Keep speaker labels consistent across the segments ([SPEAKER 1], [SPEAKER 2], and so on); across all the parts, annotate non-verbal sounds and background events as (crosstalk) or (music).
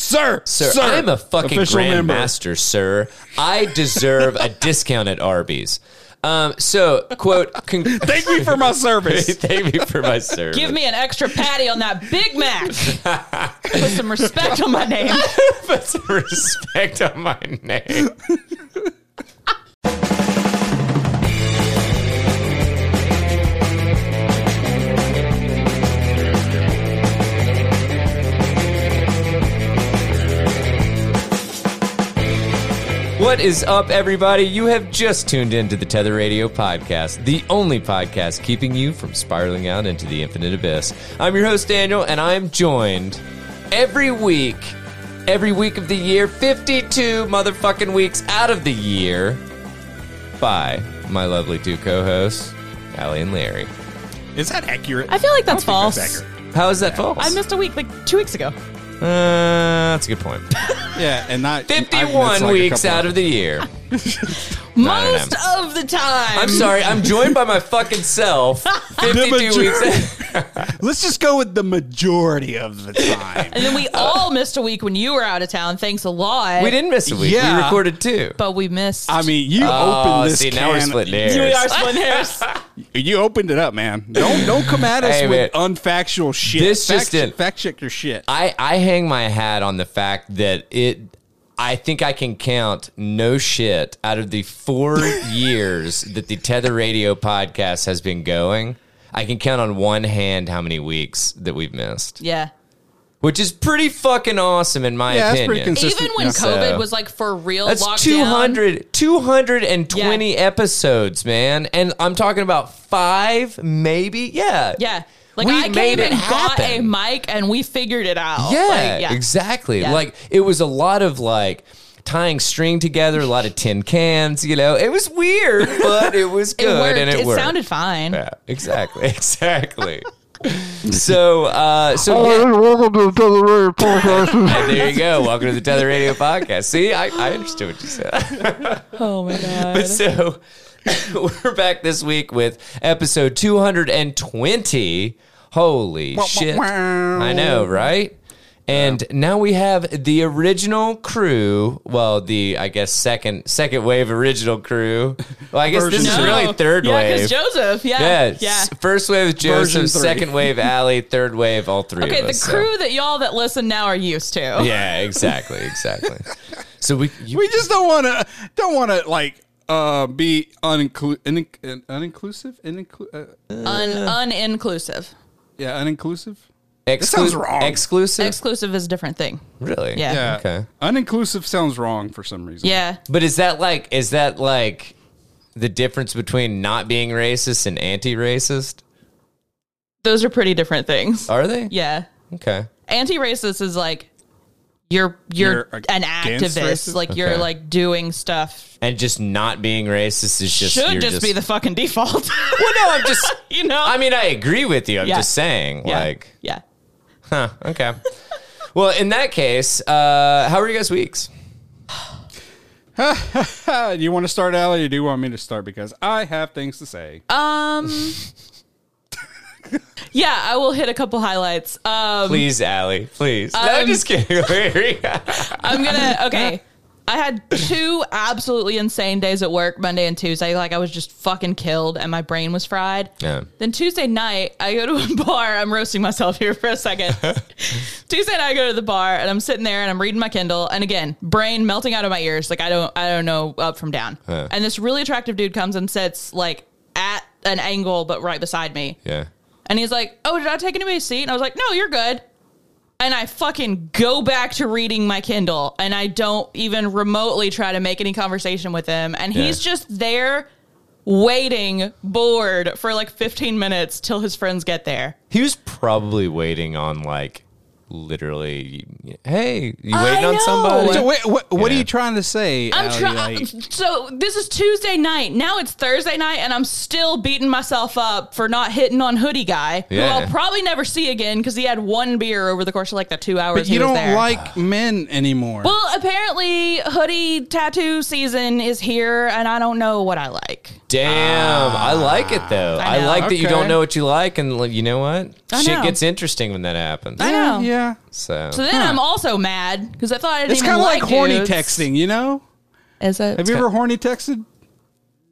[SPEAKER 1] sir,
[SPEAKER 2] Sir, I'm a fucking
[SPEAKER 1] Official member.
[SPEAKER 2] grandmaster, sir. I deserve a discount at Arby's. Um, so, quote,
[SPEAKER 1] (laughs) (laughs)
[SPEAKER 2] con-
[SPEAKER 1] Thank me for
[SPEAKER 2] (laughs)
[SPEAKER 1] my service.
[SPEAKER 2] thank you for my service.
[SPEAKER 3] Give me an extra patty on that
[SPEAKER 2] (laughs)
[SPEAKER 3] Big Mac. Put some respect on my name.
[SPEAKER 2] put some (laughs) respect on my name. What is up, everybody? You have just tuned in to the Tether Radio podcast, the only podcast keeping you from spiraling out into the infinite abyss. I'm your host, Daniel, and I'm joined every week, every week of the year, 52 motherfucking weeks out of the year, by my lovely two co hosts, Allie and Larry.
[SPEAKER 1] (laughs) Is that accurate?
[SPEAKER 3] I feel like that's
[SPEAKER 1] I don't
[SPEAKER 3] false.
[SPEAKER 1] think that's accurate.
[SPEAKER 2] How is that false?
[SPEAKER 3] I missed a week like two weeks ago.
[SPEAKER 2] Uh, that's a
[SPEAKER 1] (laughs)
[SPEAKER 2] good point.
[SPEAKER 1] Yeah, and not I- that's
[SPEAKER 2] 51
[SPEAKER 1] like a
[SPEAKER 2] weeks
[SPEAKER 1] couple-
[SPEAKER 2] out of
[SPEAKER 1] (laughs)
[SPEAKER 2] the year. no, no.
[SPEAKER 3] Most of the time.
[SPEAKER 2] I'm sorry, I'm joined by my
[SPEAKER 1] (laughs)
[SPEAKER 2] fucking self. 52 weeks out.
[SPEAKER 1] Let's just go with the majority of the time.
[SPEAKER 3] and then we all missed a week when you were out of town. Thanks a
[SPEAKER 2] (laughs)
[SPEAKER 3] lot.
[SPEAKER 2] Uh. We didn't miss a week.
[SPEAKER 1] Yeah.
[SPEAKER 2] We recorded two.
[SPEAKER 3] But we missed.
[SPEAKER 1] I
[SPEAKER 3] (laughs)
[SPEAKER 1] mean, you
[SPEAKER 2] (laughs) Oh,
[SPEAKER 1] opened this.
[SPEAKER 2] see,
[SPEAKER 1] can,
[SPEAKER 2] now we're splitting hairs.
[SPEAKER 1] You,
[SPEAKER 2] We are
[SPEAKER 3] splitting
[SPEAKER 1] you opened it up, man. Don't don't come at us
[SPEAKER 2] Hey,
[SPEAKER 1] with
[SPEAKER 2] man.
[SPEAKER 1] unfactual shit.
[SPEAKER 2] This
[SPEAKER 1] fact,
[SPEAKER 2] just in.
[SPEAKER 1] fact check your shit.
[SPEAKER 2] I, I hang my hat on the fact that it. I think I can count no shit out of the four years that the Tether Radio podcast has been going. I can count on one hand how many weeks that we've missed,
[SPEAKER 3] yeah.
[SPEAKER 2] which is pretty fucking awesome in my
[SPEAKER 1] Yeah, that's pretty
[SPEAKER 2] opinion.
[SPEAKER 1] consistent. Just-
[SPEAKER 3] Even when
[SPEAKER 1] yeah.
[SPEAKER 3] COVID
[SPEAKER 2] So-
[SPEAKER 3] was like for real
[SPEAKER 2] That's
[SPEAKER 3] lockdown.
[SPEAKER 2] 200, 220
[SPEAKER 3] Yeah.
[SPEAKER 2] episodes, man. And I'm talking about five, maybe. Yeah.
[SPEAKER 3] Yeah. Like
[SPEAKER 2] We
[SPEAKER 3] I
[SPEAKER 2] made
[SPEAKER 3] came
[SPEAKER 2] it
[SPEAKER 3] and got
[SPEAKER 2] happen.
[SPEAKER 3] a mic and we figured it out.
[SPEAKER 2] Yeah,
[SPEAKER 3] Like, yeah.
[SPEAKER 2] exactly.
[SPEAKER 3] Yeah.
[SPEAKER 2] Like it was a lot of like tying string together, a lot of tin cans. You know, it was weird, (laughs) but it was
[SPEAKER 3] It
[SPEAKER 2] good
[SPEAKER 3] worked.
[SPEAKER 2] and it,
[SPEAKER 3] it
[SPEAKER 2] worked.
[SPEAKER 3] sounded fine.
[SPEAKER 2] yeah,
[SPEAKER 4] (laughs)
[SPEAKER 2] exactly, (laughs) exactly. so, uh, so yeah,
[SPEAKER 4] welcome to Tether
[SPEAKER 2] (laughs)
[SPEAKER 4] Radio Podcast.
[SPEAKER 2] and there you go. Welcome to the Tether Radio Podcast. See, I, I understood what you said. (laughs)
[SPEAKER 3] Oh my god.
[SPEAKER 2] so (laughs) we're back this week with episode 220 holy shit i know right and now we have the original crew well the i guess second second wave original crew well i guess this is
[SPEAKER 1] Version
[SPEAKER 3] No.
[SPEAKER 2] really third
[SPEAKER 3] yeah,
[SPEAKER 2] wave
[SPEAKER 3] because Joseph. Yeah.
[SPEAKER 2] yeah,
[SPEAKER 3] Yeah.
[SPEAKER 2] s- first wave
[SPEAKER 1] Version
[SPEAKER 2] Joseph,
[SPEAKER 1] three.
[SPEAKER 2] second
[SPEAKER 1] (laughs)
[SPEAKER 2] wave Allie, third wave all three
[SPEAKER 3] Okay,
[SPEAKER 2] of
[SPEAKER 3] the
[SPEAKER 2] us. so-
[SPEAKER 3] crew that y'all that listen now are used to.
[SPEAKER 2] Yeah, exactly, exactly. So we you,
[SPEAKER 1] we just don't want to don't want to like uh be uninclu- in, in, uninclusive Uninclu- uh,
[SPEAKER 3] Un uninclusive.
[SPEAKER 1] yeah uninclusive sounds
[SPEAKER 2] exclu-
[SPEAKER 1] wrong.
[SPEAKER 2] exclusive,
[SPEAKER 3] Exclusive is a different thing.
[SPEAKER 2] really?
[SPEAKER 3] Yeah.
[SPEAKER 1] yeah
[SPEAKER 2] Okay.
[SPEAKER 1] uninclusive sounds wrong for some reason
[SPEAKER 3] Yeah.
[SPEAKER 2] But is that like is that like the difference between not being racist and anti-racist?
[SPEAKER 3] Those are pretty different things.
[SPEAKER 2] Are they?
[SPEAKER 3] Yeah.
[SPEAKER 2] Okay.
[SPEAKER 3] Anti-racist is like you're you're,
[SPEAKER 1] You're
[SPEAKER 3] an
[SPEAKER 1] against
[SPEAKER 3] activist.
[SPEAKER 1] racism?
[SPEAKER 3] Like you're
[SPEAKER 2] Okay.
[SPEAKER 3] like doing stuff
[SPEAKER 2] And just not being racist is just
[SPEAKER 3] should
[SPEAKER 2] you're
[SPEAKER 3] just, be the fucking default. (laughs)
[SPEAKER 2] Well, no, I'm just.
[SPEAKER 3] you know.
[SPEAKER 2] I mean, I agree with you. I'm
[SPEAKER 3] Yeah.
[SPEAKER 2] just saying,
[SPEAKER 3] yeah.
[SPEAKER 2] like,
[SPEAKER 3] yeah.
[SPEAKER 2] huh? Okay. well, in that case, uh, how are you guys' weeks?
[SPEAKER 1] Uh, do you want to start Allie or do you want me to start because I have things to say
[SPEAKER 3] Um.
[SPEAKER 2] (laughs)
[SPEAKER 3] yeah, I will hit a couple highlights. Um,
[SPEAKER 2] Please, Allie, please. no, I'm
[SPEAKER 3] Um,
[SPEAKER 2] just kidding. (laughs) Larry.
[SPEAKER 3] (laughs) I'm gonna. Okay, I had two absolutely insane days at work, Monday and Tuesday. Like I was just fucking killed, and my brain was fried.
[SPEAKER 2] yeah.
[SPEAKER 3] Then Tuesday night, I go to a (laughs) bar. I'm roasting myself here for a second. Tuesday night, I go to the bar and I'm sitting there and I'm reading my Kindle. And again, brain melting out of my ears. Like I don't, I don't know up from down.
[SPEAKER 2] Huh.
[SPEAKER 3] And this really attractive dude comes and sits like at an angle, but right beside me.
[SPEAKER 2] Yeah.
[SPEAKER 3] And he's like, "Oh, did I take anybody's seat?" And I was like, "No, you're good." And I fucking go back to reading my Kindle, and I don't even remotely try to make any conversation with him. And he's
[SPEAKER 2] Yeah.
[SPEAKER 3] just there, waiting, bored for like 15 minutes till his friends get there.
[SPEAKER 2] He was probably waiting on like literally. Hey, you waiting on
[SPEAKER 3] know.
[SPEAKER 2] somebody?
[SPEAKER 1] so Uh, wait, what, what are
[SPEAKER 2] Yeah.
[SPEAKER 1] you trying to say
[SPEAKER 3] I'm
[SPEAKER 1] Allie?
[SPEAKER 3] trying.
[SPEAKER 1] Like,
[SPEAKER 3] (laughs) so this is Tuesday night. Now it's Thursday night, and I'm still beating myself up for not hitting on Hoodie Guy,
[SPEAKER 2] Yeah.
[SPEAKER 3] who I'll probably never see again because he had one beer over the course of like the two hours.
[SPEAKER 1] but you
[SPEAKER 3] he
[SPEAKER 2] (sighs)
[SPEAKER 3] was
[SPEAKER 1] don't
[SPEAKER 3] there.
[SPEAKER 1] like men anymore
[SPEAKER 3] Well, Well, apparently hoodie tattoo season is here, and I don't know what I like.
[SPEAKER 2] Damn, I like it though.
[SPEAKER 3] Ah, I
[SPEAKER 2] I,
[SPEAKER 3] know.
[SPEAKER 2] like that you don't
[SPEAKER 1] Okay.
[SPEAKER 2] know what you like, and like, you know what?
[SPEAKER 3] I
[SPEAKER 2] Shit
[SPEAKER 3] know.
[SPEAKER 2] gets interesting when that happens.
[SPEAKER 3] I
[SPEAKER 1] yeah,
[SPEAKER 3] know.
[SPEAKER 1] Mm, yeah.
[SPEAKER 2] So,
[SPEAKER 3] So then I'm also mad because I thought I didn't
[SPEAKER 1] It's
[SPEAKER 3] even
[SPEAKER 1] kind of like,
[SPEAKER 3] like
[SPEAKER 1] horny
[SPEAKER 3] dudes.
[SPEAKER 1] texting, you know?
[SPEAKER 3] Is it?
[SPEAKER 1] Have you ever horny texted?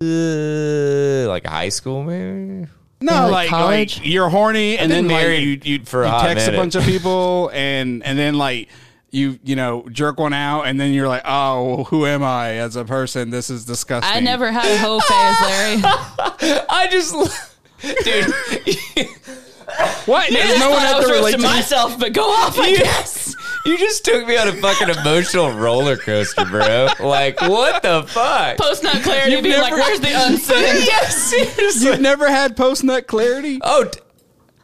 [SPEAKER 2] uh, like high school, maybe.
[SPEAKER 1] No,
[SPEAKER 3] like
[SPEAKER 1] like,
[SPEAKER 3] college?
[SPEAKER 1] like you're horny, and then
[SPEAKER 2] been
[SPEAKER 1] like, you
[SPEAKER 2] married
[SPEAKER 1] you,
[SPEAKER 2] for a
[SPEAKER 1] you
[SPEAKER 2] hot
[SPEAKER 1] text a
[SPEAKER 2] minute. (laughs)
[SPEAKER 1] bunch of people, and and then like you you know jerk one out, and then you're like, oh, who am I as a person? This is disgusting.
[SPEAKER 3] I never had a
[SPEAKER 1] (laughs)
[SPEAKER 3] hoe phase, Larry.
[SPEAKER 2] I just, (laughs)
[SPEAKER 3] (laughs)
[SPEAKER 2] dude.
[SPEAKER 1] What? There's
[SPEAKER 3] I
[SPEAKER 1] no one
[SPEAKER 3] thought I
[SPEAKER 1] out
[SPEAKER 3] was
[SPEAKER 1] there
[SPEAKER 3] roasting
[SPEAKER 1] related.
[SPEAKER 3] myself, but go off, I guess.
[SPEAKER 2] You just took me on a fucking emotional roller coaster, bro. Like, what the fuck?
[SPEAKER 3] (laughs) Post nut clarity,
[SPEAKER 1] You've
[SPEAKER 3] be like,
[SPEAKER 1] never-
[SPEAKER 2] (laughs)
[SPEAKER 3] where's the unseen?
[SPEAKER 2] yes, seriously.
[SPEAKER 1] You've never had post nut clarity.
[SPEAKER 2] Oh, d-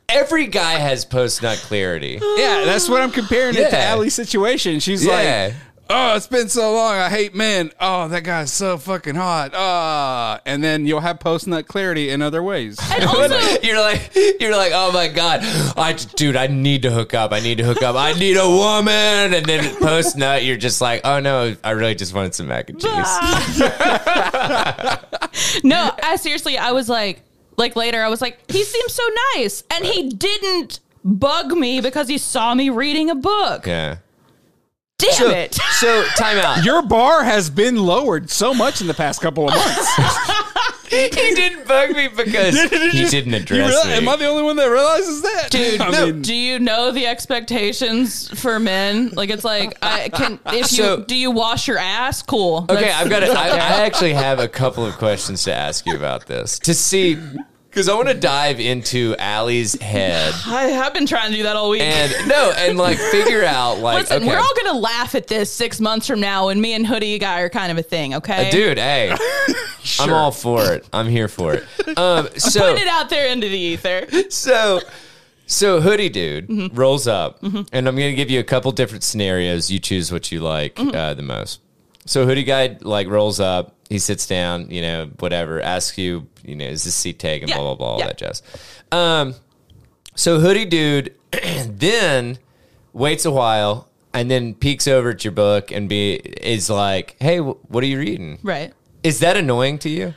[SPEAKER 2] every guy has post nut
[SPEAKER 3] (laughs)
[SPEAKER 2] clarity.
[SPEAKER 1] Yeah, that's what I'm comparing it to
[SPEAKER 2] Yeah.
[SPEAKER 1] Allie's situation. She's
[SPEAKER 2] Yeah.
[SPEAKER 1] like, oh, it's been so long. I hate men. Oh, that guy's so fucking hot. Ah, and then you'll have post nut clarity in other ways. (laughs)
[SPEAKER 3] And also, (laughs)
[SPEAKER 2] (laughs) You're like, you're like, oh my god, I, dude, I need to hook up. I need to hook up. I need a woman. And then post nut, you're just like, oh no, I really just wanted some mac and cheese.
[SPEAKER 3] no, I seriously, I was like, like later, I was like, he seems so nice, and he didn't bug me because he saw me reading a book.
[SPEAKER 2] Yeah.
[SPEAKER 3] Damn
[SPEAKER 2] So,
[SPEAKER 3] it!
[SPEAKER 2] so time
[SPEAKER 3] (laughs)
[SPEAKER 2] out.
[SPEAKER 1] Your bar has been lowered so much in the past couple of (laughs) months.
[SPEAKER 2] he didn't bug me
[SPEAKER 3] (laughs)
[SPEAKER 2] because he didn't
[SPEAKER 1] You reali-
[SPEAKER 2] address me.
[SPEAKER 1] Am I the only one that realizes that?
[SPEAKER 3] Dude,
[SPEAKER 1] I
[SPEAKER 3] no,
[SPEAKER 1] mean,
[SPEAKER 3] do you know the expectations for men? Like it's like I can if you
[SPEAKER 2] So-
[SPEAKER 3] do you wash your ass? Cool.
[SPEAKER 2] Okay,
[SPEAKER 3] That's-
[SPEAKER 2] I've got. A, I,
[SPEAKER 3] (laughs)
[SPEAKER 2] I actually have a couple of questions to ask you about this to see, because I want to dive into Allie's head
[SPEAKER 3] (laughs) I have been trying to do that all week.
[SPEAKER 2] and no, and like figure out like
[SPEAKER 3] Listen,
[SPEAKER 2] okay,
[SPEAKER 3] we're all gonna laugh at this six months from now when me and Hoodie guy are kind of a thing. Okay,
[SPEAKER 2] dude.
[SPEAKER 3] (laughs)
[SPEAKER 2] Hey, I'm all for it. I'm here for it. Um, so
[SPEAKER 3] put it out there into
[SPEAKER 2] (laughs)
[SPEAKER 3] the ether.
[SPEAKER 2] so so hoodie dude
[SPEAKER 3] Mm-hmm.
[SPEAKER 2] rolls up and i'm gonna give you a couple different scenarios you choose what you like
[SPEAKER 3] Mm-hmm.
[SPEAKER 2] uh, the most so hoodie guy like rolls up he sits down you know whatever asks you you know is this seat taken
[SPEAKER 3] Yeah,
[SPEAKER 2] blah blah blah all
[SPEAKER 3] yeah.
[SPEAKER 2] that jazz um so hoodie dude (clears throat) then waits a while and then peeks over at your book and be is like hey wh- what are you reading
[SPEAKER 3] Right.
[SPEAKER 2] is that annoying to you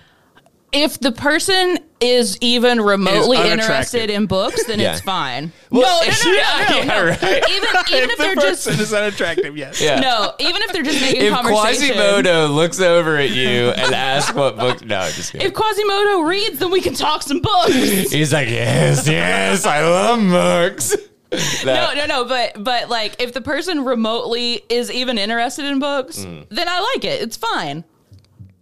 [SPEAKER 3] If the person is even remotely
[SPEAKER 1] Is unattractive.
[SPEAKER 3] interested in books, then
[SPEAKER 2] Yeah.
[SPEAKER 3] it's fine.
[SPEAKER 2] Well,
[SPEAKER 3] no, no,
[SPEAKER 2] (laughs)
[SPEAKER 3] no,
[SPEAKER 2] yeah,
[SPEAKER 3] no, no,
[SPEAKER 2] yeah,
[SPEAKER 3] no.
[SPEAKER 2] right. (laughs)
[SPEAKER 3] Even even if,
[SPEAKER 1] the
[SPEAKER 3] they're
[SPEAKER 1] person
[SPEAKER 3] just
[SPEAKER 1] is unattractive, yes.
[SPEAKER 2] yeah
[SPEAKER 3] no, even if they're just making
[SPEAKER 2] if
[SPEAKER 3] conversation.
[SPEAKER 2] Quasimodo looks over at you and asks what book, no, I'm just kidding.
[SPEAKER 3] if Quasimodo reads, then we can talk some books.
[SPEAKER 2] (laughs) He's like, yes, yes, I love books.
[SPEAKER 3] No,
[SPEAKER 2] That-
[SPEAKER 3] no, no, but but like if the person remotely is even interested in books, then I like it. It's fine.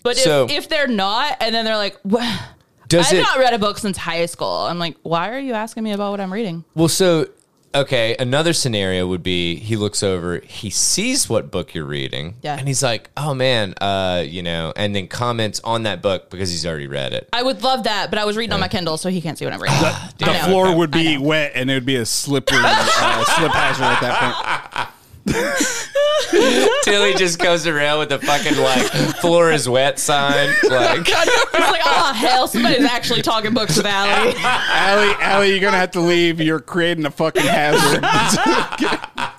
[SPEAKER 3] But
[SPEAKER 2] Mm.
[SPEAKER 3] if,
[SPEAKER 2] So-
[SPEAKER 3] if they're not, and then they're like, "Wha-
[SPEAKER 2] Does
[SPEAKER 3] I've
[SPEAKER 2] it?
[SPEAKER 3] not read a book since high school. I'm like, why are you asking me about what I'm reading?
[SPEAKER 2] well, so okay. Another scenario would be he looks over, he sees what book you're reading,
[SPEAKER 3] Yeah.
[SPEAKER 2] and he's like, oh man, uh, you know, and then comments on that book because he's already read it.
[SPEAKER 3] I would love that, but I was reading on my Kindle, so he can't see what I'm reading. (laughs)
[SPEAKER 1] The
[SPEAKER 3] I know.
[SPEAKER 1] floor would be wet and it would be a slippery uh, slip hazard at that
[SPEAKER 2] (laughs)
[SPEAKER 1] point.
[SPEAKER 2] (laughs) Till he just goes around with the fucking like floor is wet sign, like.
[SPEAKER 3] It's like, oh hell, somebody's actually talking books with Allie.
[SPEAKER 2] (laughs)
[SPEAKER 1] Allie, Allie, you're going to have to leave. You're creating a fucking hazard.
[SPEAKER 2] (laughs)
[SPEAKER 1] (laughs)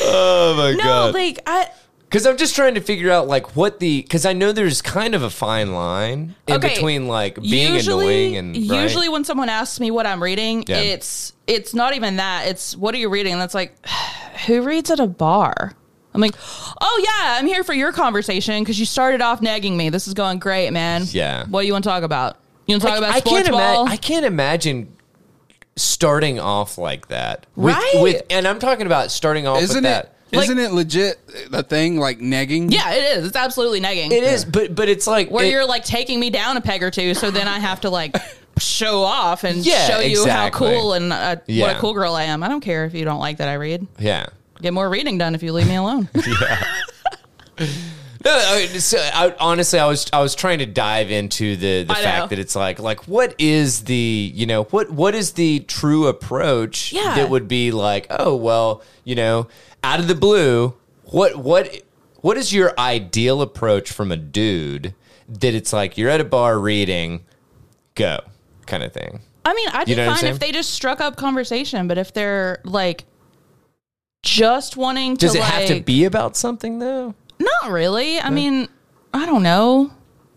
[SPEAKER 2] Oh my
[SPEAKER 3] No, like I
[SPEAKER 2] Because I'm just trying to figure out like what the because I know there's kind of a fine line in
[SPEAKER 3] Okay.
[SPEAKER 2] between like being
[SPEAKER 3] usually,
[SPEAKER 2] annoying and right?
[SPEAKER 3] usually when someone asks me what I'm reading,
[SPEAKER 2] Yeah.
[SPEAKER 3] it's it's not even that. It's what are you reading? And that's like, (sighs) who reads at a bar? I'm like, oh yeah, I'm here for your conversation because you started off nagging me. This is going great, man.
[SPEAKER 2] Yeah.
[SPEAKER 3] What do you want to talk about? You want to talk
[SPEAKER 2] Like,
[SPEAKER 3] about
[SPEAKER 2] I
[SPEAKER 3] sports
[SPEAKER 2] can't
[SPEAKER 3] ball?
[SPEAKER 2] imagine. I can't imagine starting off like that, With-
[SPEAKER 3] Right?
[SPEAKER 2] With, and I'm talking about starting off with
[SPEAKER 1] Isn't it?
[SPEAKER 2] that.
[SPEAKER 3] Like-
[SPEAKER 1] not it legit a thing like negging?
[SPEAKER 3] yeah, it is. It's absolutely nagging.
[SPEAKER 2] It is, but but it's like
[SPEAKER 3] where
[SPEAKER 2] it-
[SPEAKER 3] you're like taking me down a peg or two, so then I have
[SPEAKER 2] (laughs)
[SPEAKER 3] to like show off and
[SPEAKER 2] Yeah,
[SPEAKER 3] show you
[SPEAKER 2] exactly.
[SPEAKER 3] how cool and uh, what
[SPEAKER 2] Yeah.
[SPEAKER 3] a cool girl I am. I don't care if you don't like that I read.
[SPEAKER 2] yeah.
[SPEAKER 3] Get more reading done if you leave me alone.
[SPEAKER 2] No, I, so I, honestly, I was I was trying to dive into the the
[SPEAKER 3] I know.
[SPEAKER 2] fact that it's like like what is the you know what what is the true approach
[SPEAKER 3] Yeah.
[SPEAKER 2] that would be like oh well you know out of the blue what what what is your ideal approach from a dude that it's like you're at a bar reading go kind of thing
[SPEAKER 3] I mean, I'd
[SPEAKER 2] You
[SPEAKER 3] be
[SPEAKER 2] know what I'm
[SPEAKER 3] fine
[SPEAKER 2] saying?
[SPEAKER 3] if they just struck up conversation, but if they're like just wanting to
[SPEAKER 2] Does it
[SPEAKER 3] like
[SPEAKER 2] have to be about something though?
[SPEAKER 3] Not really. I mean, I don't know.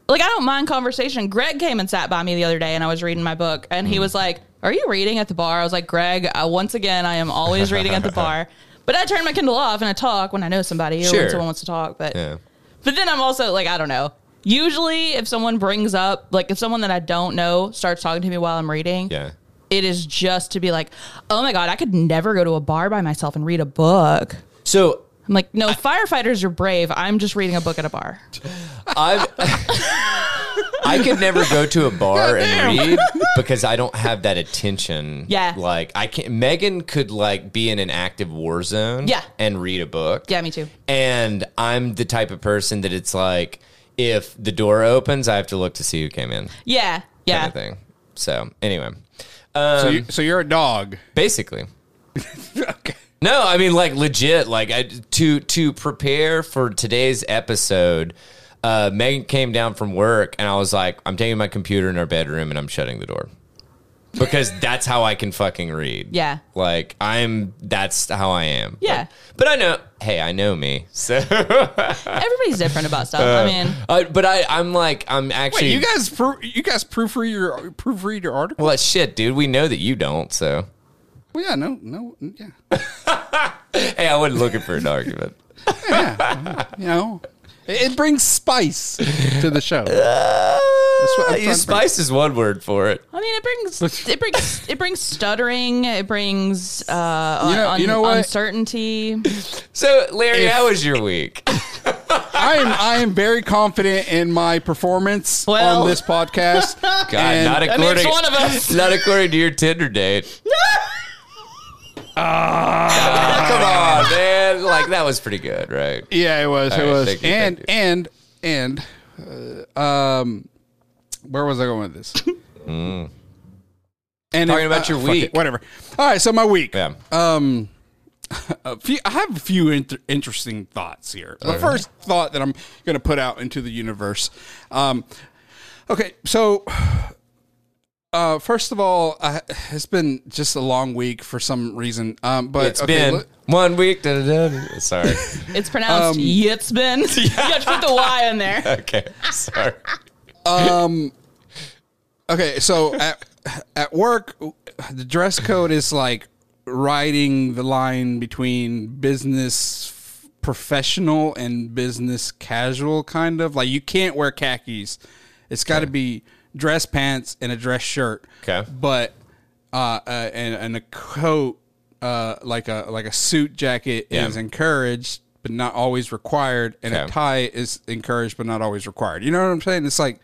[SPEAKER 3] Like, I don't mind conversation. Greg came and sat by me the other day, and I was reading my book, and
[SPEAKER 2] Hmm.
[SPEAKER 3] he was like, "Are you reading at the bar?" I was like, "Greg, I, once again, I am always reading at the bar."
[SPEAKER 2] (laughs)
[SPEAKER 3] But I turn my Kindle off and I talk when I know somebody or
[SPEAKER 2] Sure.
[SPEAKER 3] when someone wants to talk. But
[SPEAKER 2] Yeah.
[SPEAKER 3] but then I'm also like, I don't know. Usually, if someone brings up, like, if someone that I don't know starts talking to me while I'm reading,
[SPEAKER 2] Yeah.
[SPEAKER 3] it is just to be like, oh my god, I could never go to a bar by myself and read a book.
[SPEAKER 2] So
[SPEAKER 3] I'm like, no, firefighters are brave. I'm just reading a book at a bar.
[SPEAKER 2] I've I could never go to a bar and read because I don't have that attention.
[SPEAKER 3] Yeah.
[SPEAKER 2] Like I can not Megan could like be in an active war zone
[SPEAKER 3] Yeah.
[SPEAKER 2] and read a book.
[SPEAKER 3] Yeah, me too.
[SPEAKER 2] And I'm the type of person that it's like if the door opens, I have to look to see who came in. Kind
[SPEAKER 3] Yeah, yeah.
[SPEAKER 2] of thing. So anyway.
[SPEAKER 1] so, you, so you're a dog.
[SPEAKER 2] Basically.
[SPEAKER 1] (laughs) okay.
[SPEAKER 2] No, I mean like legit. Like I, to to prepare for today's episode, uh, Megan came down from work, and I was like, I'm taking my computer in her bedroom, and I'm shutting the door because that's how I can fucking read.
[SPEAKER 3] Yeah.
[SPEAKER 2] like I'm. That's how I am.
[SPEAKER 3] Yeah.
[SPEAKER 2] but, but I know. Hey, I know me. So, (laughs)
[SPEAKER 3] Everybody's different about stuff. I mean,
[SPEAKER 2] uh, but I, I'm like, I'm actually.
[SPEAKER 1] Wait, you guys, pro- you guys proofread your proofread your article?
[SPEAKER 2] Well, shit, dude. We know that you don't. So,
[SPEAKER 1] Well, yeah, no, no, yeah,
[SPEAKER 2] hey, I wasn't looking for an
[SPEAKER 1] (laughs)
[SPEAKER 2] argument.
[SPEAKER 1] you know, it, it brings spice to the show.
[SPEAKER 2] Uh,
[SPEAKER 1] what I'm trying
[SPEAKER 2] you
[SPEAKER 1] to-
[SPEAKER 2] spice is one word for it.
[SPEAKER 3] I mean, it brings it brings it brings stuttering. It brings uh,
[SPEAKER 1] You know-
[SPEAKER 3] un-
[SPEAKER 1] you know what?
[SPEAKER 3] uncertainty.
[SPEAKER 2] So, Larry,
[SPEAKER 1] If-
[SPEAKER 2] how was your week?
[SPEAKER 1] I am, I am very confident in my performance
[SPEAKER 3] Well.
[SPEAKER 1] on this podcast. God,
[SPEAKER 2] God, not
[SPEAKER 3] That makes
[SPEAKER 2] according,
[SPEAKER 3] one of us.
[SPEAKER 2] (laughs) not according to your Tinder date. Ah, come on, man. Like, that was pretty good, right?
[SPEAKER 1] Yeah, it was.
[SPEAKER 2] All
[SPEAKER 1] it
[SPEAKER 2] right,
[SPEAKER 1] was.
[SPEAKER 2] thank you,
[SPEAKER 1] and
[SPEAKER 2] thank
[SPEAKER 1] and and uh, um, where was I going with
[SPEAKER 2] (laughs)
[SPEAKER 1] this? And
[SPEAKER 2] Talking about your
[SPEAKER 1] fuck it,
[SPEAKER 2] week.
[SPEAKER 1] whatever. All right, so my week.
[SPEAKER 2] Yeah.
[SPEAKER 1] Um, (laughs) a few, I have a few inter- interesting thoughts here. The first thought that I'm going to put out into the universe. Um, okay, so (sighs) uh, first of all, I, it's been just a long week for some reason. Um, but
[SPEAKER 2] It's
[SPEAKER 1] okay,
[SPEAKER 2] been
[SPEAKER 1] look-
[SPEAKER 2] one week. da, da, da, da. Sorry. (laughs)
[SPEAKER 3] It's pronounced
[SPEAKER 1] Um,
[SPEAKER 3] Yitzbin. (laughs) you have to put the Y in there.
[SPEAKER 2] Okay. Sorry.
[SPEAKER 1] Okay, so at, at work, the dress code is like riding the line between business f- professional and business casual, kind of. Like, you can't wear khakis. It's got to be dress pants and a dress shirt.
[SPEAKER 2] Okay.
[SPEAKER 1] But, uh, uh and, and a coat, uh, like a, like a suit jacket
[SPEAKER 2] Yeah.
[SPEAKER 1] is encouraged, but not always required. And a
[SPEAKER 2] Okay.
[SPEAKER 1] tie is encouraged, but not always required. You know what I'm saying? It's like,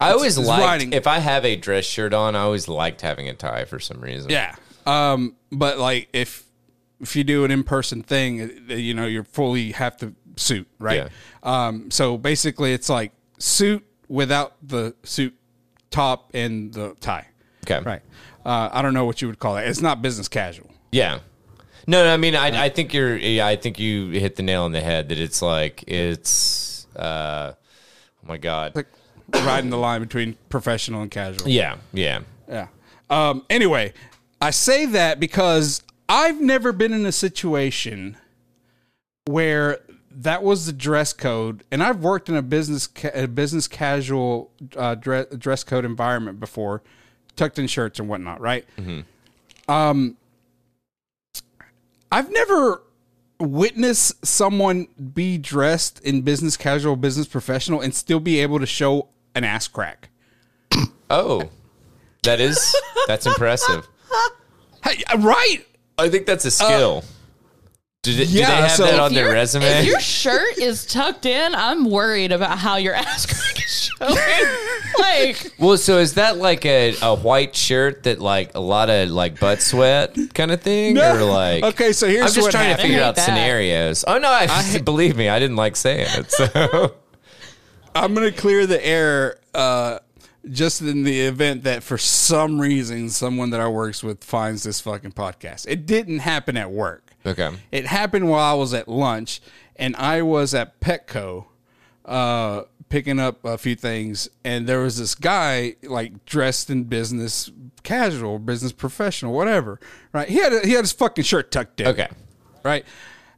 [SPEAKER 2] I always
[SPEAKER 1] it's
[SPEAKER 2] liked,
[SPEAKER 1] riding.
[SPEAKER 2] if I have a dress shirt on, I always liked having a tie for some reason.
[SPEAKER 1] Yeah. Um, but like if if you do an in person thing, uh, you know, you're fully have to suit, right? Um, so basically it's like suit without the suit top and the tie.
[SPEAKER 2] Okay.
[SPEAKER 1] Right. Uh, I don't know what you would call that. It's not business casual.
[SPEAKER 2] Yeah. No, no I mean, I, I think you're, yeah, I think you hit the nail on the head that it's like, it's, uh, oh my God.
[SPEAKER 1] Like riding the line between professional and casual.
[SPEAKER 2] Yeah. Yeah.
[SPEAKER 1] Yeah. Um, anyway, I say that because I've never been in a situation where that was the dress code, and I've worked in a business ca- a business casual uh, dress dress code environment before, tucked in shirts and whatnot, right? Um, I've never witnessed someone be dressed in business casual, business professional, and still be able to show an ass crack.
[SPEAKER 2] Oh, that is that's impressive.
[SPEAKER 1] Hey, uh, right?
[SPEAKER 2] (laughs) I think that's a skill. do, they, do they
[SPEAKER 1] Uh, yeah,
[SPEAKER 2] have
[SPEAKER 1] so-
[SPEAKER 2] that
[SPEAKER 1] If
[SPEAKER 2] on their
[SPEAKER 3] Your-
[SPEAKER 2] resume?
[SPEAKER 3] If your shirt is tucked in, I'm worried about how your (laughs) ass crack is
[SPEAKER 1] (laughs)
[SPEAKER 3] showing. like,
[SPEAKER 2] (laughs) well, so is that like a, a white shirt that like a lot of like butt sweat kind of thing, or like
[SPEAKER 1] okay, so here's
[SPEAKER 2] I'm just
[SPEAKER 1] what
[SPEAKER 2] trying to
[SPEAKER 1] happened.
[SPEAKER 2] figure
[SPEAKER 3] I hate
[SPEAKER 2] out
[SPEAKER 3] that.
[SPEAKER 2] scenarios. Oh no, I, (laughs) believe me, I didn't like saying
[SPEAKER 1] (laughs)
[SPEAKER 2] it. So
[SPEAKER 1] I'm gonna clear the air uh, just in the event that for some reason someone that I works with finds this fucking podcast. It didn't happen at work.
[SPEAKER 2] okay,
[SPEAKER 1] It happened while I was at lunch, and I was at Petco uh, picking up a few things, and there was this guy like dressed in business casual, business professional, whatever. Right? He had a, he had his fucking shirt tucked in.
[SPEAKER 2] okay,
[SPEAKER 1] right?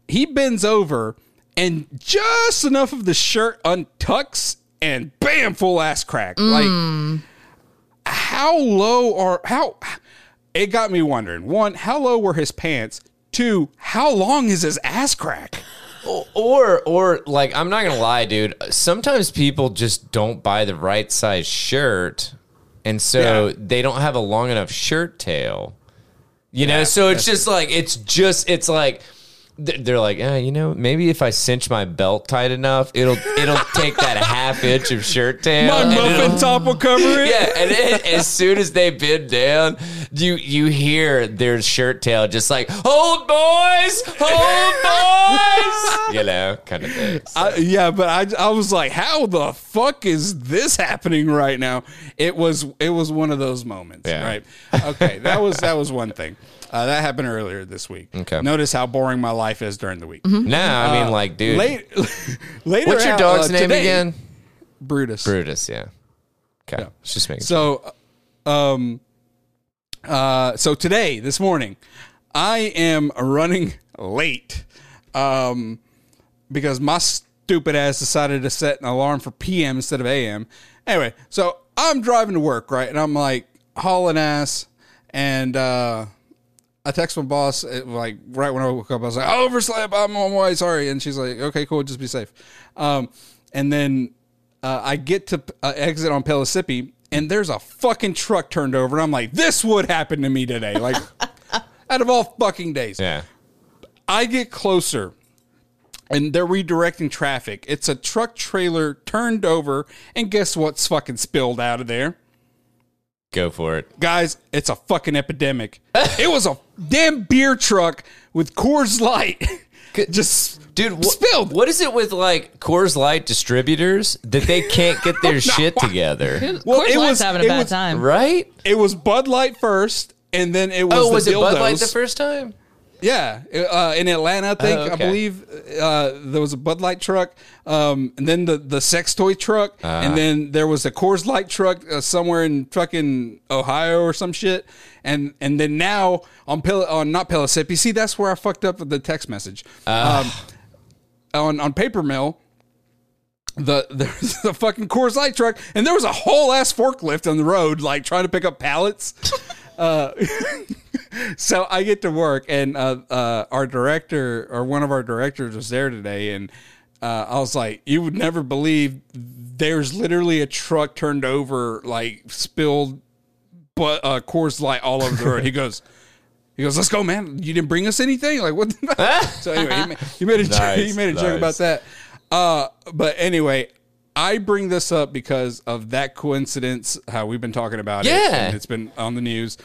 [SPEAKER 1] He bends over and just enough of the shirt untucks and bam, full ass crack. Like how low are how it got me wondering. One, how low were his pants? Two, how long is his ass crack?
[SPEAKER 2] Or, or like, I'm not gonna lie, dude. Sometimes people just don't buy the right size shirt, and so
[SPEAKER 1] Yeah.
[SPEAKER 2] they don't have a long enough shirt tail. You know, so it's just like it's just it's like th- they're like, eh, you know, maybe if I cinch my belt tight enough, it'll it'll take that half inch of shirt tail.
[SPEAKER 1] My
[SPEAKER 2] Uh, and it'll-
[SPEAKER 1] muffin top will cover it.
[SPEAKER 2] yeah,
[SPEAKER 1] (laughs)
[SPEAKER 2] and then as soon as they bend down, you you hear their shirt tail just like "Hold boys,
[SPEAKER 1] (laughs)
[SPEAKER 2] hold boys," you know, kind of thing.
[SPEAKER 1] I, yeah, but I, I was like, how the fuck is this happening right now? It was it was one of those moments,
[SPEAKER 2] Yeah.
[SPEAKER 1] right? Okay, that was that was one thing uh, that happened earlier this week.
[SPEAKER 2] Okay.
[SPEAKER 1] notice how boring my life is during the week.
[SPEAKER 2] Nah, I mean, like, dude,
[SPEAKER 1] Mm-hmm. Uh, Late, (laughs) later,
[SPEAKER 2] what's your
[SPEAKER 1] out,
[SPEAKER 2] dog's
[SPEAKER 1] uh,
[SPEAKER 2] name
[SPEAKER 1] today-
[SPEAKER 2] again?
[SPEAKER 1] Brutus.
[SPEAKER 2] Brutus. Yeah. Okay,
[SPEAKER 1] Yeah.
[SPEAKER 2] it's just making.
[SPEAKER 1] So, um, uh, so today, this morning, I am running (laughs) late, um, because my stupid ass decided to set an alarm for PM instead of AM. Anyway, so I'm driving to work, right, and I'm like hauling ass, and uh, I text my boss it, like right when I woke up. I was like, I overslept. I'm on my way. Sorry. And she's like, okay, cool. Just be safe. Um, and then uh, I get to uh, exit on Pellissippi, and there's a fucking truck turned over, and I'm like, this would happen to me today. Like, (laughs) out of all fucking days.
[SPEAKER 2] yeah.
[SPEAKER 1] I get closer and they're redirecting traffic. It's a truck trailer turned over, and guess what's fucking spilled out of there?
[SPEAKER 2] Go for it.
[SPEAKER 1] Guys, it's a fucking
[SPEAKER 2] (laughs)
[SPEAKER 1] epidemic. it was a damn beer truck with Coors Light. (laughs) Just
[SPEAKER 2] Dude, wh-
[SPEAKER 1] spilled.
[SPEAKER 2] what is it with like Coors Light distributors that they can't (laughs) get their shit together?
[SPEAKER 3] Of
[SPEAKER 1] Well,
[SPEAKER 3] course,
[SPEAKER 1] it
[SPEAKER 3] life's
[SPEAKER 1] was-
[SPEAKER 3] having a
[SPEAKER 1] it
[SPEAKER 3] bad
[SPEAKER 1] was-
[SPEAKER 3] time.
[SPEAKER 2] Right?
[SPEAKER 1] It was Bud Light first, and then it was
[SPEAKER 2] Oh,
[SPEAKER 1] the
[SPEAKER 2] was it Bud Light
[SPEAKER 1] dildos.
[SPEAKER 2] the first time?
[SPEAKER 1] Yeah, uh, in Atlanta, I think
[SPEAKER 2] Oh,
[SPEAKER 1] I
[SPEAKER 2] okay.
[SPEAKER 1] believe uh, there was a Bud Light truck, um, and then the the sex toy truck,
[SPEAKER 2] Ah.
[SPEAKER 1] and then there was a Coors Light truck uh, somewhere in fucking Ohio or some shit, and and then now on Pel- on not Pellissippi. See, that's where I fucked up with the text message.
[SPEAKER 2] Ah.
[SPEAKER 1] Um, on on paper mill. The (laughs) there's a fucking Coors Light truck, and there was a whole ass forklift on the road, like trying to pick up pallets so I get to work, and uh, uh, our director or one of our directors was there today, and uh, I was like, "You would never believe there's literally a truck turned over, like spilled, but uh, Coors Light all over the road." He goes. He goes, let's go, man. You didn't bring us anything. Like what? The (laughs) so anyway, he made, he made a joke, he
[SPEAKER 2] Nice,
[SPEAKER 1] made a joke about
[SPEAKER 2] nice.
[SPEAKER 1] that. Uh, but anyway, I bring this up because of that coincidence. How we've been talking about it.
[SPEAKER 2] Yeah.
[SPEAKER 1] and it's been on the news.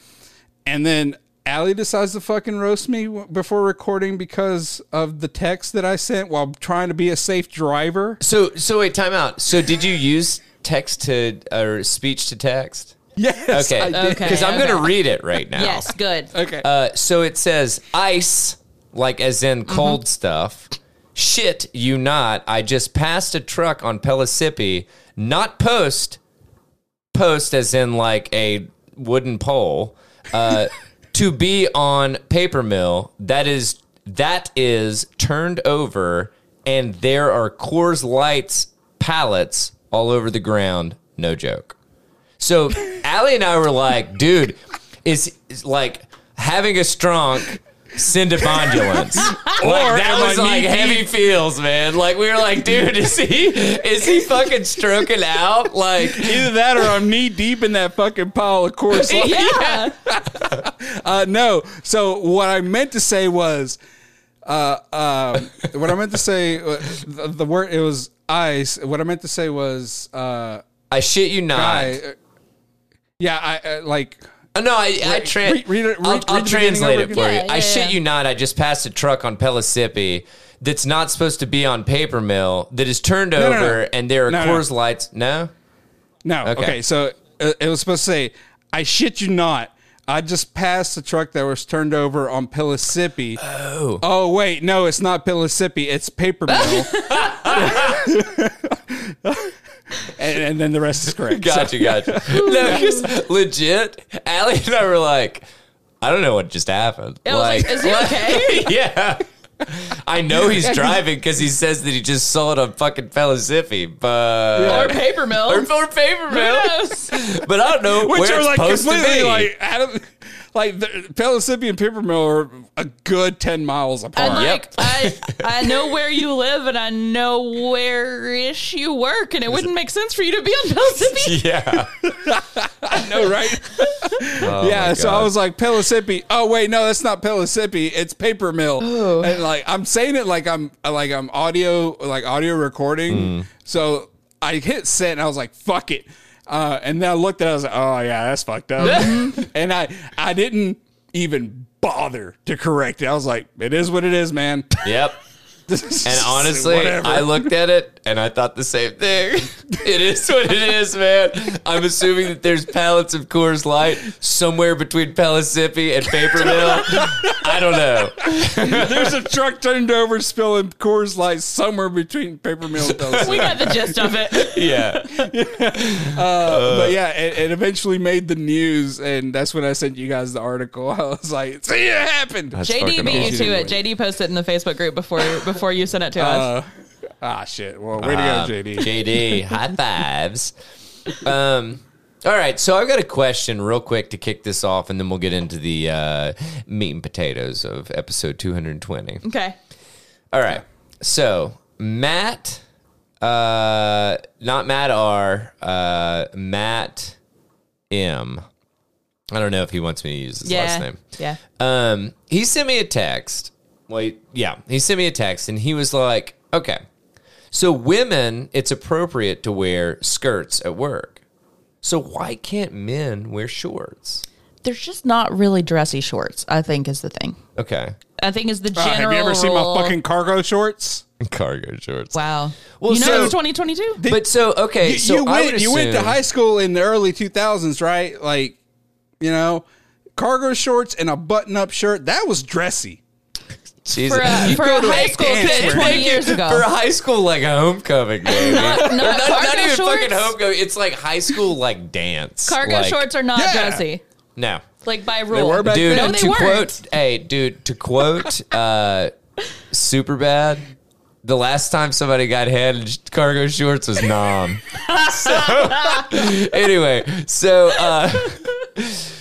[SPEAKER 1] And then Allie decides to fucking roast me w- before recording because of the text that I sent while trying to be a safe driver.
[SPEAKER 2] So so wait, time out. So did you use text to or speech to text?
[SPEAKER 1] Yes.
[SPEAKER 2] Okay,
[SPEAKER 1] I did.
[SPEAKER 3] Okay.
[SPEAKER 2] because I'm
[SPEAKER 3] okay.
[SPEAKER 2] gonna read it
[SPEAKER 3] (laughs)
[SPEAKER 2] right now.
[SPEAKER 3] Yes, good.
[SPEAKER 1] Okay.
[SPEAKER 2] Uh, so it says ice, like as in
[SPEAKER 3] Mm-hmm.
[SPEAKER 2] cold stuff. Shit, you not. I just passed a truck on Pellissippi, not post, post as in like a wooden pole, (laughs) uh, to be on paper mill. That is that is turned over, and there are Coors Lights pallets all over the ground. No joke. (laughs) So Allie and I were like, dude, is, is like having a strong send a (laughs) bondulance. or like, that
[SPEAKER 1] am I
[SPEAKER 2] was like
[SPEAKER 1] knee-deep?
[SPEAKER 2] heavy feels, man. Like we were like, dude, is he is he fucking stroking out? Like
[SPEAKER 1] Either that or I'm knee deep in that fucking pile of course.
[SPEAKER 3] Yeah.
[SPEAKER 1] Uh, no. So what I meant to say was, uh, uh, what I meant to say, uh, the, the word, it was ice. What I meant to say was, uh,
[SPEAKER 2] I shit you not.
[SPEAKER 1] I, uh, yeah, I uh, like,
[SPEAKER 2] Oh, No, I, I tra-
[SPEAKER 1] read- read it-
[SPEAKER 2] I'll,
[SPEAKER 1] read-
[SPEAKER 2] I'll
[SPEAKER 1] read the beginning
[SPEAKER 2] translate
[SPEAKER 1] over
[SPEAKER 2] it for you.
[SPEAKER 1] again.
[SPEAKER 3] Yeah,
[SPEAKER 2] I
[SPEAKER 3] yeah,
[SPEAKER 2] shit
[SPEAKER 3] yeah.
[SPEAKER 2] you not. I just passed a truck on Pellissippi that's not supposed to be on paper mill that is turned
[SPEAKER 1] no,
[SPEAKER 2] over
[SPEAKER 1] no.
[SPEAKER 2] and there are
[SPEAKER 1] No, no.
[SPEAKER 2] Coors lights. No?
[SPEAKER 1] No. Okay. so uh, it was supposed to say, I shit you not. I just passed a truck that was turned over on Pellissippi. Oh. Oh, wait. No, it's not Pellissippi. It's Paper
[SPEAKER 2] (laughs)
[SPEAKER 1] Mill. and, and then the rest is correct.
[SPEAKER 2] Gotcha, gotcha. (laughs) no, because legit, Allie and I were like, I don't know what just happened.
[SPEAKER 3] I was like, is he okay?
[SPEAKER 2] (laughs) yeah. I know he's driving because he says that he just saw it on fucking Feliciffy, but
[SPEAKER 3] or paper mill.
[SPEAKER 2] or, or paper
[SPEAKER 3] (laughs) Who
[SPEAKER 2] mill.
[SPEAKER 3] knows?
[SPEAKER 2] But I don't know
[SPEAKER 1] Which
[SPEAKER 2] where
[SPEAKER 1] are
[SPEAKER 2] it's
[SPEAKER 1] like
[SPEAKER 2] supposed to
[SPEAKER 1] completely
[SPEAKER 2] be.
[SPEAKER 1] like out of like the, Pellissippi and Peppermill are a good ten miles apart.
[SPEAKER 3] And like
[SPEAKER 2] Yep.
[SPEAKER 3] I, I know where you live and I know where ish you work, and it wouldn't make sense for you to be on
[SPEAKER 2] (laughs)
[SPEAKER 3] Mississippi.
[SPEAKER 2] yeah.
[SPEAKER 1] I know, right?
[SPEAKER 2] Oh my
[SPEAKER 1] yeah. So I
[SPEAKER 2] God.
[SPEAKER 1] was like Pellissippi. Oh wait, no, that's not Pellissippi. It's Papermill. And like I'm saying it like I'm like I'm audio like audio recording.
[SPEAKER 2] Mm.
[SPEAKER 1] So I hit set and I was like, fuck it. Uh, and then I looked at it, I was like, oh yeah, that's fucked up.
[SPEAKER 2] Mm-hmm.
[SPEAKER 1] (laughs) and I I didn't even bother to correct it. I was like, it is what it is, man. (laughs)
[SPEAKER 2] Yep. And honestly,
[SPEAKER 1] Whatever.
[SPEAKER 2] I looked at it and I thought the same thing. (laughs) It is what it is, man. I'm assuming that there's pallets of Coors Light somewhere between Pellissippi and Paper Mill. I don't know.
[SPEAKER 1] (laughs) There's a truck turned over spilling Coors Light somewhere between paper mill
[SPEAKER 2] (laughs)
[SPEAKER 1] and Pellissippi.
[SPEAKER 3] We got the gist of it.
[SPEAKER 2] Yeah.
[SPEAKER 1] but yeah, it, it eventually made the news, and that's when I sent you guys the article. (laughs) I was like, "See, it happened."
[SPEAKER 3] JD
[SPEAKER 2] fucking
[SPEAKER 3] beat you
[SPEAKER 2] awesome.
[SPEAKER 3] to it. JD posted it in the Facebook group before before you sent it to us.
[SPEAKER 1] Uh, ah, shit. Well, way
[SPEAKER 2] Um,
[SPEAKER 1] to go, JD.
[SPEAKER 2] JD, high fives. Um, all right, so I've got a question real quick to kick this off, and then we'll get into the uh, meat and potatoes of episode 220.
[SPEAKER 3] Okay.
[SPEAKER 2] All right, so Matt, uh, not Matt R, uh, Matt M. I don't know if he wants me to use his
[SPEAKER 3] Yeah.
[SPEAKER 2] last name.
[SPEAKER 3] Yeah.
[SPEAKER 2] Um, he sent me a text. Wait, yeah, he sent me a text, and he was like, "Okay, so women, it's appropriate to wear skirts at work. So why can't men wear shorts?"
[SPEAKER 3] There's just not really dressy shorts. I think is the thing.
[SPEAKER 2] Okay,
[SPEAKER 3] I think is the
[SPEAKER 1] Ah,
[SPEAKER 3] general.
[SPEAKER 1] have you ever seen my
[SPEAKER 3] rule.
[SPEAKER 1] fucking cargo shorts?
[SPEAKER 2] (laughs) cargo shorts.
[SPEAKER 3] Wow.
[SPEAKER 2] Well,
[SPEAKER 3] you know
[SPEAKER 2] so-
[SPEAKER 3] it's 2022.
[SPEAKER 2] But so okay,
[SPEAKER 1] You,
[SPEAKER 2] so
[SPEAKER 1] you
[SPEAKER 2] I would
[SPEAKER 1] went. You went to
[SPEAKER 2] assume-
[SPEAKER 1] high school in the early 2000s, right? Like, you know, cargo shorts and a button-up shirt. That was dressy.
[SPEAKER 2] Jesus.
[SPEAKER 3] for a,
[SPEAKER 2] (laughs) You
[SPEAKER 3] for
[SPEAKER 2] go
[SPEAKER 3] a
[SPEAKER 2] to
[SPEAKER 3] high school
[SPEAKER 1] dance
[SPEAKER 3] kid
[SPEAKER 1] where-
[SPEAKER 3] 20 years
[SPEAKER 2] (laughs)
[SPEAKER 3] ago.
[SPEAKER 2] for a high school like homecoming, baby.
[SPEAKER 3] (laughs) Not-
[SPEAKER 2] Or
[SPEAKER 3] not cargo
[SPEAKER 2] even fucking
[SPEAKER 3] shorts?
[SPEAKER 2] homecoming. It's like high school like dance.
[SPEAKER 3] Cargo
[SPEAKER 2] Like,
[SPEAKER 3] shorts are not
[SPEAKER 1] Yeah.
[SPEAKER 3] dressy.
[SPEAKER 2] No.
[SPEAKER 3] Like by rule.
[SPEAKER 1] were back
[SPEAKER 2] Dude,
[SPEAKER 1] then.
[SPEAKER 3] No,
[SPEAKER 2] and
[SPEAKER 3] they
[SPEAKER 2] to
[SPEAKER 3] weren't.
[SPEAKER 2] quote hey, dude, to quote uh super bad, the last time somebody got handed cargo shorts was
[SPEAKER 3] (laughs)
[SPEAKER 2] nom. so anyway, so uh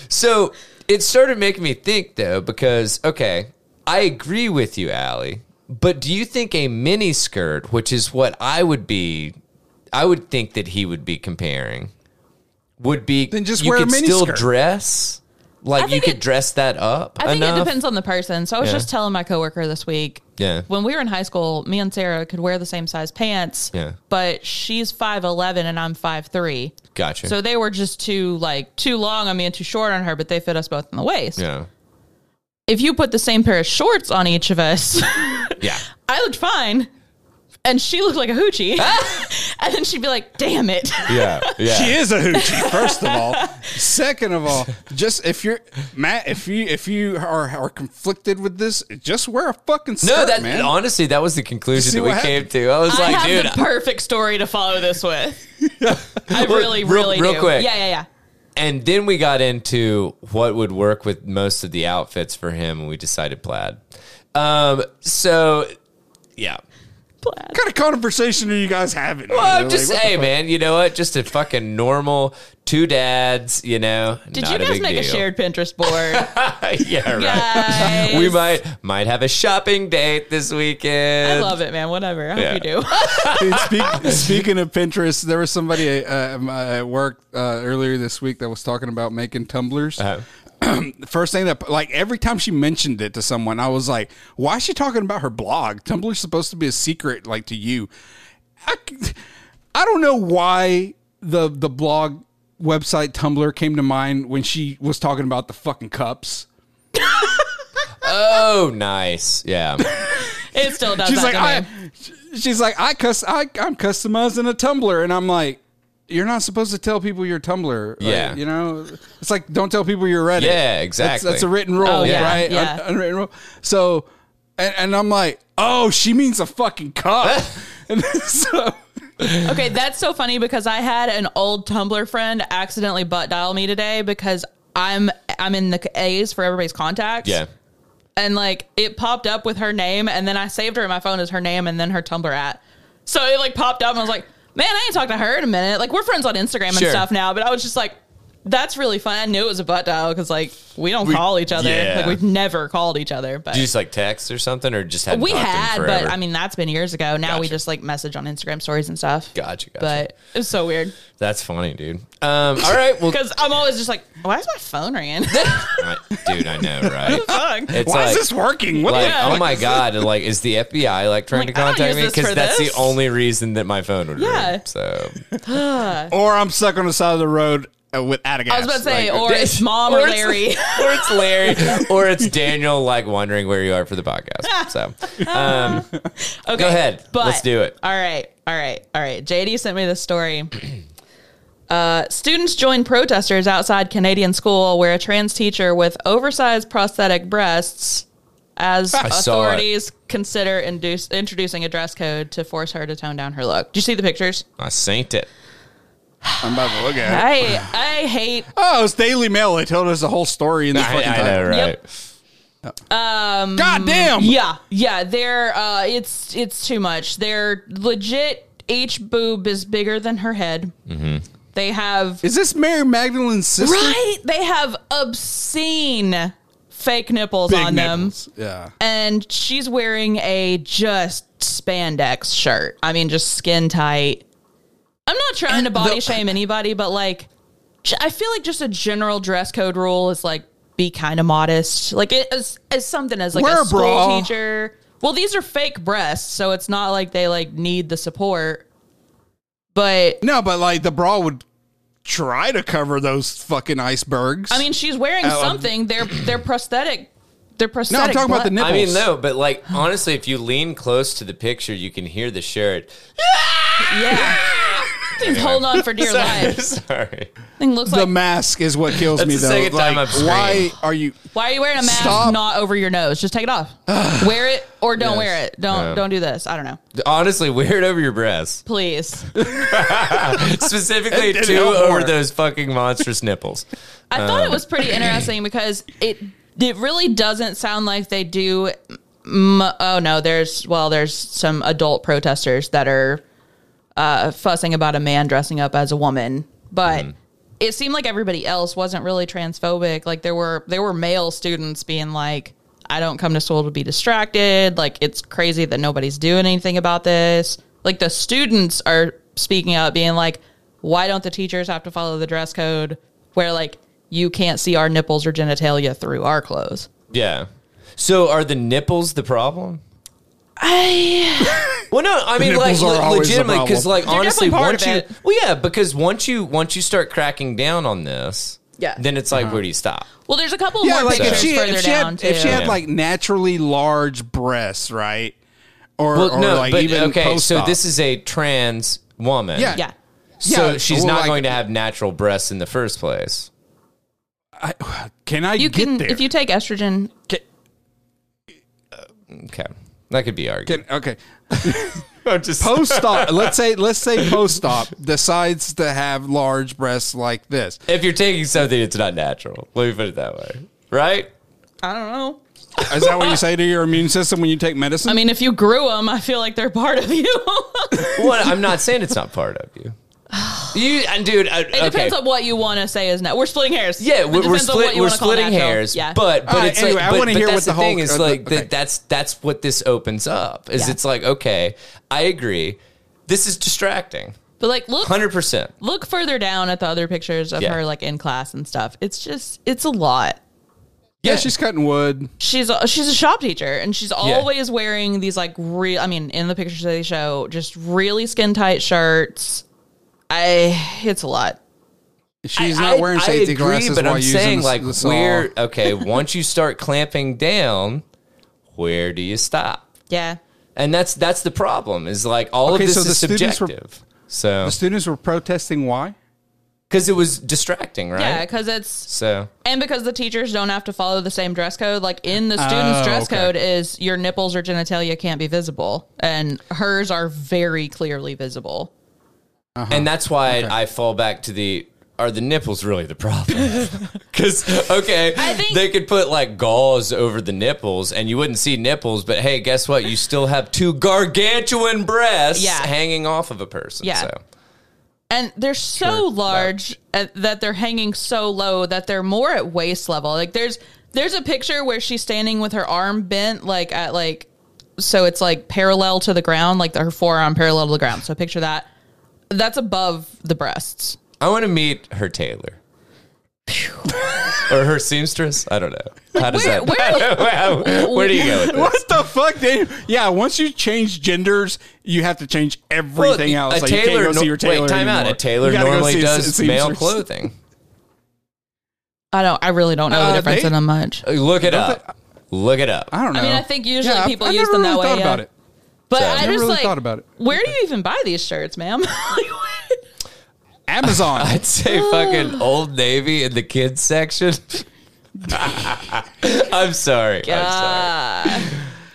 [SPEAKER 2] so it started making me think though, because okay, I agree with you, Allie, but do you think a mini skirt, which is what I would be I would think that he would be comparing, would be
[SPEAKER 1] Then just
[SPEAKER 2] you
[SPEAKER 1] wear a
[SPEAKER 2] could
[SPEAKER 1] mini
[SPEAKER 2] still
[SPEAKER 1] skirt.
[SPEAKER 2] dress? Like you
[SPEAKER 3] think
[SPEAKER 2] could
[SPEAKER 3] it-
[SPEAKER 2] dress that up.
[SPEAKER 3] I think
[SPEAKER 2] enough?
[SPEAKER 3] it depends on the person. So I was
[SPEAKER 2] Yeah.
[SPEAKER 3] just telling my coworker this week.
[SPEAKER 2] Yeah.
[SPEAKER 3] When we were in high school, me and Sarah could wear the same size pants.
[SPEAKER 2] Yeah.
[SPEAKER 3] But she's five eleven and I'm five three.
[SPEAKER 2] Gotcha.
[SPEAKER 3] So they were just too like too long on me and too short on her, but they fit us both in the
[SPEAKER 2] (laughs)
[SPEAKER 3] waist.
[SPEAKER 2] yeah.
[SPEAKER 3] If you put the same pair of shorts on each of us, (laughs)
[SPEAKER 2] Yeah.
[SPEAKER 3] I looked fine. And she looked like a hoochie.
[SPEAKER 2] Ah!
[SPEAKER 3] (laughs) and then she'd be like, damn it.
[SPEAKER 2] Yeah. Yeah.
[SPEAKER 1] She is a hoochie, first of all. Second of all, just if you're Matt, if you if you are, are conflicted with this, just wear a fucking skirt,
[SPEAKER 2] no, that
[SPEAKER 1] man.
[SPEAKER 2] honestly, that was the conclusion
[SPEAKER 1] See
[SPEAKER 2] that we
[SPEAKER 1] what
[SPEAKER 2] came
[SPEAKER 1] happened?
[SPEAKER 2] to. I was
[SPEAKER 3] I
[SPEAKER 2] like,
[SPEAKER 3] have
[SPEAKER 2] dude,
[SPEAKER 3] the perfect story to follow this with. I really,
[SPEAKER 2] real-
[SPEAKER 3] really
[SPEAKER 2] real
[SPEAKER 3] do.
[SPEAKER 2] quick.
[SPEAKER 3] Yeah, yeah, yeah.
[SPEAKER 2] and then we got into what would work with most of the outfits for him, and we decided plaid. Um, so yeah.
[SPEAKER 3] Plaid.
[SPEAKER 1] What kind of conversation are you guys having?
[SPEAKER 2] Well, I'm
[SPEAKER 1] Like,
[SPEAKER 2] just
[SPEAKER 1] what the
[SPEAKER 2] hey, man. You know what? Just a fucking normal two dads. You know,
[SPEAKER 3] Did
[SPEAKER 2] not
[SPEAKER 3] you
[SPEAKER 2] a
[SPEAKER 3] guys
[SPEAKER 2] big
[SPEAKER 3] make a
[SPEAKER 2] deal.
[SPEAKER 3] shared Pinterest board?
[SPEAKER 2] (laughs) yeah, right.
[SPEAKER 3] Guys.
[SPEAKER 2] We might might have a shopping date this weekend.
[SPEAKER 3] I love it, man. Whatever. I hope
[SPEAKER 2] Yeah.
[SPEAKER 3] you do. (laughs)
[SPEAKER 1] Dude, speak, speaking of Pinterest, there was somebody uh, um, uh, at work uh, earlier this week that was talking about making tumblers.
[SPEAKER 2] Uh-huh.
[SPEAKER 1] The first thing that, like, every time she mentioned it to someone, I was like, "Why is she talking about her blog? Tumblr's supposed to be a secret, like to you." I, c- I don't know why the the blog website Tumblr came to mind when she was talking about the fucking cups.
[SPEAKER 2] Oh, nice. Yeah.
[SPEAKER 3] it still does
[SPEAKER 1] She's
[SPEAKER 3] that
[SPEAKER 1] like,
[SPEAKER 3] to me.
[SPEAKER 1] I, she's like, I cuss, I, I'm customizing a tumbler, and I'm like, you're not supposed to tell people your Tumblr. like,
[SPEAKER 2] Yeah.
[SPEAKER 1] you know, it's like don't tell people your Reddit.
[SPEAKER 2] Yeah,
[SPEAKER 1] That's-
[SPEAKER 2] exactly.
[SPEAKER 1] That's, a written rule,
[SPEAKER 3] Oh, yeah,
[SPEAKER 1] right?
[SPEAKER 3] yeah.
[SPEAKER 1] Un- unwritten rule. So, and, and I'm like, oh, she means a fucking
[SPEAKER 2] (laughs)
[SPEAKER 1] cup. and (laughs) so,
[SPEAKER 3] Okay, that's so funny because I had an old Tumblr friend (laughs) accidentally butt dial me today because I'm I'm in the A's for everybody's contacts.
[SPEAKER 2] Yeah.
[SPEAKER 3] and like it popped up with her name, and then I saved her in my phone as her name and then her Tumblr at. So it like popped up, and I was like, man, I ain't talked to her in a minute. Like we're friends on Instagram and
[SPEAKER 2] Sure.
[SPEAKER 3] stuff now, but I was just like. That's really fun. I knew it was a butt dial because, like, we don't call each other.
[SPEAKER 2] yeah.
[SPEAKER 3] Like, we've never called each other. But
[SPEAKER 2] Did you just like text or something, or just had
[SPEAKER 3] we had, but I
[SPEAKER 2] mean.
[SPEAKER 3] mean, that's been years ago. Now we
[SPEAKER 2] Gotcha.
[SPEAKER 3] just like message on Instagram stories and stuff.
[SPEAKER 2] Gotcha, gotcha.
[SPEAKER 3] But it was so weird
[SPEAKER 2] That's funny, dude. Um, all right,
[SPEAKER 3] (laughs)
[SPEAKER 2] well,
[SPEAKER 3] because I'm always just like, why is my phone ringing? (laughs)
[SPEAKER 2] Right, dude, I know, right?
[SPEAKER 3] Fuck.
[SPEAKER 2] It's
[SPEAKER 1] Why
[SPEAKER 2] like,
[SPEAKER 1] is this working? What
[SPEAKER 2] like,
[SPEAKER 1] the
[SPEAKER 2] oh my god, and, like, is the FBI like trying
[SPEAKER 3] Like,
[SPEAKER 2] to
[SPEAKER 3] I don't
[SPEAKER 2] contact
[SPEAKER 3] use
[SPEAKER 2] me?
[SPEAKER 3] this
[SPEAKER 2] Because
[SPEAKER 3] for
[SPEAKER 2] that's
[SPEAKER 3] this.
[SPEAKER 2] the only reason that my phone would
[SPEAKER 3] Yeah.
[SPEAKER 2] ring. So
[SPEAKER 1] Or I'm stuck on the side of the road uh, with out of gas.
[SPEAKER 3] I was about to say,
[SPEAKER 1] Like,
[SPEAKER 2] (laughs)
[SPEAKER 3] or it's mom or,
[SPEAKER 2] it's- (laughs)
[SPEAKER 3] Larry.
[SPEAKER 2] or it's
[SPEAKER 3] (laughs)
[SPEAKER 2] Larry, or it's Daniel, like wondering where you are for the podcast.
[SPEAKER 3] (laughs)
[SPEAKER 2] So um,
[SPEAKER 3] Okay,
[SPEAKER 2] go ahead, let's do it.
[SPEAKER 3] All right, all right, all right. JD sent me this story. (clears throat) Uh, students joined protesters outside Canadian school where a trans teacher with oversized prosthetic breasts, as
[SPEAKER 2] saw it.
[SPEAKER 3] authorities consider induce, introducing a dress code to force her to tone down her look. Do you see the pictures?
[SPEAKER 2] I saint it.
[SPEAKER 1] I'm about to look at it.
[SPEAKER 3] I I hate
[SPEAKER 1] Oh, it's Daily Mail. They told us the whole story in the
[SPEAKER 2] I,
[SPEAKER 1] fucking
[SPEAKER 2] I know,
[SPEAKER 1] time.
[SPEAKER 2] right?
[SPEAKER 3] Yep.
[SPEAKER 1] God damn.
[SPEAKER 3] Yeah, yeah, they're uh it's it's too much. They're legit each boob is bigger than her head. Mm-hmm. They have
[SPEAKER 1] Is this Mary Magdalene's sister?
[SPEAKER 3] right? They have obscene fake nipples
[SPEAKER 1] Big
[SPEAKER 3] on
[SPEAKER 1] nipples.
[SPEAKER 3] them.
[SPEAKER 1] Yeah.
[SPEAKER 3] And she's wearing a just spandex shirt. I mean just skin tight. I'm not trying to body shame anybody, but like j- I feel like just a general dress code rule is like be kind of modest. Like it is, is something as like
[SPEAKER 1] Wear
[SPEAKER 3] a
[SPEAKER 1] a
[SPEAKER 3] school
[SPEAKER 1] bra.
[SPEAKER 3] teacher. Well, these are fake breasts, so it's not like they like need the support. But
[SPEAKER 1] No, but like the bra would try to cover those fucking icebergs.
[SPEAKER 3] I mean, she's wearing something. They're they're prosthetic. They're prosthetic.
[SPEAKER 1] Oh, um, no, I'm talking about the
[SPEAKER 3] butt-
[SPEAKER 1] nipples.
[SPEAKER 2] I mean, no, but like honestly, if you lean close to the picture, you can hear the shirt.
[SPEAKER 1] (laughs)
[SPEAKER 3] Yeah. Things hold on for dear
[SPEAKER 2] (laughs)
[SPEAKER 3] life.
[SPEAKER 2] Sorry.
[SPEAKER 3] Thing looks
[SPEAKER 1] the
[SPEAKER 3] like.
[SPEAKER 1] mask is what kills
[SPEAKER 2] That's
[SPEAKER 1] me
[SPEAKER 2] the
[SPEAKER 1] though.
[SPEAKER 2] second
[SPEAKER 1] Like,
[SPEAKER 2] time I've screamed.
[SPEAKER 1] why are you?
[SPEAKER 3] why are you wearing a mask
[SPEAKER 1] Stop.
[SPEAKER 3] not over your nose? Just take
[SPEAKER 1] (sighs)
[SPEAKER 3] it off. wear it or don't
[SPEAKER 1] Yes.
[SPEAKER 3] wear it. Don't
[SPEAKER 2] Yeah.
[SPEAKER 3] don't do this. I don't know.
[SPEAKER 2] Honestly, wear it over your
[SPEAKER 1] (laughs)
[SPEAKER 2] breasts.
[SPEAKER 3] Please.
[SPEAKER 2] specifically
[SPEAKER 1] It did
[SPEAKER 2] two
[SPEAKER 1] help
[SPEAKER 2] over
[SPEAKER 1] more.
[SPEAKER 2] those fucking monstrous nipples.
[SPEAKER 3] I
[SPEAKER 1] Uh.
[SPEAKER 3] thought it was
[SPEAKER 1] (clears throat)
[SPEAKER 3] pretty interesting because it it really doesn't sound like they do. M- oh no, there's well, there's some adult protesters that are uh, fussing about a man dressing up as a woman, but
[SPEAKER 1] Mm.
[SPEAKER 3] it seemed like everybody else wasn't really transphobic. Like there were there were male students being like, "I don't come to school to be distracted." Like it's crazy that nobody's doing anything about this. Like the students are speaking out, being like, "Why don't the teachers have to follow the dress code?" Where like you can't see our nipples or genitalia through our clothes.
[SPEAKER 2] Yeah. So are the nipples the problem? I (laughs) well no, I mean like
[SPEAKER 1] nipples are
[SPEAKER 2] le-
[SPEAKER 1] always the
[SPEAKER 2] legitimately because
[SPEAKER 1] problem.
[SPEAKER 2] like
[SPEAKER 3] They're
[SPEAKER 2] honestly
[SPEAKER 3] definitely part
[SPEAKER 2] once
[SPEAKER 3] of
[SPEAKER 2] you
[SPEAKER 3] it.
[SPEAKER 2] well yeah because once you once you start cracking down on this
[SPEAKER 3] Yeah.
[SPEAKER 2] then it's
[SPEAKER 1] Uh-huh.
[SPEAKER 2] like where do you stop?
[SPEAKER 3] Well, there's a couple
[SPEAKER 1] Yeah,
[SPEAKER 3] more
[SPEAKER 1] like if
[SPEAKER 3] pictures
[SPEAKER 1] she,
[SPEAKER 3] further
[SPEAKER 1] if she
[SPEAKER 3] down
[SPEAKER 1] had
[SPEAKER 3] too.
[SPEAKER 1] if she had
[SPEAKER 2] Yeah.
[SPEAKER 1] like naturally large breasts, right? Or,
[SPEAKER 2] Well
[SPEAKER 1] or
[SPEAKER 2] no,
[SPEAKER 1] like
[SPEAKER 2] but
[SPEAKER 1] even
[SPEAKER 2] okay, so
[SPEAKER 1] post-op.
[SPEAKER 2] this is a trans woman.
[SPEAKER 1] Yeah.
[SPEAKER 3] yeah.
[SPEAKER 2] So
[SPEAKER 1] Yeah,
[SPEAKER 2] she's
[SPEAKER 1] well,
[SPEAKER 2] not
[SPEAKER 1] like-
[SPEAKER 2] going to have natural breasts in the first place.
[SPEAKER 1] Can I
[SPEAKER 3] You
[SPEAKER 1] get
[SPEAKER 3] can
[SPEAKER 1] there?
[SPEAKER 3] if you take estrogen.
[SPEAKER 2] Uh, Okay. That could be argued.
[SPEAKER 1] Can- okay.
[SPEAKER 2] I'm just
[SPEAKER 1] Post
[SPEAKER 3] (laughs)
[SPEAKER 1] op. let's say let's say post op decides to have large breasts like this.
[SPEAKER 2] if you're taking something, it's not natural. Let me put it that way. Right?
[SPEAKER 3] I don't know.
[SPEAKER 1] Is that what you say to your immune system when you take medicine?
[SPEAKER 3] I mean, if you grew them, I feel like they're part of you. (laughs) it
[SPEAKER 2] What I'm not saying it's not part of you. You and dude, I, okay.
[SPEAKER 3] depends on what you want to say is no. We're splitting hairs.
[SPEAKER 2] yeah,
[SPEAKER 3] It
[SPEAKER 2] we're, we're
[SPEAKER 3] depends on what
[SPEAKER 2] split,
[SPEAKER 3] you
[SPEAKER 2] we're
[SPEAKER 3] wanna call
[SPEAKER 2] splitting
[SPEAKER 3] natural.
[SPEAKER 2] hairs, but but
[SPEAKER 1] All right,
[SPEAKER 2] it's
[SPEAKER 1] anyway,
[SPEAKER 2] like
[SPEAKER 1] I
[SPEAKER 2] but,
[SPEAKER 1] wanna
[SPEAKER 2] but
[SPEAKER 1] hear
[SPEAKER 2] that's
[SPEAKER 1] what
[SPEAKER 2] the,
[SPEAKER 1] the
[SPEAKER 2] thing
[SPEAKER 1] whole-
[SPEAKER 2] is
[SPEAKER 1] uh,
[SPEAKER 2] like
[SPEAKER 1] okay.
[SPEAKER 2] that, that's that's what this opens up is
[SPEAKER 3] Yeah.
[SPEAKER 2] it's like okay, I agree, this is distracting,
[SPEAKER 3] but like look
[SPEAKER 2] hundred percent.
[SPEAKER 3] look further down at the other pictures of
[SPEAKER 2] Yeah.
[SPEAKER 3] her like in class and stuff. It's just it's a lot.
[SPEAKER 1] yeah, she's cutting wood.
[SPEAKER 3] She's a, she's a shop teacher and she's always wearing these like real. I mean, in the pictures they show, just really skin tight shirts. I it's a lot.
[SPEAKER 1] She's
[SPEAKER 2] I-
[SPEAKER 1] not
[SPEAKER 2] I-
[SPEAKER 1] wearing
[SPEAKER 2] I
[SPEAKER 1] safety
[SPEAKER 2] agree,
[SPEAKER 1] glasses
[SPEAKER 2] but
[SPEAKER 1] while
[SPEAKER 2] I'm
[SPEAKER 1] using
[SPEAKER 2] saying
[SPEAKER 1] the,
[SPEAKER 2] like
[SPEAKER 1] the saw.
[SPEAKER 2] where okay, once you start clamping down, where do you stop?
[SPEAKER 3] Yeah.
[SPEAKER 2] And that's that's the problem is like all
[SPEAKER 1] Okay,
[SPEAKER 2] of this
[SPEAKER 1] so the
[SPEAKER 2] is
[SPEAKER 1] students were-
[SPEAKER 2] subjective. so
[SPEAKER 1] The students were protesting. Why?
[SPEAKER 2] because it was distracting, right?
[SPEAKER 3] Yeah, because it's
[SPEAKER 2] So
[SPEAKER 3] And because the teachers don't have to follow the same dress code, like in the student's
[SPEAKER 1] Oh,
[SPEAKER 3] dress
[SPEAKER 1] okay.
[SPEAKER 3] code is your nipples or genitalia can't be visible, and hers are very clearly visible.
[SPEAKER 1] Uh-huh.
[SPEAKER 2] and that's why I fall back to the are the nipples really the
[SPEAKER 3] (laughs)
[SPEAKER 2] problem? Because okay,
[SPEAKER 3] I think-
[SPEAKER 2] they could put like gauze over the nipples, and you wouldn't see nipples. But hey, guess what? You still have two gargantuan breasts
[SPEAKER 3] Yeah.
[SPEAKER 2] hanging off of a person.
[SPEAKER 3] Yeah.
[SPEAKER 2] So.
[SPEAKER 3] and they're so large uh, that they're hanging so low that they're more at waist level. Like there's there's a picture where she's standing with her arm bent like at like so it's like parallel to the ground, like her forearm parallel to the ground. So picture that. That's above the breasts.
[SPEAKER 2] I want to meet her tailor. or her seamstress? I don't know. How does
[SPEAKER 3] Where-
[SPEAKER 2] that? (laughs)
[SPEAKER 3] where-
[SPEAKER 2] Where, do you go with this?
[SPEAKER 1] What the fuck, Dave? Yeah, once you change genders, you have to change (laughs) everything
[SPEAKER 2] Well,
[SPEAKER 1] else. Like, you can't go
[SPEAKER 2] no-
[SPEAKER 1] see your tailor
[SPEAKER 2] Wait, time out.
[SPEAKER 1] anymore.
[SPEAKER 2] A tailor
[SPEAKER 1] You gotta go
[SPEAKER 2] normally
[SPEAKER 1] see a
[SPEAKER 2] does
[SPEAKER 1] seamstress.
[SPEAKER 2] male clothing.
[SPEAKER 3] I don't. I really don't know
[SPEAKER 1] Uh,
[SPEAKER 3] the difference
[SPEAKER 1] they-
[SPEAKER 3] in them much.
[SPEAKER 2] Look it up. Look it up.
[SPEAKER 1] I don't know.
[SPEAKER 3] I mean, I think usually
[SPEAKER 1] Yeah, I-
[SPEAKER 3] people
[SPEAKER 1] I
[SPEAKER 3] use
[SPEAKER 1] never
[SPEAKER 3] them
[SPEAKER 1] really
[SPEAKER 3] that way.
[SPEAKER 1] thought
[SPEAKER 3] yeah.
[SPEAKER 1] about it.
[SPEAKER 3] But
[SPEAKER 2] So-
[SPEAKER 3] I
[SPEAKER 2] Never
[SPEAKER 3] just
[SPEAKER 1] really
[SPEAKER 3] like
[SPEAKER 1] thought about it.
[SPEAKER 3] Where do you even buy these shirts, ma'am? (laughs) Like, what?
[SPEAKER 2] (laughs)
[SPEAKER 1] Amazon.
[SPEAKER 2] I'd say fucking
[SPEAKER 3] Oh.
[SPEAKER 2] Old Navy in the kids section. (laughs) I'm sorry.
[SPEAKER 3] Uh,
[SPEAKER 2] I'm sorry.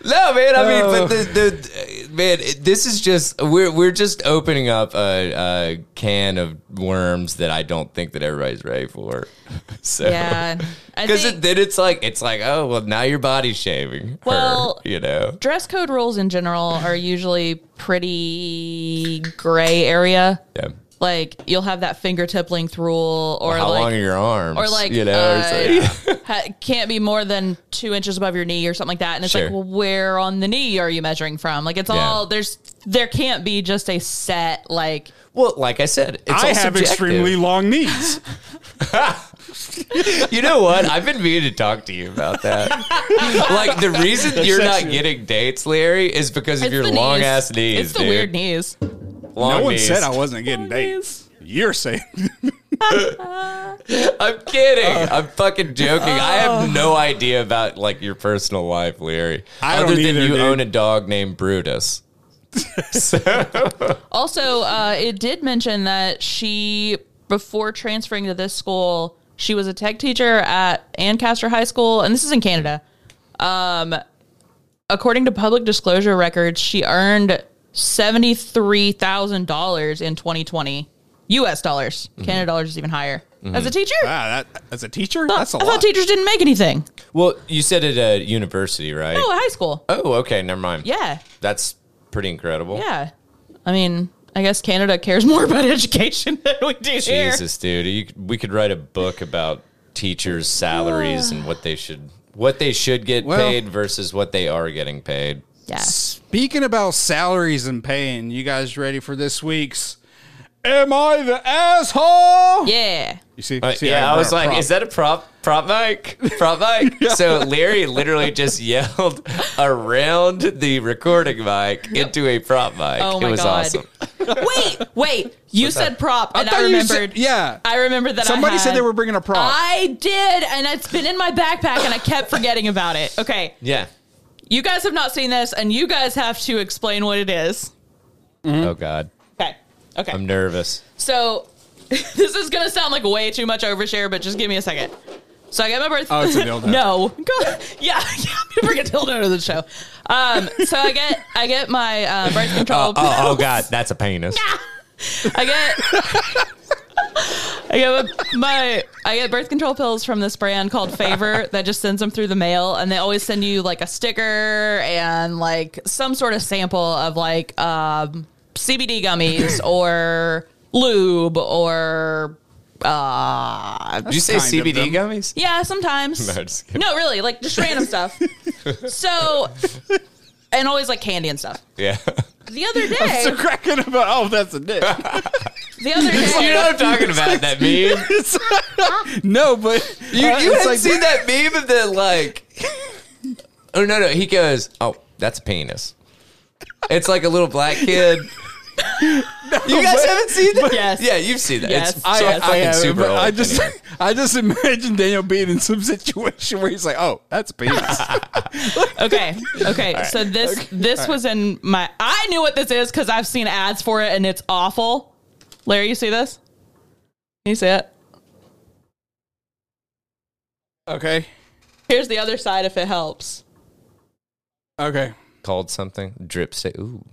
[SPEAKER 2] No, man. I mean,
[SPEAKER 1] Oh.
[SPEAKER 2] but the, the man, it- this is just we're we're just opening up a, a can of worms that I don't think that everybody's ready for. (laughs) So.
[SPEAKER 3] yeah, I
[SPEAKER 2] Because
[SPEAKER 3] think
[SPEAKER 2] then it's like it's like oh well now you're body shaming her
[SPEAKER 3] Well-
[SPEAKER 2] you know
[SPEAKER 3] dress code rules in general are usually pretty gray area.
[SPEAKER 2] yeah.
[SPEAKER 3] Like you'll have that fingertip length rule, or
[SPEAKER 2] how long are
[SPEAKER 3] like,
[SPEAKER 2] your arms
[SPEAKER 3] or like,
[SPEAKER 2] you know
[SPEAKER 3] uh,
[SPEAKER 2] it's like,
[SPEAKER 3] ha- can't be more than two inches above your knee, or something like that. And it's
[SPEAKER 2] Sure.
[SPEAKER 3] like, well, where on the knee are you measuring from? Like, it's
[SPEAKER 2] Yeah.
[SPEAKER 3] all there's. There can't be just a set like
[SPEAKER 2] (laughs) well like I said it's
[SPEAKER 1] I
[SPEAKER 2] all
[SPEAKER 1] have
[SPEAKER 2] subjective.
[SPEAKER 1] extremely long knees.
[SPEAKER 2] (laughs) You know what? I've been meaning to talk to you about
[SPEAKER 3] (laughs)
[SPEAKER 2] that. like the reason you're not getting dates, Larry, is because of
[SPEAKER 3] It's
[SPEAKER 2] your
[SPEAKER 3] the
[SPEAKER 2] long
[SPEAKER 3] knees.
[SPEAKER 2] ass knees.
[SPEAKER 3] It's the
[SPEAKER 2] dude.
[SPEAKER 3] weird knees.
[SPEAKER 2] Long
[SPEAKER 1] no one
[SPEAKER 2] knees.
[SPEAKER 1] said I wasn't getting dates. You're saying (laughs)
[SPEAKER 2] I'm kidding. I'm fucking joking. I have no idea about like your personal life, Larry.
[SPEAKER 1] I
[SPEAKER 2] other
[SPEAKER 1] don't
[SPEAKER 2] than
[SPEAKER 1] either,
[SPEAKER 2] you
[SPEAKER 1] dude.
[SPEAKER 2] own a dog named Brutus.
[SPEAKER 3] Also, uh, it did mention that she, before transferring to this school, she was a tech teacher at Ancaster High School, and this is in Canada. Um, according to public disclosure records, she earned seventy three thousand dollars in twenty twenty U.S. dollars. Canada dollars is even higher as a teacher.
[SPEAKER 1] Mm-hmm. wow, that as a teacher,
[SPEAKER 3] I
[SPEAKER 1] that's a
[SPEAKER 3] thought
[SPEAKER 1] lot.
[SPEAKER 3] teachers didn't make anything.
[SPEAKER 2] Well, you said at a university, right?
[SPEAKER 3] Oh, high school.
[SPEAKER 2] Oh, okay. Never mind.
[SPEAKER 3] Yeah,
[SPEAKER 2] That's pretty incredible.
[SPEAKER 3] yeah. I mean, I guess Canada cares (laughs) more about education than we do here.
[SPEAKER 2] Jesus, dude, you, we could write a book about teachers' (sighs) salaries and what they should what they should get
[SPEAKER 1] Well-
[SPEAKER 2] paid versus what they are getting paid.
[SPEAKER 3] Yeah.
[SPEAKER 1] Speaking about salaries and paying, you guys ready for this week's? Am I the asshole?
[SPEAKER 3] Yeah.
[SPEAKER 1] You see,
[SPEAKER 2] Uh,
[SPEAKER 1] see,
[SPEAKER 2] yeah, I was like,
[SPEAKER 1] prop.
[SPEAKER 2] is that a prop? Prop mic? Prop mic?
[SPEAKER 1] (laughs)
[SPEAKER 2] So Larry literally just yelled (laughs) around the recording mic into a prop mic.
[SPEAKER 3] Oh
[SPEAKER 2] it
[SPEAKER 3] my
[SPEAKER 2] was
[SPEAKER 3] God.
[SPEAKER 2] awesome.
[SPEAKER 3] Wait, wait. You said prop, and I,
[SPEAKER 1] thought you said-
[SPEAKER 3] remembered.
[SPEAKER 1] yeah.
[SPEAKER 3] I remember that. I
[SPEAKER 1] Somebody said
[SPEAKER 3] had-
[SPEAKER 1] they were bringing a prop.
[SPEAKER 3] I did, and it's been in my backpack, and I kept forgetting about it. Okay,
[SPEAKER 2] Yeah.
[SPEAKER 3] you guys have not seen this, and you guys have to explain what it is.
[SPEAKER 1] Mm-hmm.
[SPEAKER 2] Oh God,
[SPEAKER 3] Okay, okay.
[SPEAKER 2] I'm nervous.
[SPEAKER 3] so (laughs) this is gonna sound like way too much overshare, but just give me a second. So I got my birth.
[SPEAKER 1] Oh, it's a dildo.
[SPEAKER 3] (laughs) no, go. Yeah, (laughs) yeah. Bring a dildo to the show. Um, so I get, I get my uh,
[SPEAKER 1] (laughs)
[SPEAKER 3] birth control.
[SPEAKER 2] Oh, oh God, that's a penis.
[SPEAKER 3] I get I get my I get birth control pills from this brand called Favor
[SPEAKER 2] (laughs)
[SPEAKER 3] that just sends them through the mail and they always send you like a sticker and like some sort of sample of like um CBD
[SPEAKER 2] (laughs)
[SPEAKER 3] gummies or lube or uh
[SPEAKER 2] Did you say
[SPEAKER 1] Kind of
[SPEAKER 2] CBD
[SPEAKER 1] them.
[SPEAKER 2] gummies?
[SPEAKER 3] yeah, sometimes.
[SPEAKER 2] No, just kidding.
[SPEAKER 3] no, really, like just
[SPEAKER 2] (laughs)
[SPEAKER 3] random stuff. So and always like candy and stuff.
[SPEAKER 2] Yeah.
[SPEAKER 3] The other
[SPEAKER 1] (laughs) So
[SPEAKER 3] day,
[SPEAKER 1] cracking about. Oh, that's a dick. (laughs)
[SPEAKER 3] the other
[SPEAKER 2] (laughs) you
[SPEAKER 3] day,
[SPEAKER 2] know what I'm talking about? That meme.
[SPEAKER 1] no, but
[SPEAKER 2] You,
[SPEAKER 1] uh,
[SPEAKER 2] you
[SPEAKER 1] it's
[SPEAKER 2] had
[SPEAKER 1] like-
[SPEAKER 2] seen that meme of the like. Oh no no! He goes, oh that's a penis. It's like a little black
[SPEAKER 1] (laughs)
[SPEAKER 2] kid. you guys haven't seen that?
[SPEAKER 3] Yes.
[SPEAKER 2] Yeah, you've seen that.
[SPEAKER 3] Yes.
[SPEAKER 2] It's so
[SPEAKER 1] I, I,
[SPEAKER 2] fucking
[SPEAKER 1] haven't,
[SPEAKER 2] super
[SPEAKER 1] but
[SPEAKER 2] old.
[SPEAKER 1] I just,
[SPEAKER 2] anyway.
[SPEAKER 1] (laughs) I just imagine Daniel being in some situation where he's like, "Oh, that's a
[SPEAKER 2] (laughs)
[SPEAKER 1] penis."
[SPEAKER 3] Okay. Okay. So this this was in my I knew what this is because I've seen ads for it and it's awful. Larry, you see this? Can you see it?
[SPEAKER 1] okay,
[SPEAKER 3] Here's the other side if it helps.
[SPEAKER 1] okay.
[SPEAKER 2] called something drip say ooh.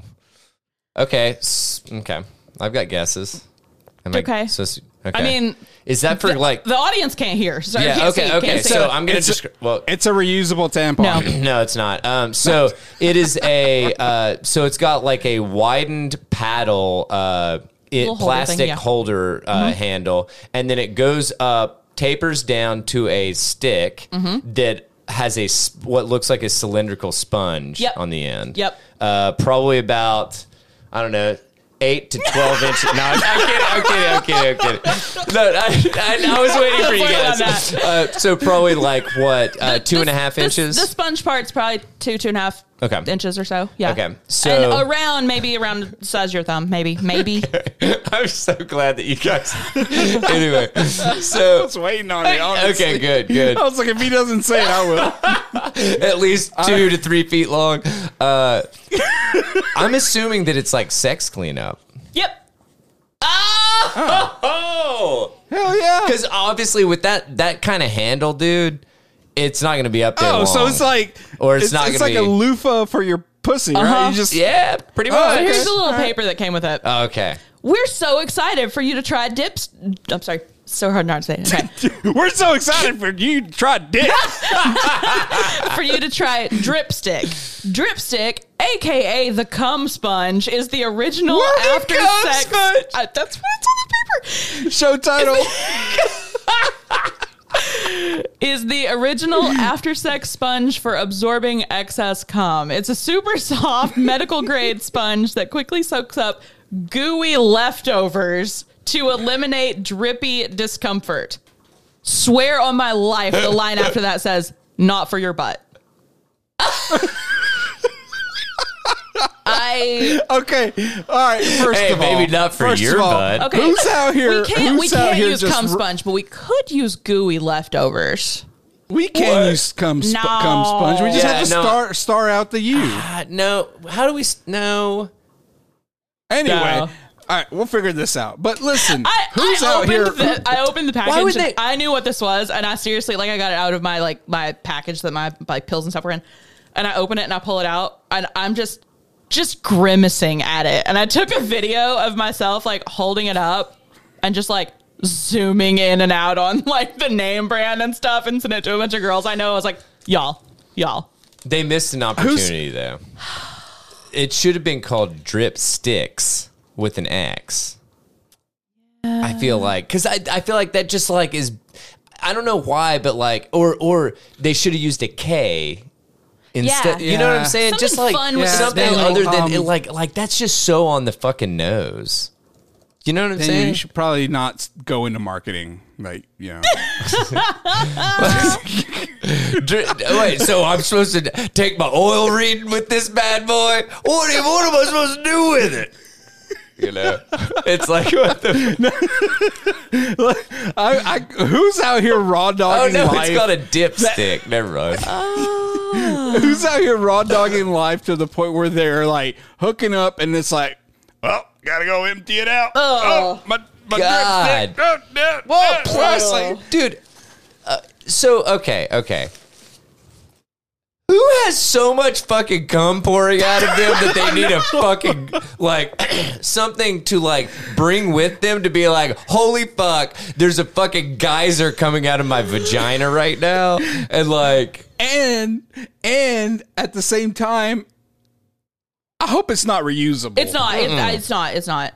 [SPEAKER 2] Okay, s- okay. I've got guesses. Am I
[SPEAKER 3] Okay.
[SPEAKER 2] supposed to- Okay.
[SPEAKER 3] I mean,
[SPEAKER 2] is that for like?
[SPEAKER 3] the audience can't hear. So you
[SPEAKER 2] yeah.
[SPEAKER 3] can't see,
[SPEAKER 2] Okay. Okay.
[SPEAKER 3] can't see.
[SPEAKER 2] So I'm gonna
[SPEAKER 1] It's a-
[SPEAKER 2] just well.
[SPEAKER 1] It's a reusable (laughs) tampon.
[SPEAKER 3] No.
[SPEAKER 2] (coughs) No, it's not. Um, so it is a uh, so it's got like a widened paddle, uh, it,
[SPEAKER 3] Little holder
[SPEAKER 2] plastic
[SPEAKER 3] thing, yeah. Mm-hmm.
[SPEAKER 2] holder uh, handle, and then it goes up, tapers down to a stick
[SPEAKER 3] Mm-hmm.
[SPEAKER 2] that has a s- what looks like a cylindrical sponge
[SPEAKER 3] Yep.
[SPEAKER 2] on the end.
[SPEAKER 3] Yep.
[SPEAKER 2] Uh, probably about I don't know. Eight to twelve inches. No, I'm, I'm kidding. I'm kidding. I'm kidding. I'm kidding. No, I, I, I was waiting for you
[SPEAKER 3] Sorry about
[SPEAKER 2] guys. Uh, so probably like what uh, two and a half
[SPEAKER 3] This-
[SPEAKER 2] inches.
[SPEAKER 3] The sponge part's probably two, two and a half
[SPEAKER 2] Okay.
[SPEAKER 3] inches or so. Yeah.
[SPEAKER 2] Okay. So-
[SPEAKER 3] and around maybe around the size of your thumb, maybe,
[SPEAKER 2] (laughs)
[SPEAKER 3] maybe.
[SPEAKER 2] I'm so glad that you guys. (laughs) anyway, so
[SPEAKER 1] It's waiting on it. honestly.
[SPEAKER 2] (laughs) okay,
[SPEAKER 1] (laughs)
[SPEAKER 2] good, good.
[SPEAKER 1] I was like, if he doesn't say it, I will.
[SPEAKER 2] At least two to three feet long. Uh, I'm assuming that it's like sex cleanup.
[SPEAKER 3] yep.
[SPEAKER 2] Oh,
[SPEAKER 1] Hell (laughs) yeah.
[SPEAKER 2] because obviously with that that kind of handle, dude, it's not going to be up there.
[SPEAKER 1] Oh, so
[SPEAKER 2] long.
[SPEAKER 1] it's like,
[SPEAKER 2] Or it's not
[SPEAKER 1] It's
[SPEAKER 2] gonna
[SPEAKER 1] like
[SPEAKER 2] be-
[SPEAKER 1] a loofah for your pussy, right?
[SPEAKER 3] Uh-huh.
[SPEAKER 1] You just (laughs)
[SPEAKER 2] yeah, pretty
[SPEAKER 1] Oh,
[SPEAKER 2] much.
[SPEAKER 1] okay.
[SPEAKER 3] Here's a little paper that came with it.
[SPEAKER 2] okay.
[SPEAKER 3] We're so excited for you to try dips. I'm sorry. So hard not to say. it. Okay.
[SPEAKER 1] We're so excited for you to try dick.
[SPEAKER 3] for you to try dripstick. Dripstick, aka the cum sponge, is the original
[SPEAKER 1] What? The
[SPEAKER 3] after
[SPEAKER 1] cum
[SPEAKER 3] sex.
[SPEAKER 1] sponge?
[SPEAKER 3] Uh, that's what it's on the paper.
[SPEAKER 1] Show title.
[SPEAKER 3] Is the
[SPEAKER 1] (laughs)
[SPEAKER 3] original after sex sponge for absorbing excess cum. It's a super (laughs) soft
[SPEAKER 1] (laughs)
[SPEAKER 3] medical grade sponge that quickly soaks up gooey leftovers to eliminate drippy discomfort. Swear on my life, the line after that says, not for
[SPEAKER 1] (laughs)
[SPEAKER 3] your butt. I
[SPEAKER 1] (laughs) Okay. All right. First
[SPEAKER 2] Hey,
[SPEAKER 1] of all,
[SPEAKER 2] maybe not for
[SPEAKER 1] first
[SPEAKER 2] your
[SPEAKER 1] of all,
[SPEAKER 2] butt.
[SPEAKER 3] Okay.
[SPEAKER 1] Who's out here?
[SPEAKER 3] we can't we
[SPEAKER 1] who's out
[SPEAKER 3] can't
[SPEAKER 1] here
[SPEAKER 3] use
[SPEAKER 1] just
[SPEAKER 3] cum
[SPEAKER 1] r-
[SPEAKER 3] sponge, but we could use gooey leftovers.
[SPEAKER 1] We can use cum, sp-
[SPEAKER 3] No.
[SPEAKER 1] cum sponge. We just
[SPEAKER 2] Yeah,
[SPEAKER 1] have to
[SPEAKER 2] no.
[SPEAKER 1] star star out the U.
[SPEAKER 2] Uh, (sighs) no, how do we? s- No.
[SPEAKER 1] Anyway,
[SPEAKER 3] No.
[SPEAKER 1] all right, we'll figure this out. But listen,
[SPEAKER 3] I,
[SPEAKER 1] who's
[SPEAKER 3] I
[SPEAKER 1] out
[SPEAKER 3] opened
[SPEAKER 1] here?
[SPEAKER 3] The, I opened the package.
[SPEAKER 2] would
[SPEAKER 3] and
[SPEAKER 2] they-
[SPEAKER 3] I knew what this was, and I seriously like I got it out of my like my package that my like pills and stuff were in, and I open it and I pull it out, and I'm just just grimacing at it, and I took a video of myself like holding it up and just like zooming in and out on like the name brand and stuff, and sent it to a bunch of girls I know. I was like, y'all, y'all.
[SPEAKER 2] They missed an opportunity, though. It should have been called drip sticks with an X. I feel like because I I feel like that just like is I don't know why, but like or or they should have used a K. Instead,
[SPEAKER 3] Yeah.
[SPEAKER 2] you know what
[SPEAKER 1] Yeah.
[SPEAKER 2] I'm saying? just
[SPEAKER 3] Something
[SPEAKER 2] like
[SPEAKER 3] fun with
[SPEAKER 1] Yeah.
[SPEAKER 2] something
[SPEAKER 1] the spelling.
[SPEAKER 2] other than
[SPEAKER 1] Um,
[SPEAKER 2] it, like like that's just so on the fucking nose. You know what I'm
[SPEAKER 1] Then
[SPEAKER 2] saying?
[SPEAKER 1] you should probably not s- go into marketing. Like, you know,
[SPEAKER 2] Dri- Wait, so I'm supposed to take my oil reading with this bad boy? What, am- what am I supposed to do with it? You know, it's like what the
[SPEAKER 1] I, I, who's out here raw
[SPEAKER 2] oh
[SPEAKER 1] dogging
[SPEAKER 2] no,
[SPEAKER 1] life?
[SPEAKER 2] it's got a dipstick. Never mind.
[SPEAKER 1] who's out here raw dogging life to the point where they're like hooking up and it's like, well, gotta go empty it out.
[SPEAKER 3] Oh,
[SPEAKER 1] my, my
[SPEAKER 2] God.
[SPEAKER 1] dripstick. Oh, no,
[SPEAKER 2] Well,
[SPEAKER 1] no.
[SPEAKER 2] plus, like, dude. uh, so okay, okay. Who has so much fucking cum pouring out of them that
[SPEAKER 1] (laughs)
[SPEAKER 2] they need a fucking like (clears throat) something to like bring with them to be like, holy fuck, there's a fucking geyser coming out of my vagina right now, and like,
[SPEAKER 1] and and at the same time, I hope it's not reusable.
[SPEAKER 3] It's not. It's, it's not. It's not.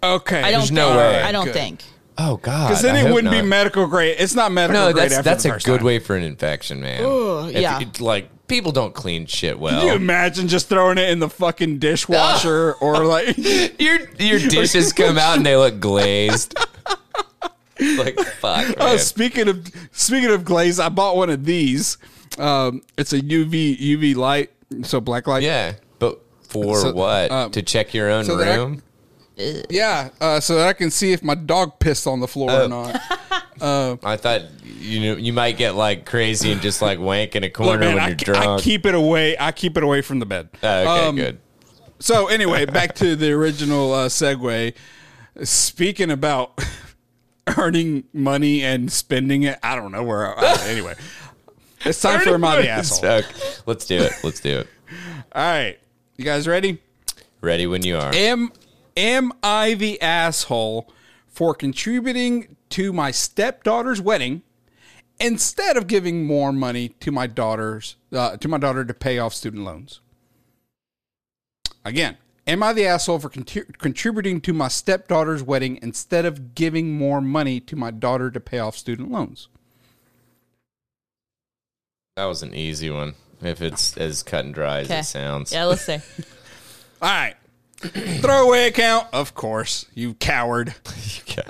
[SPEAKER 1] okay.
[SPEAKER 3] I don't.
[SPEAKER 2] There's
[SPEAKER 3] think,
[SPEAKER 2] no way.
[SPEAKER 3] I don't
[SPEAKER 1] Good.
[SPEAKER 3] think.
[SPEAKER 2] oh god,
[SPEAKER 1] Because then
[SPEAKER 2] I
[SPEAKER 1] it
[SPEAKER 2] hope
[SPEAKER 1] wouldn't
[SPEAKER 2] not.
[SPEAKER 1] be medical grade. It's not medical
[SPEAKER 2] No,
[SPEAKER 1] grade.
[SPEAKER 2] that's
[SPEAKER 1] after
[SPEAKER 2] that's
[SPEAKER 1] the
[SPEAKER 2] a
[SPEAKER 1] first
[SPEAKER 2] good
[SPEAKER 1] time.
[SPEAKER 2] way for an infection, man. If
[SPEAKER 3] yeah.
[SPEAKER 2] you- like people don't clean shit
[SPEAKER 1] Can you
[SPEAKER 2] well.
[SPEAKER 1] imagine just throwing it in the
[SPEAKER 2] Ah.
[SPEAKER 1] fucking dishwasher or
[SPEAKER 2] (laughs)
[SPEAKER 1] like
[SPEAKER 2] Your your dishes come out and they
[SPEAKER 1] (laughs)
[SPEAKER 2] look glazed. like fuck,
[SPEAKER 1] Oh,
[SPEAKER 2] man.
[SPEAKER 1] speaking of speaking of glaze, I bought one of these. Um, it's a UV UV light, so black light.
[SPEAKER 2] yeah, but for
[SPEAKER 1] So,
[SPEAKER 2] what?
[SPEAKER 1] um,
[SPEAKER 2] to check your own
[SPEAKER 1] so that I-
[SPEAKER 2] room?
[SPEAKER 1] Yeah, uh, so that I can see if my dog pissed on the floor
[SPEAKER 2] Oh.
[SPEAKER 1] or not.
[SPEAKER 2] I, thought you know you might get like crazy and just like wank in a corner
[SPEAKER 1] Look, man,
[SPEAKER 2] when
[SPEAKER 1] I,
[SPEAKER 2] you're
[SPEAKER 1] ke- I
[SPEAKER 2] drunk.
[SPEAKER 1] keep it away. I keep it away from the bed.
[SPEAKER 2] Oh, okay,
[SPEAKER 1] Um,
[SPEAKER 2] good.
[SPEAKER 1] So anyway, back to the original uh, segue. Speaking about (laughs) earning money and spending it, I don't know where. I, anyway, it's time for my asshole. All
[SPEAKER 2] Okay, let's do it. Let's do it.
[SPEAKER 1] right, you guys ready?
[SPEAKER 2] Ready when you are.
[SPEAKER 1] Am am I the asshole for contributing to my stepdaughter's wedding instead of giving more money to my daughter's uh, to my daughter to pay off student loans. Again, am I the asshole for contri- contributing to my stepdaughter's wedding instead of giving more money to my daughter to pay off student loans?
[SPEAKER 2] That was an easy one. If it's as cut and dry as
[SPEAKER 3] Okay.
[SPEAKER 2] it sounds.
[SPEAKER 3] Yeah, let's see.
[SPEAKER 1] All right. (clears throat) Throwaway account, of course, you coward.
[SPEAKER 2] Okay.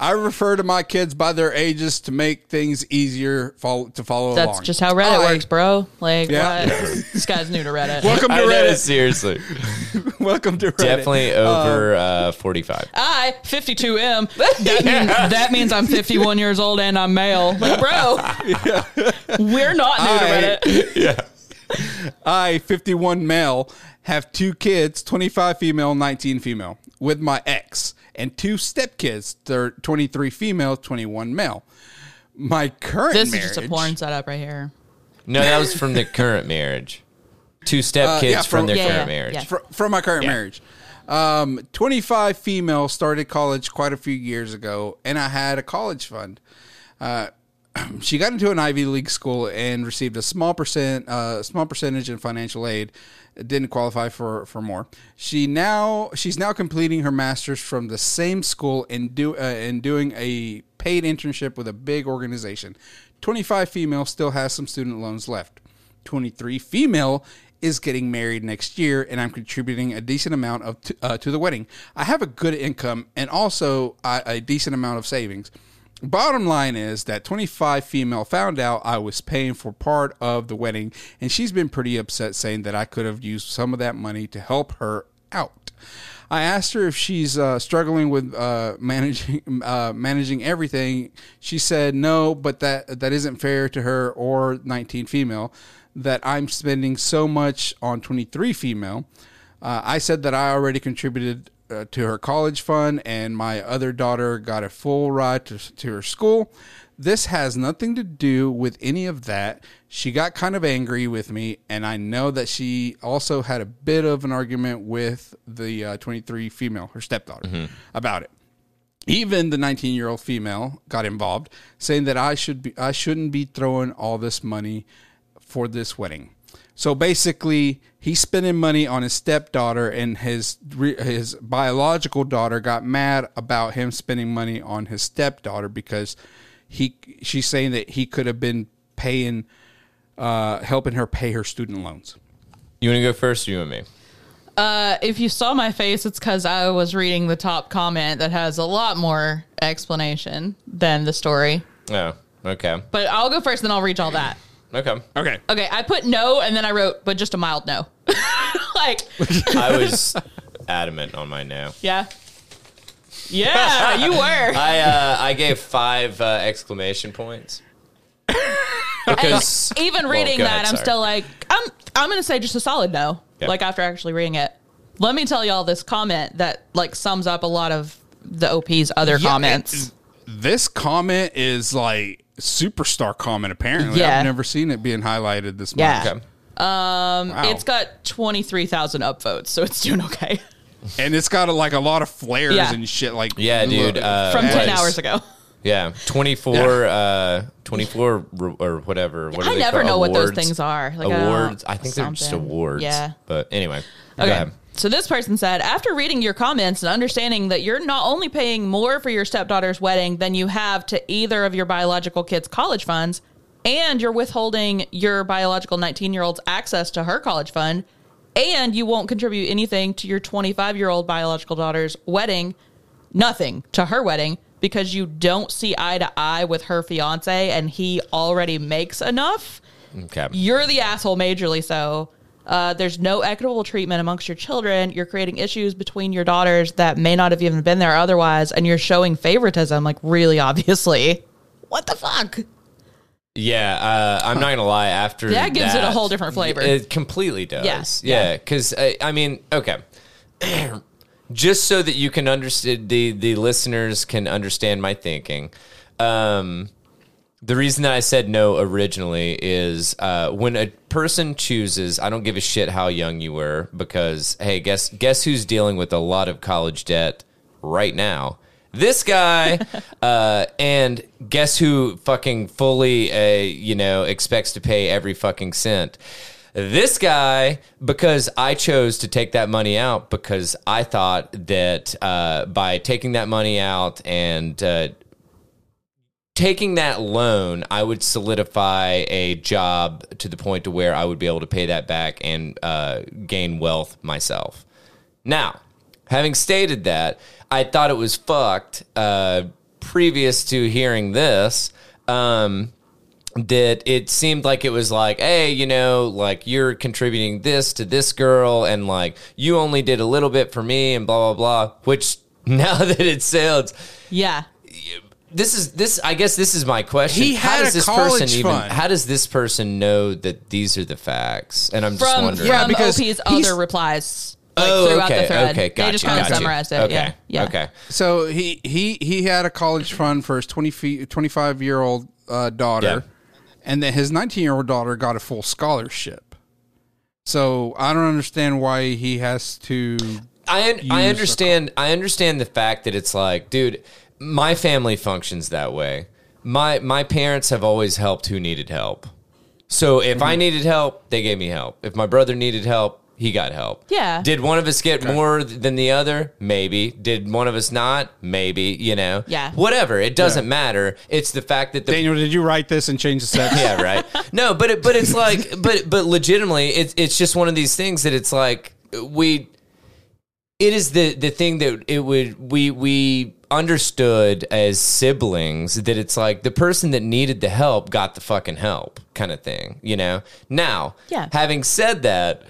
[SPEAKER 1] I refer to my kids by their ages to make things easier fol- to follow
[SPEAKER 3] That's
[SPEAKER 1] along.
[SPEAKER 3] just how Reddit
[SPEAKER 1] I-
[SPEAKER 3] works, bro. Like,
[SPEAKER 1] Yeah.
[SPEAKER 3] what? (laughs) this guy's new to
[SPEAKER 1] (laughs)
[SPEAKER 3] Reddit.
[SPEAKER 1] Welcome to
[SPEAKER 2] I know,
[SPEAKER 1] Reddit. (laughs)
[SPEAKER 2] seriously.
[SPEAKER 1] Welcome to Reddit.
[SPEAKER 2] Definitely over uh, 45.
[SPEAKER 3] I, (laughs) 52M. That, means, that means I'm 51 years old and I'm male. (laughs)
[SPEAKER 1] (laughs)
[SPEAKER 3] Like, bro, we're not new
[SPEAKER 1] I-
[SPEAKER 3] to Reddit.
[SPEAKER 1] I, 51 male, have two kids, 25 female, 19 female, with my ex, and two stepkids, they're 23 female, 21 male. My current
[SPEAKER 3] This
[SPEAKER 1] marriage,
[SPEAKER 3] is just a porn setup right here.
[SPEAKER 2] No, that was from the current marriage. Two step kids
[SPEAKER 1] yeah,
[SPEAKER 2] from,
[SPEAKER 1] from-
[SPEAKER 2] their
[SPEAKER 3] Yeah,
[SPEAKER 2] current
[SPEAKER 3] yeah,
[SPEAKER 2] marriage.
[SPEAKER 3] yeah.
[SPEAKER 1] fr- from my current marriage. Um, 25 female started college quite a few years ago, and I had a college fund. Uh, (clears throat) she got into an Ivy League school and received a small percent, uh, small percentage in financial aid. Didn't qualify for for more. She now she's now completing her master's from the same school and do uh, and doing a paid internship with a big organization. 25 female still has some student loans left. 23 female is getting married next year and i'm contributing a decent amount of t- uh, to the wedding i have a good income and also uh, a decent amount of savings bottom line is that 25 female found out i was paying for part of the wedding and she's been pretty upset saying that i could have used some of that money to help her out I asked her if she's uh, struggling with uh, managing uh, managing everything. She said no, but that that isn't fair to her or 19 female. That I'm spending so much on 23 female. Uh, I said that I already contributed uh, to her college fund, and my other daughter got a full ride to, to her school. This has nothing to do with any of that. She got kind of angry with me, and I know that she also had a bit of an argument with the uh, 23 female, her stepdaughter, about it. Even the 19 year old female got involved, saying that I should be I shouldn't be throwing all this money for this wedding. So basically, he's spending money on his stepdaughter, and his re- his biological daughter got mad about him spending money on his stepdaughter because he she's saying that he could have been paying, uh, helping her pay her student loans.
[SPEAKER 2] You want to go first or you and me?
[SPEAKER 3] Uh, if you saw my face, it's because I was reading the top comment that has a lot more explanation than the story.
[SPEAKER 2] Oh, okay.
[SPEAKER 3] But I'll go first, then I'll read all that.
[SPEAKER 2] Okay.
[SPEAKER 1] Okay,
[SPEAKER 3] Okay, I put no, and then I wrote, but just a mild no. (laughs) like,
[SPEAKER 2] I was adamant on my no.
[SPEAKER 3] yeah. Yeah, you were.
[SPEAKER 2] I uh, I gave five uh, exclamation points. Because
[SPEAKER 3] (laughs) Even
[SPEAKER 2] Well,
[SPEAKER 3] reading
[SPEAKER 2] go
[SPEAKER 3] that,
[SPEAKER 2] ahead,
[SPEAKER 3] I'm
[SPEAKER 2] sorry.
[SPEAKER 3] still like, I'm I'm gonna say just a solid no.
[SPEAKER 2] Yeah.
[SPEAKER 3] Like after actually reading it. Let me tell y'all this comment that like sums up a lot of the OP's other comments.
[SPEAKER 1] This comment is like superstar comment. Apparently,
[SPEAKER 3] Yeah.
[SPEAKER 1] I've never seen it being highlighted this much.
[SPEAKER 3] Yeah.
[SPEAKER 2] Okay.
[SPEAKER 1] Wow.
[SPEAKER 3] It's got twenty three thousand upvotes, so it's doing okay.
[SPEAKER 1] and it's got a, like a lot of flares
[SPEAKER 3] Yeah.
[SPEAKER 1] and shit. Like
[SPEAKER 2] Yeah, dude. Uh,
[SPEAKER 3] (laughs) From ten
[SPEAKER 2] was-
[SPEAKER 3] hours ago.
[SPEAKER 2] Yeah, 24, uh, 24 re- or whatever. What are
[SPEAKER 3] I
[SPEAKER 2] they
[SPEAKER 3] never
[SPEAKER 2] called?
[SPEAKER 3] know what those
[SPEAKER 2] Awards.
[SPEAKER 3] things are. Like, I don't-
[SPEAKER 2] awards. I, think they're just
[SPEAKER 3] something.
[SPEAKER 2] awards.
[SPEAKER 3] Yeah.
[SPEAKER 2] But anyway, go
[SPEAKER 3] Okay.
[SPEAKER 2] ahead.
[SPEAKER 3] So this person said, after reading your comments and understanding that you're not only paying more for your stepdaughter's wedding than you have to either of your biological kids' college funds, and you're withholding your biological 19 year old's access to her college fund, and you won't contribute anything to your 25 year old biological daughter's wedding, nothing to her wedding because you don't see eye to eye with her fiance and he already makes enough
[SPEAKER 2] Okay.
[SPEAKER 3] you're the asshole majorly so uh, there's no equitable treatment amongst your children you're creating issues between your daughters that may not have even been there otherwise and you're showing favoritism like really (laughs) obviously what the fuck
[SPEAKER 2] Yeah, uh, I'm not gonna lie. After
[SPEAKER 3] That gives it a whole different flavor.
[SPEAKER 2] It completely does.
[SPEAKER 3] Yeah,
[SPEAKER 2] yeah. Because I, I mean, okay. (clears throat) Just so that you can understand, the the listeners can understand my thinking. Um, the reason that I said no originally is uh, when a person chooses, I don't give a shit how young you were, because hey, guess guess who's dealing with a lot of college debt right now? this guy. uh, and guess who fucking fully, uh, you know, expects to pay every fucking cent? This guy, because I chose to take that money out because I thought that uh, by taking that money out and uh, taking that loan, I would solidify a job to the point to where I would be able to pay that back and uh, gain wealth myself. Now, having stated that, I thought it was fucked uh, previous to hearing this. Um, that it seemed like it was like, hey, you know, like you're contributing this to this girl, and like you only did a little bit for me, and blah blah blah. Which (laughs) now that it sounds,
[SPEAKER 3] Yeah.
[SPEAKER 2] this is this i guess this is my question
[SPEAKER 1] He
[SPEAKER 2] how
[SPEAKER 1] had
[SPEAKER 2] does
[SPEAKER 1] a
[SPEAKER 2] this
[SPEAKER 1] college
[SPEAKER 2] person even
[SPEAKER 1] fund.
[SPEAKER 2] how does this person know that these are the facts and i'm just
[SPEAKER 3] From, from
[SPEAKER 2] wondering
[SPEAKER 1] because
[SPEAKER 3] OP's
[SPEAKER 1] he's-
[SPEAKER 3] other replies like,
[SPEAKER 2] oh
[SPEAKER 3] throughout
[SPEAKER 2] okay
[SPEAKER 3] the thread.
[SPEAKER 2] okay gotcha,
[SPEAKER 3] they just kind
[SPEAKER 2] gotcha.
[SPEAKER 3] of summarized it.
[SPEAKER 2] okay
[SPEAKER 3] Yeah. yeah.
[SPEAKER 2] okay
[SPEAKER 1] So he he he had a college fund for his 20 fe- 25 year old uh, daughter, and then his nineteen year old daughter got a full scholarship. So I don't understand why he has to.
[SPEAKER 2] I I
[SPEAKER 1] use
[SPEAKER 2] understand I understand the fact that it's like, dude, my family functions that way. My my parents have always helped who needed help. So if I needed help, they gave me help. If my brother needed help, he got help.
[SPEAKER 3] Yeah.
[SPEAKER 2] Did one of us get more th- than the other? Maybe. Did one of us not? Maybe. You know.
[SPEAKER 3] Yeah.
[SPEAKER 2] Whatever. It doesn't matter. It's the fact that the
[SPEAKER 1] Daniel, did you write this and change the subject?
[SPEAKER 2] yeah, right. No, but it, but it's like, but but legitimately, it's it's just one of these things that it's like we. It is the the thing that it would we we understood as siblings that it's like the person that needed the help got the fucking help kind of thing, you know. Now,
[SPEAKER 3] Yeah.
[SPEAKER 2] having said that.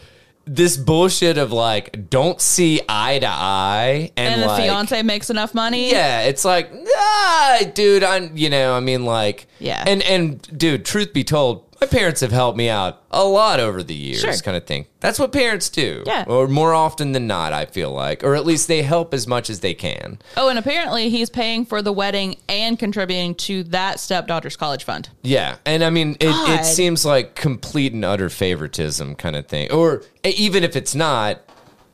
[SPEAKER 2] This bullshit of like don't see eye to eye and,
[SPEAKER 3] And the
[SPEAKER 2] like
[SPEAKER 3] fiance makes enough money.
[SPEAKER 2] yeah, it's like, ah, dude, I'm, you know, I mean, like,
[SPEAKER 3] Yeah.
[SPEAKER 2] and and dude, truth be told, my parents have helped me out a lot over the years,
[SPEAKER 3] Sure.
[SPEAKER 2] kind of thing. That's what parents do,
[SPEAKER 3] Yeah.
[SPEAKER 2] or more often than not, I feel like, or at least they help as much as they can.
[SPEAKER 3] Oh, and apparently he's paying for the wedding and contributing to that stepdaughter's college fund.
[SPEAKER 2] Yeah, and I mean, it, it
[SPEAKER 3] God.
[SPEAKER 2] seems like complete and utter favoritism kind of thing, or e, even if it's not,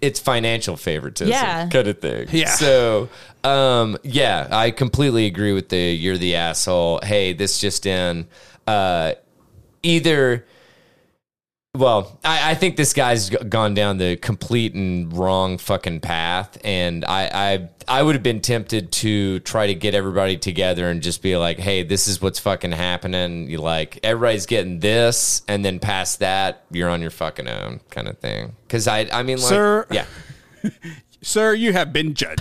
[SPEAKER 2] it's financial favoritism
[SPEAKER 3] Yeah.
[SPEAKER 2] kind of thing.
[SPEAKER 1] Yeah.
[SPEAKER 2] So, um, yeah, I completely agree with the you're the asshole. Hey, this just in. Uh, either. Well, I, I think this guy's g- gone down the complete and wrong fucking path, and I, I I would have been tempted to try to get everybody together and just be like, "Hey, this is what's fucking happening." You like everybody's getting this, and then past that, you're on your fucking own kind of thing. Because I I mean, like,
[SPEAKER 1] Sir.
[SPEAKER 2] yeah,
[SPEAKER 1] Sir, you have been judged.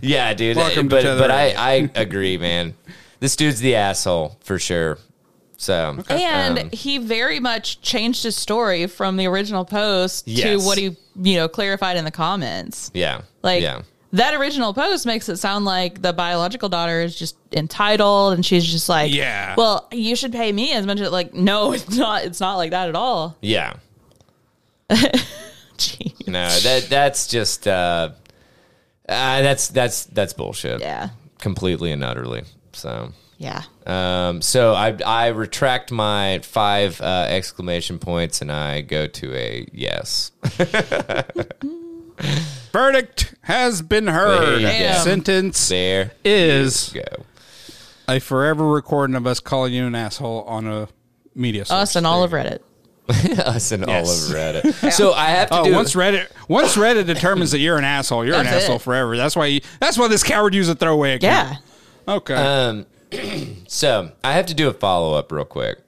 [SPEAKER 2] yeah, dude.
[SPEAKER 1] Welcome to
[SPEAKER 2] but
[SPEAKER 1] Tether
[SPEAKER 2] but I I agree, man. This dude's the asshole for sure. So
[SPEAKER 3] And
[SPEAKER 2] um,
[SPEAKER 3] he very much changed his story from the original post
[SPEAKER 2] Yes.
[SPEAKER 3] to what he, you know, clarified in the comments.
[SPEAKER 2] yeah,
[SPEAKER 3] Like
[SPEAKER 2] yeah.
[SPEAKER 3] that original post makes it sound like the biological daughter is just entitled and she's just like,
[SPEAKER 1] Yeah.
[SPEAKER 3] well, you should pay me as much as like, no, (laughs) it's not. It's not like that at all. (laughs)
[SPEAKER 2] Yeah.
[SPEAKER 3] Gee.
[SPEAKER 2] No, that that's just uh, uh that's that's that's bullshit.
[SPEAKER 3] Yeah.
[SPEAKER 2] Completely and utterly. So
[SPEAKER 3] Yeah.
[SPEAKER 2] um so I I retract my five uh exclamation points and I go to a yes.
[SPEAKER 1] Verdict has been heard.
[SPEAKER 2] There you
[SPEAKER 3] go.
[SPEAKER 1] Sentence
[SPEAKER 2] There
[SPEAKER 1] is
[SPEAKER 2] go.
[SPEAKER 1] a forever recording of us calling you an asshole on a media. Source.
[SPEAKER 3] Us and all of Reddit.
[SPEAKER 2] Us and
[SPEAKER 1] Yes.
[SPEAKER 2] all of Reddit. so I have to
[SPEAKER 1] Oh,
[SPEAKER 2] do
[SPEAKER 1] once Reddit once Reddit determines that you're an asshole, you're an
[SPEAKER 3] That's it.
[SPEAKER 1] asshole forever. That's why you, that's why this coward used a throwaway
[SPEAKER 3] Yeah.
[SPEAKER 1] account. Yeah. Okay.
[SPEAKER 2] Uh, Um, (clears throat) So I have to do a follow up real quick.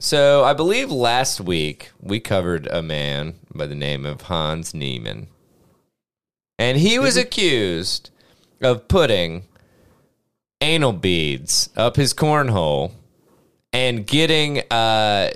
[SPEAKER 2] So I believe last week we covered a man by the name of Hans Niemann. And he was
[SPEAKER 1] Mm-hmm.
[SPEAKER 2] accused of putting anal beads up his cornhole and getting uh,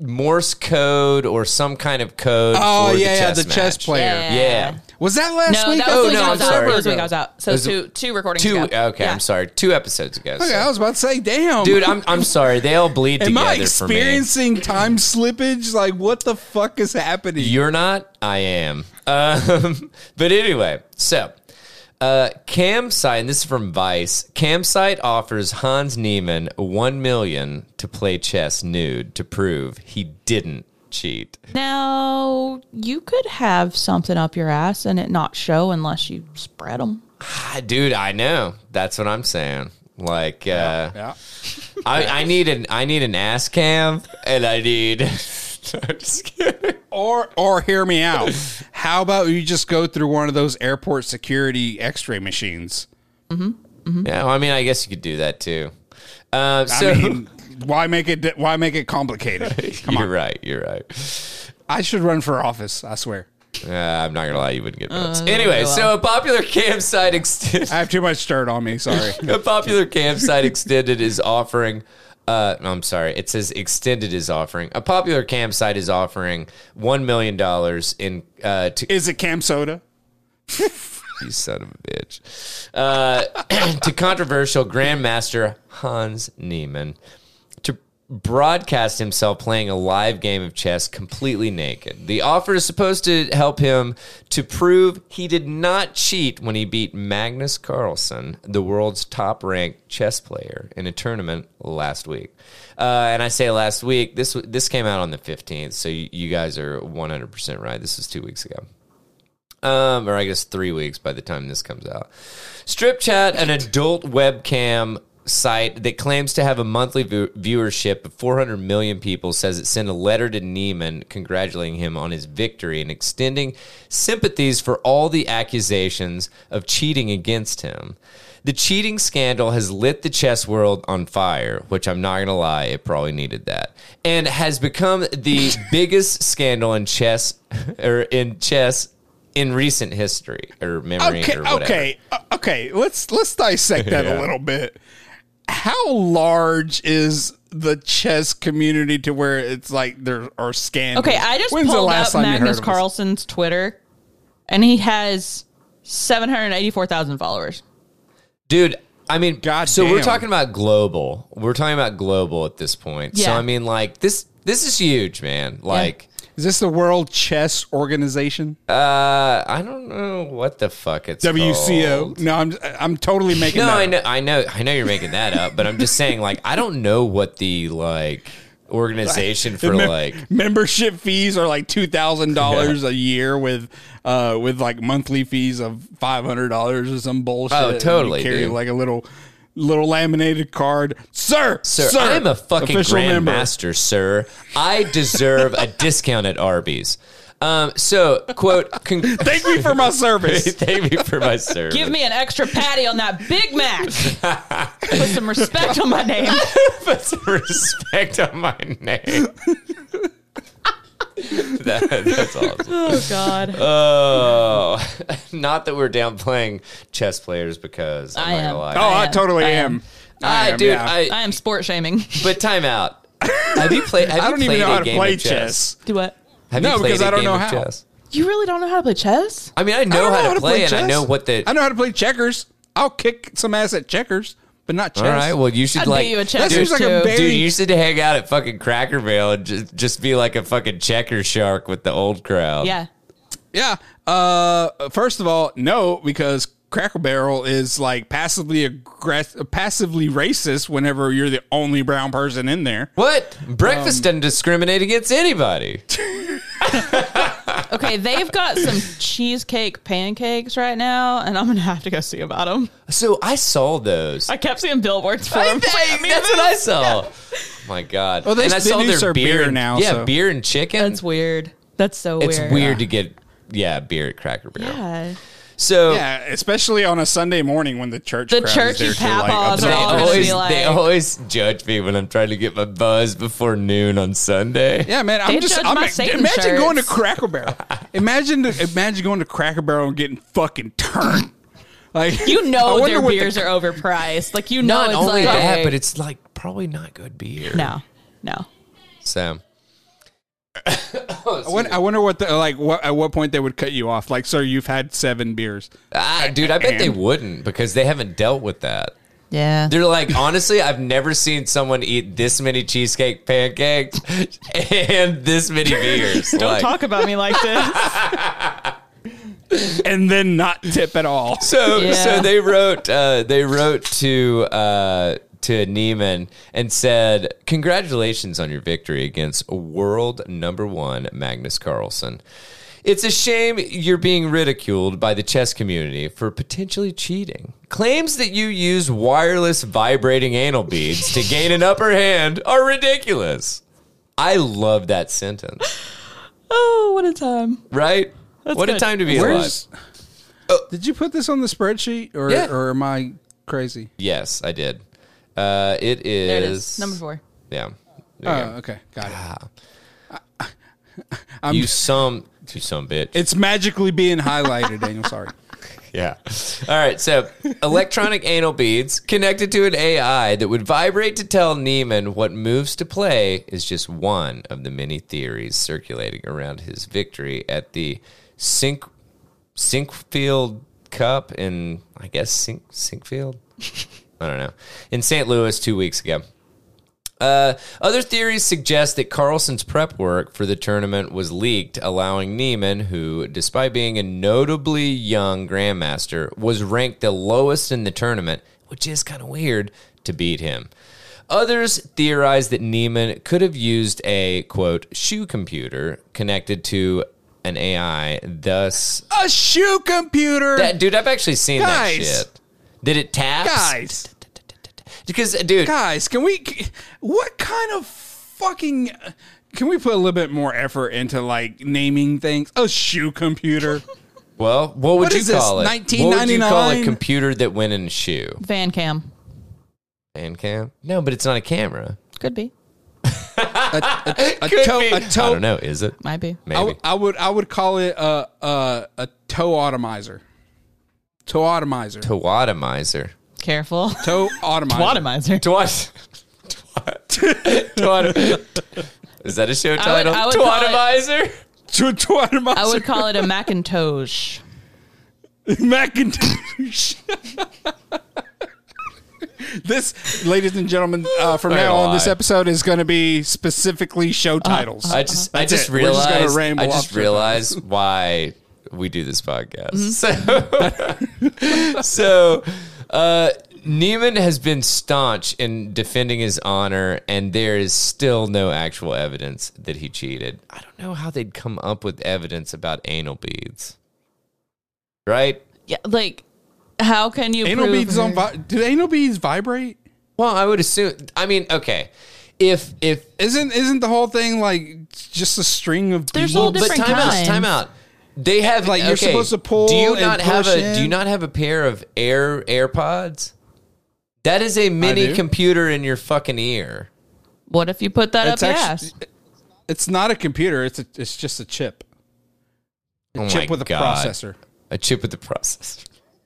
[SPEAKER 2] Morse code or some kind of code
[SPEAKER 1] oh
[SPEAKER 2] for
[SPEAKER 1] yeah, yeah, the
[SPEAKER 2] match.
[SPEAKER 1] chess player.
[SPEAKER 2] Yeah.
[SPEAKER 1] Was that last
[SPEAKER 3] No,
[SPEAKER 1] week?
[SPEAKER 3] that was
[SPEAKER 2] Oh,
[SPEAKER 3] the week
[SPEAKER 2] no,
[SPEAKER 3] I
[SPEAKER 2] I'm
[SPEAKER 3] was out.
[SPEAKER 2] sorry.
[SPEAKER 3] That was the week I was out. So
[SPEAKER 2] was-
[SPEAKER 3] two two recordings
[SPEAKER 2] Two
[SPEAKER 3] ago.
[SPEAKER 2] okay,
[SPEAKER 3] Yeah.
[SPEAKER 2] I'm sorry. Two episodes ago.
[SPEAKER 1] Okay,
[SPEAKER 2] so-
[SPEAKER 1] I was about to say, damn,
[SPEAKER 2] Dude, I'm I'm sorry. They all bleed
[SPEAKER 1] Am
[SPEAKER 2] together
[SPEAKER 1] I
[SPEAKER 2] for me. (laughs)
[SPEAKER 1] experiencing time slippage? Like, what the fuck is happening?
[SPEAKER 2] You're not. I am. Um, (laughs) but anyway, so uh, Campsite, and this is from Vice. Campsite offers Hans Niemann one million to play chess nude to prove he didn't cheat.
[SPEAKER 3] Now you could have something up your ass and it not show unless you spread them.
[SPEAKER 2] Ah, Dude, I know. That's what I'm saying. Like, uh,
[SPEAKER 1] Yeah.
[SPEAKER 2] I, I need an I need an ass cam, and I need. (laughs) I'm just kidding.
[SPEAKER 1] Or or hear me out.
[SPEAKER 2] (laughs)
[SPEAKER 1] How about you just go through one of those airport security X-ray machines?
[SPEAKER 2] Yeah, well, I mean, I guess you could do that too. Uh, so
[SPEAKER 1] Mm-hmm. I mean, why make it why make it complicated? Come
[SPEAKER 2] (laughs) you're
[SPEAKER 1] on.
[SPEAKER 2] right. You're right.
[SPEAKER 1] I should run for office. I swear.
[SPEAKER 2] Uh, I'm not gonna lie, you wouldn't get
[SPEAKER 1] Uh,
[SPEAKER 2] votes. anyway, so a popular campsite extended.
[SPEAKER 1] (laughs) I have too much dirt on me. Sorry.
[SPEAKER 2] (laughs) a popular campsite extended is offering uh no, I'm sorry. It says extended is offering. A popular campsite is offering 1 million dollars in uh to
[SPEAKER 1] Is it cam soda?
[SPEAKER 2] you son of a bitch. Uh (clears throat) to controversial grandmaster Hans Niemann to broadcast himself playing a live game of chess completely naked. The offer is supposed to help him to prove he did not cheat when he beat Magnus Carlsen, the world's top ranked chess player, in a tournament last week. Uh, and I say last week, this w- this came out on the 15th, so you, you guys are 100% right. This was two weeks ago. Um, or I guess three weeks by the time this comes out. Strip Chat, an adult webcam site that claims to have a monthly view- viewership of 400 million people, says it sent a letter to Neiman congratulating him on his victory and extending sympathies for all the accusations of cheating against him. The cheating scandal has lit the chess world on fire, which I'm not going to lie, it probably needed that, and has become the (laughs) biggest scandal in chess (laughs) or in chess in recent history or memory
[SPEAKER 1] Okay,
[SPEAKER 2] or whatever.
[SPEAKER 1] okay, uh, okay. Let's let's dissect that a little bit. How large is the chess community to where it's like there are scandals?
[SPEAKER 3] Okay, I just
[SPEAKER 1] When's the
[SPEAKER 3] pulled
[SPEAKER 1] last
[SPEAKER 3] up
[SPEAKER 1] time you heard
[SPEAKER 3] Magnus
[SPEAKER 1] of this?
[SPEAKER 3] Carlsen's Twitter, and he has seven hundred eighty-four thousand followers.
[SPEAKER 2] Dude, I mean,
[SPEAKER 1] God
[SPEAKER 2] so we're
[SPEAKER 1] damn.
[SPEAKER 2] talking about global. We're talking about global at this point. So
[SPEAKER 3] Yeah.
[SPEAKER 2] I mean like this this is huge, man. Like
[SPEAKER 1] Is this the World Chess Organization?
[SPEAKER 2] uh I don't know what the fuck it's
[SPEAKER 1] WCO?
[SPEAKER 2] called.
[SPEAKER 1] No, I'm I'm totally making.
[SPEAKER 2] No,
[SPEAKER 1] that
[SPEAKER 2] I
[SPEAKER 1] up.
[SPEAKER 2] know I know I know you're making that up, but I'm just saying like I don't know what the like organization for
[SPEAKER 1] Mem-
[SPEAKER 2] like
[SPEAKER 1] membership fees are like two thousand
[SPEAKER 2] (laughs)
[SPEAKER 1] dollars a year with uh with like monthly fees of five hundred dollars or some bullshit.
[SPEAKER 2] Oh,
[SPEAKER 1] And you
[SPEAKER 2] totally,
[SPEAKER 1] carry
[SPEAKER 2] dude.
[SPEAKER 1] like a little little laminated card. Sir,
[SPEAKER 2] Sir,
[SPEAKER 1] sir,
[SPEAKER 2] I'm a fucking
[SPEAKER 1] official member.
[SPEAKER 2] grandmaster, sir. I deserve a discount at Arby's. Um, so, quote,
[SPEAKER 1] (laughs)
[SPEAKER 2] con-
[SPEAKER 1] Thank me
[SPEAKER 2] (laughs)
[SPEAKER 1] for my service.
[SPEAKER 2] Thank me
[SPEAKER 1] (laughs)
[SPEAKER 2] for my service.
[SPEAKER 3] Give me an extra patty on that Big Mac.
[SPEAKER 1] (laughs)
[SPEAKER 3] Put some respect on my name.
[SPEAKER 2] Put some respect on my
[SPEAKER 1] (laughs)
[SPEAKER 2] name. That- that's awesome.
[SPEAKER 3] (laughs) Oh God.
[SPEAKER 2] Oh, (laughs) not that we're downplaying chess players because I'm
[SPEAKER 3] I
[SPEAKER 2] not
[SPEAKER 3] am.
[SPEAKER 2] gonna lie.
[SPEAKER 1] oh,
[SPEAKER 3] I
[SPEAKER 1] I,
[SPEAKER 3] am.
[SPEAKER 1] totally
[SPEAKER 3] I
[SPEAKER 1] am.
[SPEAKER 3] am.
[SPEAKER 2] I,
[SPEAKER 1] am,
[SPEAKER 2] dude,
[SPEAKER 1] yeah.
[SPEAKER 2] I,
[SPEAKER 3] I am sport shaming.
[SPEAKER 2] but time out. Have
[SPEAKER 1] (laughs)
[SPEAKER 2] you played? Have
[SPEAKER 1] I
[SPEAKER 2] you
[SPEAKER 1] don't even
[SPEAKER 2] played
[SPEAKER 1] know
[SPEAKER 2] a
[SPEAKER 1] how to
[SPEAKER 2] game
[SPEAKER 1] play
[SPEAKER 2] of
[SPEAKER 1] chess.
[SPEAKER 3] Do what?
[SPEAKER 2] Have
[SPEAKER 1] No,
[SPEAKER 2] you played
[SPEAKER 1] because
[SPEAKER 2] a
[SPEAKER 1] I don't
[SPEAKER 2] game
[SPEAKER 1] know
[SPEAKER 2] of
[SPEAKER 1] how.
[SPEAKER 2] chess?
[SPEAKER 3] You really don't know how to play chess?
[SPEAKER 2] I mean, I
[SPEAKER 1] I
[SPEAKER 2] know,
[SPEAKER 1] don't
[SPEAKER 2] how, to play, and I
[SPEAKER 1] chess.
[SPEAKER 2] know what the.
[SPEAKER 1] I know how to play checkers. I'll kick some ass at checkers, but not chess.
[SPEAKER 2] All right. Well, you should
[SPEAKER 3] I'd
[SPEAKER 2] like.
[SPEAKER 3] beat you at
[SPEAKER 1] that
[SPEAKER 3] chess
[SPEAKER 1] seems like a
[SPEAKER 3] too.
[SPEAKER 1] very
[SPEAKER 2] Dude, you should hang out at fucking Cracker Barrel and just, just be like a fucking checker shark with the old crowd.
[SPEAKER 3] Yeah.
[SPEAKER 1] Yeah. Uh, first of all, no, because Cracker Barrel is like passively aggressive, passively racist. Whenever you're the only brown person in there,
[SPEAKER 2] What? Breakfast doesn't discriminate against anybody.
[SPEAKER 3] Okay, they've got some cheesecake pancakes right now, and I'm gonna have to go see about them.
[SPEAKER 2] So I saw those. (laughs)
[SPEAKER 3] I kept seeing billboards for them.
[SPEAKER 2] Hey, that's what I saw. Oh my god.
[SPEAKER 1] Well, they-
[SPEAKER 2] and I
[SPEAKER 1] they
[SPEAKER 2] saw
[SPEAKER 1] do
[SPEAKER 2] their
[SPEAKER 1] serve beer
[SPEAKER 2] and-
[SPEAKER 1] now,
[SPEAKER 2] Yeah,
[SPEAKER 1] so-
[SPEAKER 2] beer and chicken.
[SPEAKER 3] That's weird. That's so
[SPEAKER 2] it's
[SPEAKER 3] weird.
[SPEAKER 2] weird, to get yeah beer at Cracker Barrel.
[SPEAKER 3] Yeah.
[SPEAKER 2] So
[SPEAKER 1] yeah, especially on a Sunday morning when the church
[SPEAKER 3] The
[SPEAKER 1] crowd is
[SPEAKER 3] churchy
[SPEAKER 1] there to, like,
[SPEAKER 3] papas
[SPEAKER 2] They
[SPEAKER 3] are
[SPEAKER 1] observe.
[SPEAKER 3] all gonna
[SPEAKER 2] always,
[SPEAKER 3] be like-
[SPEAKER 2] they always judge me when I'm trying to get my buzz before noon on Sunday.
[SPEAKER 1] Yeah, man. I'm
[SPEAKER 3] They
[SPEAKER 1] just
[SPEAKER 3] judge
[SPEAKER 1] I'm,
[SPEAKER 3] my
[SPEAKER 1] imagine
[SPEAKER 3] Satan
[SPEAKER 1] going to
[SPEAKER 3] shirts.
[SPEAKER 1] Cracker Barrel. imagine imagine going to Cracker Barrel and getting fucking turned. Like
[SPEAKER 2] (laughs)
[SPEAKER 3] You
[SPEAKER 1] I
[SPEAKER 3] know
[SPEAKER 1] wonder
[SPEAKER 3] their
[SPEAKER 1] what the-
[SPEAKER 3] beers are overpriced. Like you know,
[SPEAKER 2] Not
[SPEAKER 3] it's
[SPEAKER 2] only
[SPEAKER 3] like,
[SPEAKER 2] that, but it's like probably not good beer.
[SPEAKER 3] no, no.
[SPEAKER 2] So
[SPEAKER 1] I wonder, I wonder what the like what at what point they would cut you off. Like, sir, you've had seven beers.
[SPEAKER 2] Ah, dude, I bet they
[SPEAKER 1] And-
[SPEAKER 2] wouldn't because they haven't dealt with that.
[SPEAKER 3] Yeah.
[SPEAKER 2] They're like, honestly, I've never seen someone eat this many cheesecake pancakes (laughs) and this many beers.
[SPEAKER 3] Don't
[SPEAKER 2] Like-
[SPEAKER 3] talk about me like
[SPEAKER 2] (laughs)
[SPEAKER 3] this.
[SPEAKER 1] and then not tip at all.
[SPEAKER 2] So,
[SPEAKER 3] Yeah.
[SPEAKER 2] so they wrote, uh, they wrote to uh, to Neiman and said, "Congratulations on your victory against world number one Magnus Carlsen." It's a shame you're being ridiculed by the chess community for potentially cheating. Claims that you use wireless vibrating anal beads to gain an upper hand are ridiculous. I love that sentence,
[SPEAKER 3] Oh, what a time.
[SPEAKER 2] right? what a
[SPEAKER 3] good.
[SPEAKER 2] time to be
[SPEAKER 1] Where's,
[SPEAKER 2] alive.
[SPEAKER 1] did you put this on the spreadsheet or,
[SPEAKER 2] Yeah.
[SPEAKER 1] or am I crazy?
[SPEAKER 2] Yes, I did. Uh, it is.
[SPEAKER 3] There it is. Number four.
[SPEAKER 2] Yeah.
[SPEAKER 1] Oh,
[SPEAKER 2] There you go. Ah.
[SPEAKER 1] okay. Got it. (laughs)
[SPEAKER 2] you some, you some bitch.
[SPEAKER 1] It's magically being highlighted, Daniel. Sorry.
[SPEAKER 2] Yeah. All right. So, electronic anal beads connected to an AI that would vibrate to tell Neiman what moves to play is just one of the many theories circulating around his victory at the Sink Sinkfield Cup in, I guess, Sink
[SPEAKER 1] (laughs)
[SPEAKER 2] Sinkfield. I don't know. In St. Louis two weeks ago. Uh, other theories suggest that Carlson's prep work for the tournament was leaked, allowing Neiman, who, despite being a notably young grandmaster, was ranked the lowest in the tournament, which is kind of weird, to beat him. Others theorize that Neiman could have used a, quote, shoe computer connected to an AI, thus
[SPEAKER 1] (laughs) A shoe computer.
[SPEAKER 2] that dude, I've actually seen that
[SPEAKER 1] Uh, Guys.
[SPEAKER 2] shit. Did it tap?
[SPEAKER 1] Guys.
[SPEAKER 2] Because dude,
[SPEAKER 1] Guys, can we? c- What kind of fucking? Can we put a little bit more effort into like naming things? A shoe (laughs) computer.
[SPEAKER 2] well, what would
[SPEAKER 1] What
[SPEAKER 2] you
[SPEAKER 1] is this,
[SPEAKER 2] call it? What would you call a
[SPEAKER 1] 1999?
[SPEAKER 2] computer that went in a shoe?
[SPEAKER 3] Van cam.
[SPEAKER 2] Fan cam? No, but it's not a camera.
[SPEAKER 3] Could be.
[SPEAKER 1] A
[SPEAKER 2] Could
[SPEAKER 1] toe.
[SPEAKER 2] be.
[SPEAKER 1] A
[SPEAKER 2] Oh, I
[SPEAKER 1] toe.
[SPEAKER 2] don't know. Is it?
[SPEAKER 3] Might be.
[SPEAKER 1] I,
[SPEAKER 2] Maybe.
[SPEAKER 1] w- I would. I would call it a a, a toe automizer. Toe automizer.
[SPEAKER 2] to automizer. (laughs)
[SPEAKER 3] Careful.
[SPEAKER 1] (laughs) Toe automizer.
[SPEAKER 3] Automizer.
[SPEAKER 2] Twat. (laughs) Twat. Is that a show
[SPEAKER 3] I would-
[SPEAKER 2] title?
[SPEAKER 3] I would call it-
[SPEAKER 2] Twatomizer.
[SPEAKER 1] Toe, toe automizer.
[SPEAKER 3] I would call it a Macintosh.
[SPEAKER 1] Macintosh. (laughs) this, ladies and gentlemen, uh, from
[SPEAKER 2] Not
[SPEAKER 1] now
[SPEAKER 2] gonna
[SPEAKER 1] on, this
[SPEAKER 2] lie.
[SPEAKER 1] episode is going to be specifically show titles.
[SPEAKER 2] Uh, I just, I
[SPEAKER 1] That's
[SPEAKER 2] just
[SPEAKER 1] it. We're just
[SPEAKER 2] realized,
[SPEAKER 1] gonna ramble
[SPEAKER 2] I
[SPEAKER 1] off
[SPEAKER 2] just
[SPEAKER 1] to it.
[SPEAKER 2] realized why we do this podcast. So, (laughs) so uh, Neiman has been staunch in defending his honor, and there is still no actual evidence that he cheated. I don't know how they'd come up with evidence about anal beads, right?
[SPEAKER 3] Yeah, like, how can you
[SPEAKER 1] anal
[SPEAKER 3] prove
[SPEAKER 1] beads on
[SPEAKER 3] her-
[SPEAKER 1] vi- do anal beads vibrate?
[SPEAKER 2] Well, I would assume. I mean, okay, if if
[SPEAKER 1] Isn't isn't the whole thing like just a string of
[SPEAKER 3] There's
[SPEAKER 1] beads?
[SPEAKER 3] all
[SPEAKER 2] but
[SPEAKER 3] different
[SPEAKER 2] time
[SPEAKER 3] kinds.
[SPEAKER 2] out, time out. They have
[SPEAKER 1] Like, you're
[SPEAKER 2] okay,
[SPEAKER 1] supposed to pull
[SPEAKER 2] Do you
[SPEAKER 1] and
[SPEAKER 2] not have
[SPEAKER 1] push
[SPEAKER 2] a Do you
[SPEAKER 1] in.
[SPEAKER 2] not have a pair of Air AirPods? That is a mini
[SPEAKER 1] do.
[SPEAKER 2] computer in your fucking ear.
[SPEAKER 3] What if you put that
[SPEAKER 1] It's
[SPEAKER 3] up your
[SPEAKER 1] actu-
[SPEAKER 3] ass?
[SPEAKER 1] it's not a computer. It's a, it's just a chip. A
[SPEAKER 2] Oh
[SPEAKER 1] chip
[SPEAKER 2] my
[SPEAKER 1] with a
[SPEAKER 2] God.
[SPEAKER 1] processor.
[SPEAKER 2] A chip with the processor.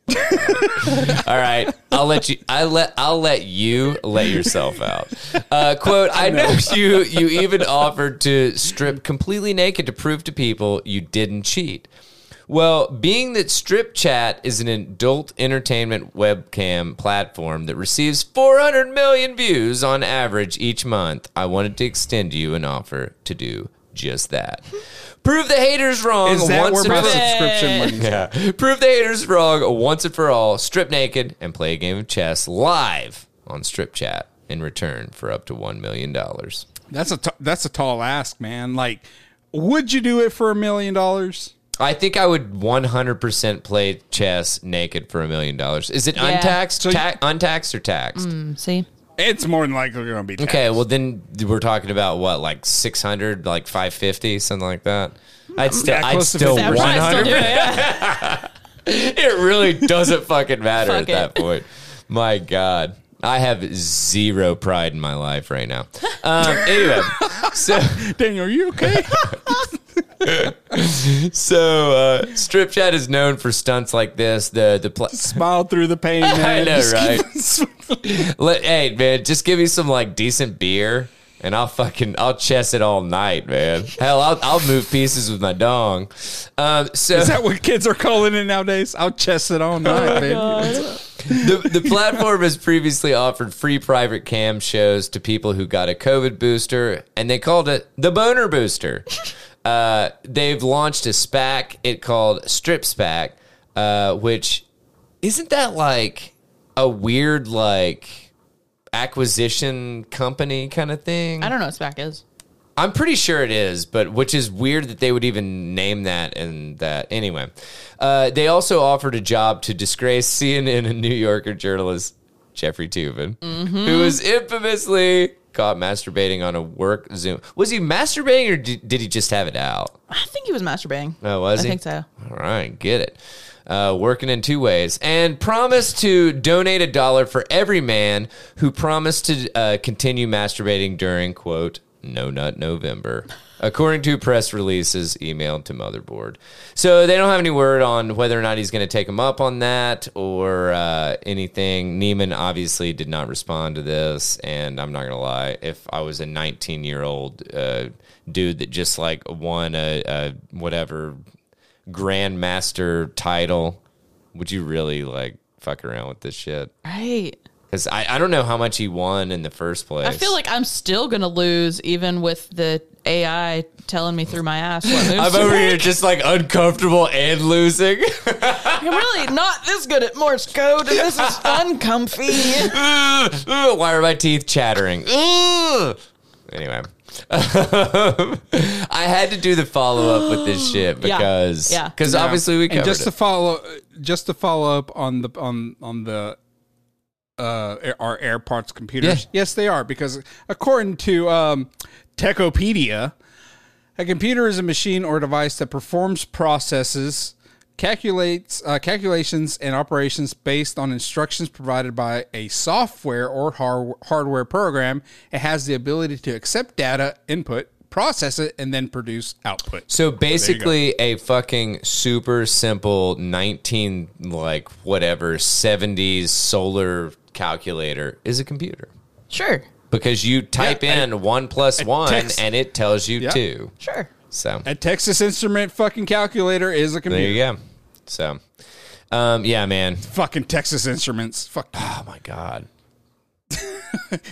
[SPEAKER 2] (laughs) All right, I'll let you. I let I'll let you let yourself out. Uh, quote: I know you. You even offered to strip completely naked to prove to people you didn't cheat. Well, being that Strip Chat is an adult entertainment webcam platform that receives 400 million views on average each month, I wanted to extend you an offer to do just that. Prove the haters wrong.
[SPEAKER 1] Is that
[SPEAKER 2] once
[SPEAKER 1] where
[SPEAKER 2] and
[SPEAKER 1] my
[SPEAKER 2] for-
[SPEAKER 1] subscription money?
[SPEAKER 2] (laughs) yeah. Prove the haters wrong once and for all, strip naked, and play a game of chess live on Strip Chat in return for up to $1 million.
[SPEAKER 1] That's a t- that's a tall ask, man. Like, would you do it for a million dollars?
[SPEAKER 2] I think I would 100% play chess naked for a million dollars. Is it
[SPEAKER 3] Yeah. Mm.
[SPEAKER 2] untaxed?
[SPEAKER 1] you-
[SPEAKER 2] Ta- untaxed or taxed?
[SPEAKER 3] See?
[SPEAKER 1] It's more than likely going to be taxed.
[SPEAKER 2] Okay, well then we're talking about what, like six hundred, like five fifty, something like that. I'd still,
[SPEAKER 1] Yeah,
[SPEAKER 2] I'd
[SPEAKER 1] close to
[SPEAKER 2] still
[SPEAKER 1] fifty.
[SPEAKER 2] one
[SPEAKER 1] I'd
[SPEAKER 3] Probably still do
[SPEAKER 2] hundred.
[SPEAKER 3] it, yeah.
[SPEAKER 2] It really doesn't fucking matter at
[SPEAKER 3] Fuck it.
[SPEAKER 2] that point. My God, I have zero pride in my life right now. Um, anyway, so.
[SPEAKER 1] Daniel, are you okay?
[SPEAKER 2] So, uh, Strip Chat is known for stunts like this. The the pla-
[SPEAKER 1] (laughs) Smile through the pain,
[SPEAKER 2] (laughs) I
[SPEAKER 1] man.
[SPEAKER 2] know, right?
[SPEAKER 1] right?
[SPEAKER 2] Let, hey, man, just give me some like decent beer, and I'll fucking I'll chess it all night, man. Hell, I'll I'll move pieces with my dong. Um,
[SPEAKER 1] (laughs)
[SPEAKER 2] so
[SPEAKER 1] Is that what kids are calling it nowadays? I'll chest it
[SPEAKER 2] (laughs)
[SPEAKER 1] all night, baby.
[SPEAKER 2] the, the platform has previously offered free private cam shows to people who got a COVID booster, and they called it the boner booster. Uh, they've launched a SPAC. It called Strip SPAC, uh, which isn't that like a weird like acquisition company kind of thing?
[SPEAKER 3] I don't know what SPAC is.
[SPEAKER 2] I'm pretty sure it is, but which is weird that they would even name that and that. Anyway, uh, they also offered a job to disgrace CNN and New Yorker journalist Jeffrey Tubin,
[SPEAKER 3] Mm-hmm.
[SPEAKER 2] who was infamously caught masturbating on a work Zoom. Was he masturbating or did, did he just have it out?
[SPEAKER 3] I think he was masturbating.
[SPEAKER 2] Oh, was
[SPEAKER 3] I
[SPEAKER 2] he?
[SPEAKER 3] think so.
[SPEAKER 2] All right, get it. Uh, working in two ways, and promised to donate a dollar for every man who promised to uh, continue masturbating during quote No Nut November, according to press releases emailed to Motherboard. So they don't have any word on whether or not he's going to take him up on that or uh, anything. Neiman obviously did not respond to this, and I'm not going to lie. If I was a 19 year old uh, dude that just like won a, a whatever grandmaster title, would you really like fuck around with this shit?
[SPEAKER 3] Right.
[SPEAKER 2] Because I, I don't know how much he won in the first place.
[SPEAKER 3] I feel like I'm still gonna lose, even with the AI telling me through my ass what moves.
[SPEAKER 2] I'm
[SPEAKER 3] to
[SPEAKER 2] over
[SPEAKER 3] make. (laughs)
[SPEAKER 2] here just like uncomfortable and losing. (laughs)
[SPEAKER 3] I'm really not this good at Morse code, and this is uncomfy.
[SPEAKER 2] Why are my teeth
[SPEAKER 3] (laughs)
[SPEAKER 2] chattering? Ugh. Anyway, (laughs) I had to do the follow up with this shit
[SPEAKER 3] Yeah.
[SPEAKER 2] because
[SPEAKER 3] Yeah.
[SPEAKER 2] because obviously we covered
[SPEAKER 1] and just
[SPEAKER 2] it.
[SPEAKER 1] to follow just to follow up on the on on the uh air- our airparts computers
[SPEAKER 2] Yeah.
[SPEAKER 1] yes they are because according to um techopedia a computer is a machine or device that performs processes calculates uh, calculations and operations based on instructions provided by a software or har- hardware program it has the ability to accept data input process it and then produce output
[SPEAKER 2] So basically, a fucking super simple nineteen like whatever seventies solar calculator is a computer
[SPEAKER 3] sure,
[SPEAKER 2] because you type
[SPEAKER 1] Yeah,
[SPEAKER 2] in one plus one
[SPEAKER 1] text-
[SPEAKER 2] and it tells you
[SPEAKER 1] Yeah.
[SPEAKER 2] two.
[SPEAKER 3] sure.
[SPEAKER 2] So
[SPEAKER 1] A Texas Instrument fucking calculator is a
[SPEAKER 2] there
[SPEAKER 1] computer.
[SPEAKER 2] you go. So, um, yeah, man.
[SPEAKER 1] Fucking Texas Instruments. Fuck
[SPEAKER 2] Oh my god.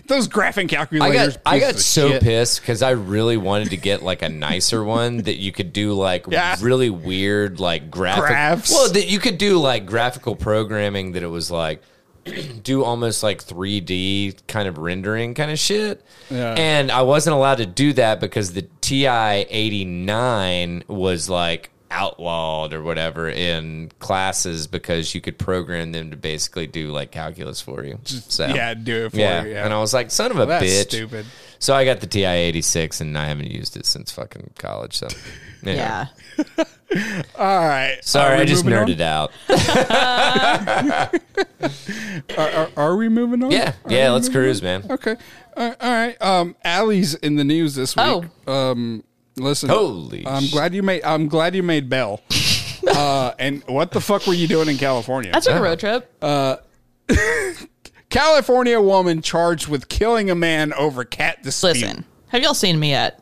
[SPEAKER 1] those graphing
[SPEAKER 2] I
[SPEAKER 1] calculators.
[SPEAKER 2] got I got
[SPEAKER 1] pieces of
[SPEAKER 2] so
[SPEAKER 1] shit.
[SPEAKER 2] pissed because I really wanted to get like a nicer one that you could do like
[SPEAKER 1] Yeah.
[SPEAKER 2] really weird like graphic.
[SPEAKER 1] Graphs.
[SPEAKER 2] Well, that you could do like graphical programming that it was like (clears throat) do almost like 3D kind of rendering kind of shit.
[SPEAKER 1] Yeah.
[SPEAKER 2] And I wasn't allowed to do that because the TI 89 was like outlawed or whatever in classes because you could program them to basically do like calculus for you. So
[SPEAKER 1] Yeah, do it for
[SPEAKER 2] yeah.
[SPEAKER 1] you. Yeah.
[SPEAKER 2] And I was like, son of a
[SPEAKER 1] That's
[SPEAKER 2] bitch.
[SPEAKER 1] stupid.
[SPEAKER 2] So I got the TI 86 and I haven't used it since fucking college. So, yeah.
[SPEAKER 3] Yeah,
[SPEAKER 1] All right.
[SPEAKER 2] Sorry,
[SPEAKER 1] Are we
[SPEAKER 2] I just
[SPEAKER 1] moving on?
[SPEAKER 2] nerded out.
[SPEAKER 1] Are, are we moving on?
[SPEAKER 2] Yeah.
[SPEAKER 1] Are
[SPEAKER 2] Yeah,
[SPEAKER 1] we
[SPEAKER 2] let's
[SPEAKER 1] moving on?
[SPEAKER 2] cruise, man.
[SPEAKER 1] (laughs) Okay. All right, all right. Um, Allie's in the news this week.
[SPEAKER 3] Oh.
[SPEAKER 1] Um, listen.
[SPEAKER 2] Holy
[SPEAKER 1] I'm
[SPEAKER 2] sh-
[SPEAKER 1] glad you made. I'm glad you made
[SPEAKER 2] (laughs)
[SPEAKER 1] Bell. uh, and what the fuck were you doing in California?
[SPEAKER 3] I took a road trip.
[SPEAKER 1] California woman charged with killing a man over cat dispute.
[SPEAKER 3] Listen, have y'all seen me yet?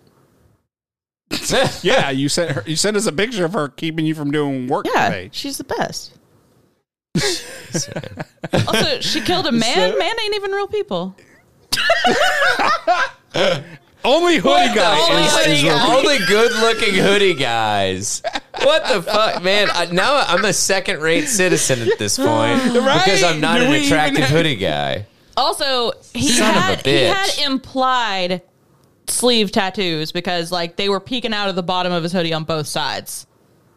[SPEAKER 1] Yeah, you sent her, you sent us a picture of her keeping you from doing work
[SPEAKER 3] Yeah,
[SPEAKER 1] today.
[SPEAKER 3] she's the best. also, she killed a man. man ain't even real people.
[SPEAKER 1] Only hoodie
[SPEAKER 2] The
[SPEAKER 1] guy.
[SPEAKER 2] only,
[SPEAKER 1] is- is
[SPEAKER 2] hoodie-
[SPEAKER 1] real.
[SPEAKER 2] only good-looking hoodie guys. What the fuck, man? I, now I'm a second-rate citizen at this point because I'm
[SPEAKER 1] Do
[SPEAKER 2] not
[SPEAKER 1] we
[SPEAKER 2] an
[SPEAKER 1] even
[SPEAKER 2] attractive
[SPEAKER 1] have-
[SPEAKER 2] hoodie guy.
[SPEAKER 3] Also, he
[SPEAKER 2] Son of a
[SPEAKER 3] had he
[SPEAKER 2] bitch.
[SPEAKER 3] had implied sleeve tattoos because like they were peeking out of the bottom of his hoodie on both sides.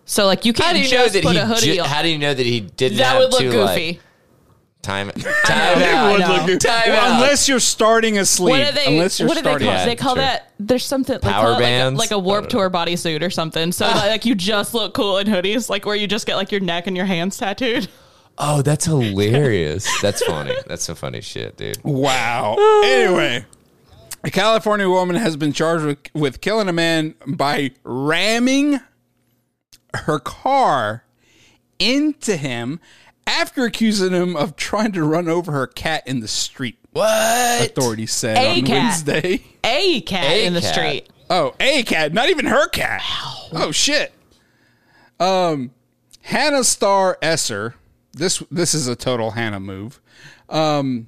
[SPEAKER 3] So like you
[SPEAKER 2] How
[SPEAKER 3] can't
[SPEAKER 2] do you know
[SPEAKER 3] just
[SPEAKER 2] that
[SPEAKER 3] put a hoodie
[SPEAKER 2] he? Ju-
[SPEAKER 3] on.
[SPEAKER 2] how do you know that he didn't?
[SPEAKER 3] that
[SPEAKER 2] have
[SPEAKER 3] would look
[SPEAKER 2] two, like,
[SPEAKER 3] goofy.
[SPEAKER 2] time. Time
[SPEAKER 3] I
[SPEAKER 2] out.
[SPEAKER 1] would
[SPEAKER 3] know.
[SPEAKER 1] look good.
[SPEAKER 2] Time
[SPEAKER 1] Well,
[SPEAKER 2] out.
[SPEAKER 1] unless you're starting a sleeve.
[SPEAKER 3] what are they?
[SPEAKER 1] unless you're
[SPEAKER 3] What do they call?
[SPEAKER 1] starting.
[SPEAKER 2] Yeah,
[SPEAKER 3] they call
[SPEAKER 2] sure.
[SPEAKER 3] that there's something they
[SPEAKER 2] Power
[SPEAKER 3] call it
[SPEAKER 2] bands?
[SPEAKER 3] like a, like a
[SPEAKER 2] I
[SPEAKER 3] warp
[SPEAKER 2] don't Ah.
[SPEAKER 3] tour bodysuit or something. So like you just look cool in hoodies, like where you just get like your neck and your hands tattooed.
[SPEAKER 2] Oh, that's hilarious. That's funny. That's some funny shit, dude.
[SPEAKER 1] Wow.
[SPEAKER 3] (laughs)
[SPEAKER 1] anyway, a California woman has been charged with, with killing a man by ramming her car into him after accusing him of trying to run over her cat in the street.
[SPEAKER 2] What?
[SPEAKER 1] Authorities said
[SPEAKER 3] A
[SPEAKER 1] on
[SPEAKER 3] cat.
[SPEAKER 1] Wednesday.
[SPEAKER 3] A cat
[SPEAKER 2] A
[SPEAKER 3] in the
[SPEAKER 2] cat.
[SPEAKER 3] street.
[SPEAKER 1] Oh, a cat, not even her cat. Oh shit. Um, Hannah Star Esser. This this is a total Hannah move. Um,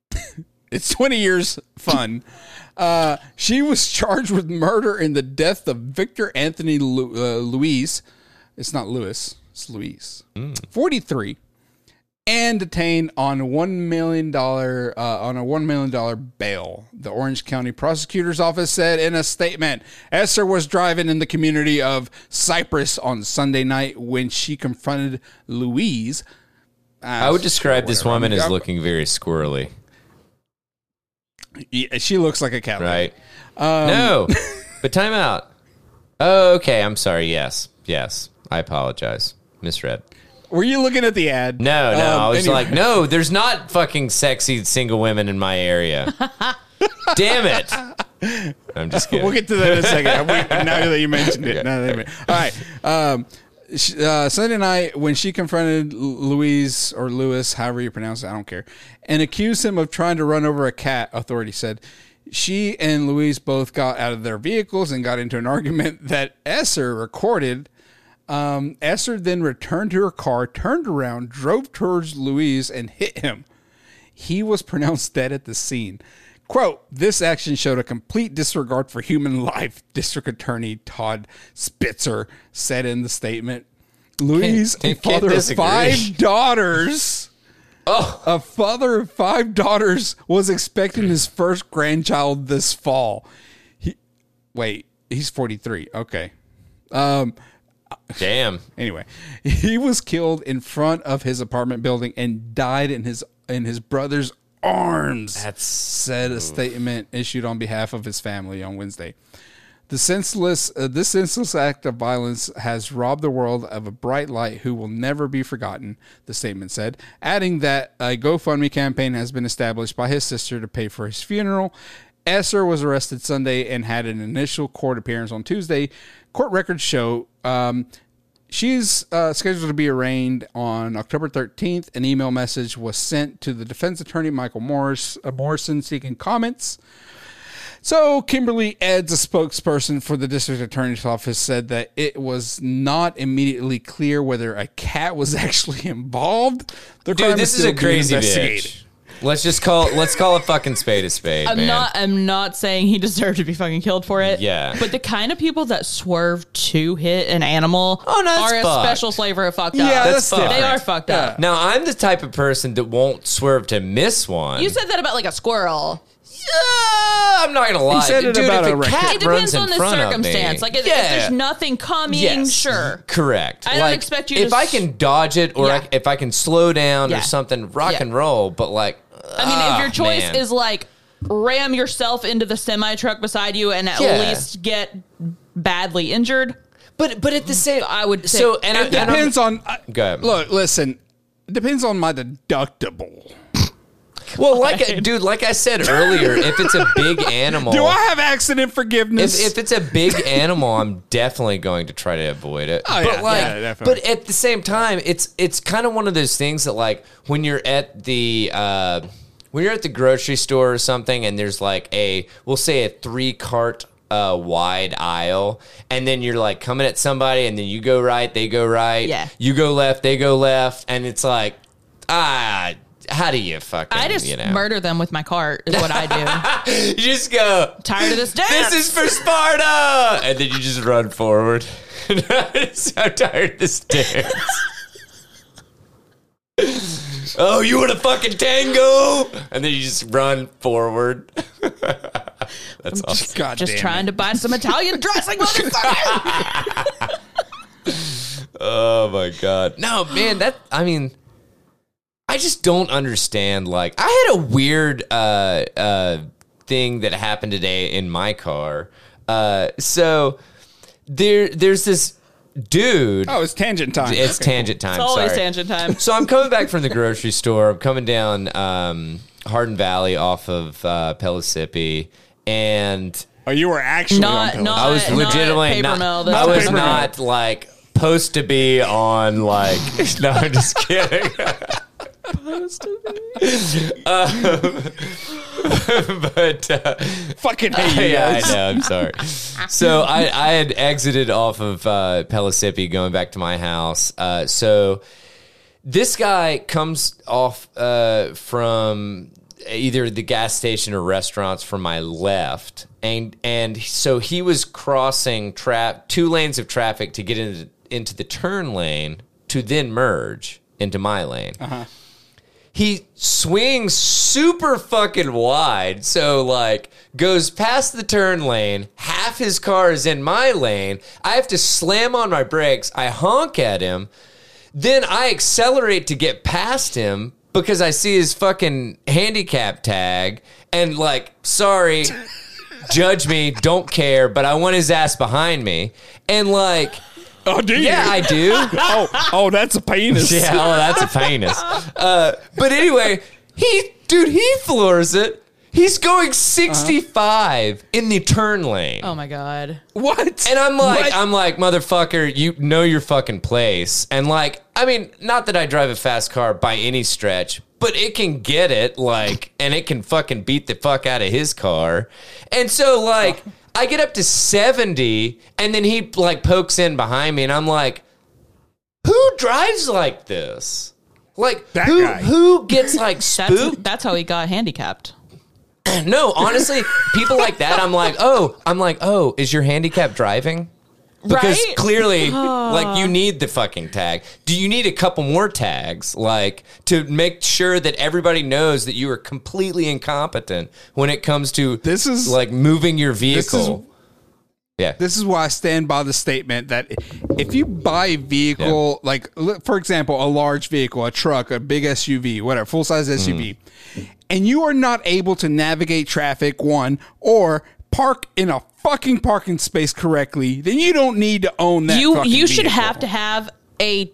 [SPEAKER 1] (laughs) it's twenty years fun. Uh, she was charged with murder in the death of Victor Anthony Lu- uh, Luis. It's not Lewis. It's Luis. Forty three and detained on one million dollar uh, on a one million dollar bail. The Orange County Prosecutor's Office said in a statement, Esther was driving in the community of Cypress on Sunday night when she confronted Louise.
[SPEAKER 2] I would describe this
[SPEAKER 1] Whatever.
[SPEAKER 2] woman as
[SPEAKER 1] I'm-
[SPEAKER 2] looking very squirrely,
[SPEAKER 1] Yeah, she looks like a cat. lady.
[SPEAKER 2] right?
[SPEAKER 1] Um, (laughs)
[SPEAKER 2] no, but time out. Oh, okay. I'm sorry. Yes, yes. I apologize. Misread.
[SPEAKER 1] Were you looking at the ad?
[SPEAKER 2] No, no.
[SPEAKER 1] Um,
[SPEAKER 2] I was
[SPEAKER 1] anyway.
[SPEAKER 2] like, no, there's not fucking sexy single women in my
[SPEAKER 1] (laughs)
[SPEAKER 2] area. Damn it. I'm just
[SPEAKER 1] (laughs)
[SPEAKER 2] kidding.
[SPEAKER 1] We'll get to that in a second. We- now that you mentioned it. Now that you men- All right. Um, sh- uh, Sunday night, when she confronted L- Louise or Lewis, however you pronounce it, I don't care, and accused him of trying to run over a cat, authorities said she and Louise both got out of their vehicles and got into an argument that Esser recorded. Um, Esser then returned to her car, turned around, drove towards Louise, and hit him he was (laughs) pronounced dead at the scene. Quote, this action showed a complete disregard for human (laughs) life, District Attorney Todd Spitzer said in the statement. Louise,
[SPEAKER 2] Can't-
[SPEAKER 1] a
[SPEAKER 2] can't
[SPEAKER 1] father of
[SPEAKER 2] disagree. (laughs)
[SPEAKER 1] five daughters.
[SPEAKER 2] Oh.
[SPEAKER 1] A father of five daughters was expecting his first grandchild this fall. He, wait, he's 43. Okay.
[SPEAKER 2] Damn.
[SPEAKER 1] Anyway, (laughs) he was killed in front of his apartment building and died in his in his brother's arms.
[SPEAKER 2] That's-
[SPEAKER 1] said a statement issued on behalf of his family on Wednesday. The senseless uh, this senseless act of violence has robbed the world of a bright light who will never be forgotten, the statement said, adding that a GoFundMe campaign has been established by his sister to pay for his funeral. Esser was arrested Sunday and had an initial court appearance on Tuesday. Court records show um, She's uh, scheduled to be arraigned on October 13th. An email message was sent to the defense attorney, Michael Morris, uh, Morrison, seeking comments. So, Kimberly Eds, a spokesperson for the district attorney's office, said that it was not immediately clear whether a cat was (laughs) actually involved. The
[SPEAKER 2] Dude,
[SPEAKER 1] crime
[SPEAKER 2] this is
[SPEAKER 1] still
[SPEAKER 2] a
[SPEAKER 1] being
[SPEAKER 2] crazy
[SPEAKER 1] investigated.
[SPEAKER 2] bitch. Let's just call let's call a fucking spade a spade,
[SPEAKER 3] I'm
[SPEAKER 2] man.
[SPEAKER 3] not. I'm not saying he (laughs) deserved to be fucking killed for it.
[SPEAKER 2] Yeah.
[SPEAKER 3] But the kind of people that swerve to hit an animal
[SPEAKER 2] Oh, no, that's
[SPEAKER 3] are a
[SPEAKER 2] fucked.
[SPEAKER 3] special flavor of fucked up.
[SPEAKER 1] Yeah,
[SPEAKER 2] That's
[SPEAKER 1] that's,
[SPEAKER 2] fucked.
[SPEAKER 1] different.
[SPEAKER 3] they are fucked up.
[SPEAKER 2] now I'm the type of person that won't swerve to miss one.
[SPEAKER 3] You said that about like a squirrel.
[SPEAKER 2] Yeah, I'm not gonna lie.
[SPEAKER 1] said it
[SPEAKER 2] Dude,
[SPEAKER 1] about
[SPEAKER 2] if
[SPEAKER 1] a
[SPEAKER 2] a
[SPEAKER 1] record.
[SPEAKER 2] cat
[SPEAKER 3] It depends
[SPEAKER 2] runs
[SPEAKER 3] on
[SPEAKER 2] in
[SPEAKER 3] the
[SPEAKER 2] front of me-
[SPEAKER 3] circumstance. Like if, if
[SPEAKER 2] Yeah.
[SPEAKER 3] there's nothing coming, sure.
[SPEAKER 2] Correct.
[SPEAKER 3] I don't
[SPEAKER 2] like,
[SPEAKER 3] expect you
[SPEAKER 2] If
[SPEAKER 3] to
[SPEAKER 2] I
[SPEAKER 3] s-
[SPEAKER 2] can dodge it, or
[SPEAKER 3] Yeah.
[SPEAKER 2] I, if I can slow down or
[SPEAKER 3] Yeah.
[SPEAKER 2] something, rock
[SPEAKER 3] Yeah.
[SPEAKER 2] and roll. But like,
[SPEAKER 3] I mean,
[SPEAKER 2] ah,
[SPEAKER 3] if your choice
[SPEAKER 2] man.
[SPEAKER 3] is like ram yourself into the semi truck beside you and at
[SPEAKER 2] Yeah.
[SPEAKER 3] least get badly injured,
[SPEAKER 2] but but at the same,
[SPEAKER 3] I would. Say,
[SPEAKER 2] so and, I,
[SPEAKER 1] It depends on. I,
[SPEAKER 2] Go ahead.
[SPEAKER 1] Look, listen. It depends on my deductible.
[SPEAKER 2] well, like I- dude, like I said earlier, if it's a big
[SPEAKER 3] (laughs)
[SPEAKER 2] animal,
[SPEAKER 1] Do I have accident
[SPEAKER 2] if,
[SPEAKER 1] forgiveness?
[SPEAKER 2] if it's a big animal, I'm definitely going to try to avoid it.
[SPEAKER 1] Oh,
[SPEAKER 2] but
[SPEAKER 1] yeah.
[SPEAKER 2] like,
[SPEAKER 1] Yeah, definitely.
[SPEAKER 2] but at the same time, it's it's kind of one of those things that like when you're at the uh, when you're at the grocery store or something, and there's like a we'll say a three cart. uh wide aisle, and then you're like coming at somebody, and then you go right, they go right,
[SPEAKER 3] Yeah.
[SPEAKER 2] you go left, they go left, and it's like, ah, how do you fucking,
[SPEAKER 3] I just
[SPEAKER 2] you know,
[SPEAKER 3] murder them with my cart is what I do.
[SPEAKER 2] (laughs) you just go,
[SPEAKER 3] Tired of this dance.
[SPEAKER 2] this is for Sparta! And then you just run forward. (laughs) I'm so tired of this dance. oh, you want a fucking tango? And then you just run forward. That's awesome.
[SPEAKER 1] God
[SPEAKER 3] just
[SPEAKER 1] damn
[SPEAKER 3] trying
[SPEAKER 1] it.
[SPEAKER 3] to buy some Italian
[SPEAKER 2] (laughs)
[SPEAKER 3] dressing, motherfucker.
[SPEAKER 2] Oh my god. No, man, that I mean I just don't understand like I had a weird uh uh thing that happened today in my car. Uh so there there's this dude
[SPEAKER 1] Oh, it's tangent time.
[SPEAKER 2] It's tangent time.
[SPEAKER 3] Always
[SPEAKER 2] sorry.
[SPEAKER 3] tangent time.
[SPEAKER 2] So I'm coming back from the grocery store. I'm coming down um, Hardin Valley off of uh, Pellissippi, and
[SPEAKER 1] Oh, you were actually
[SPEAKER 3] Not-
[SPEAKER 1] on Peloton.
[SPEAKER 3] not-
[SPEAKER 2] I was
[SPEAKER 3] not
[SPEAKER 2] legitimately
[SPEAKER 3] paper
[SPEAKER 2] not.
[SPEAKER 3] mill,
[SPEAKER 2] I
[SPEAKER 3] that's
[SPEAKER 2] was
[SPEAKER 1] paper mill.
[SPEAKER 2] not like supposed to be on like. (laughs) no, I'm just kidding. (laughs) Um, but. Uh,
[SPEAKER 1] fucking hate you
[SPEAKER 2] (laughs) yeah,
[SPEAKER 1] guys.
[SPEAKER 2] I know. I'm sorry. So I, I had exited off of uh, Pellissippi going back to my house. Uh, so this guy comes off uh, from either the gas station or restaurants from my left, and and so he was crossing trap two lanes of traffic to get into into the turn lane to then merge into my lane. he swings super fucking wide. So like goes past the turn lane. Half his car is in my lane. I have to slam on my brakes. I honk at him. Then I accelerate to get past him because I see his fucking handicap tag and like, sorry, judge me, don't care, but I want his ass behind me. And like,
[SPEAKER 1] Oh, do you?
[SPEAKER 2] yeah, I do.
[SPEAKER 1] (laughs) oh, oh, that's a penis.
[SPEAKER 2] (laughs) Yeah, oh, that's a penis. Uh, but anyway, he, dude, he floors it. He's going 65 in the turn lane.
[SPEAKER 3] (laughs) Oh my god.
[SPEAKER 1] (laughs) What?
[SPEAKER 2] And I'm like,
[SPEAKER 1] What?
[SPEAKER 2] I'm like, motherfucker, you know your fucking place. And like, I mean, not that I drive a fast car by any stretch, but it can get it, like, and it can fucking beat the fuck out of his car. And so,
[SPEAKER 1] (laughs)
[SPEAKER 2] like, I get up to 70, and then he like pokes in behind me, and I'm like, who drives like this? Like
[SPEAKER 1] That
[SPEAKER 2] who
[SPEAKER 1] guy.
[SPEAKER 2] who
[SPEAKER 1] (laughs)
[SPEAKER 2] gets like
[SPEAKER 3] That's
[SPEAKER 2] spooked?
[SPEAKER 3] that's how he got handicapped.
[SPEAKER 2] No, honestly, people like that, I'm like, oh, I'm like, oh, is your handicap driving? Because
[SPEAKER 3] right?
[SPEAKER 2] clearly, like, you need the fucking tag. Do you need a couple more tags, like, to make sure that everybody knows that you are completely incompetent when it comes to
[SPEAKER 1] This is-
[SPEAKER 2] like moving your
[SPEAKER 1] this is
[SPEAKER 2] vehicle? yeah,
[SPEAKER 1] this is why I stand by the statement that if you buy a vehicle, like like for example, a large vehicle, a truck, a big SUV, whatever, full size SUV,
[SPEAKER 2] Mm.
[SPEAKER 1] and you are not able to navigate traffic, one or park in a fucking parking space correctly, then you don't need to own that.
[SPEAKER 3] you
[SPEAKER 1] fucking
[SPEAKER 3] you should
[SPEAKER 1] vehicle.
[SPEAKER 3] have to have a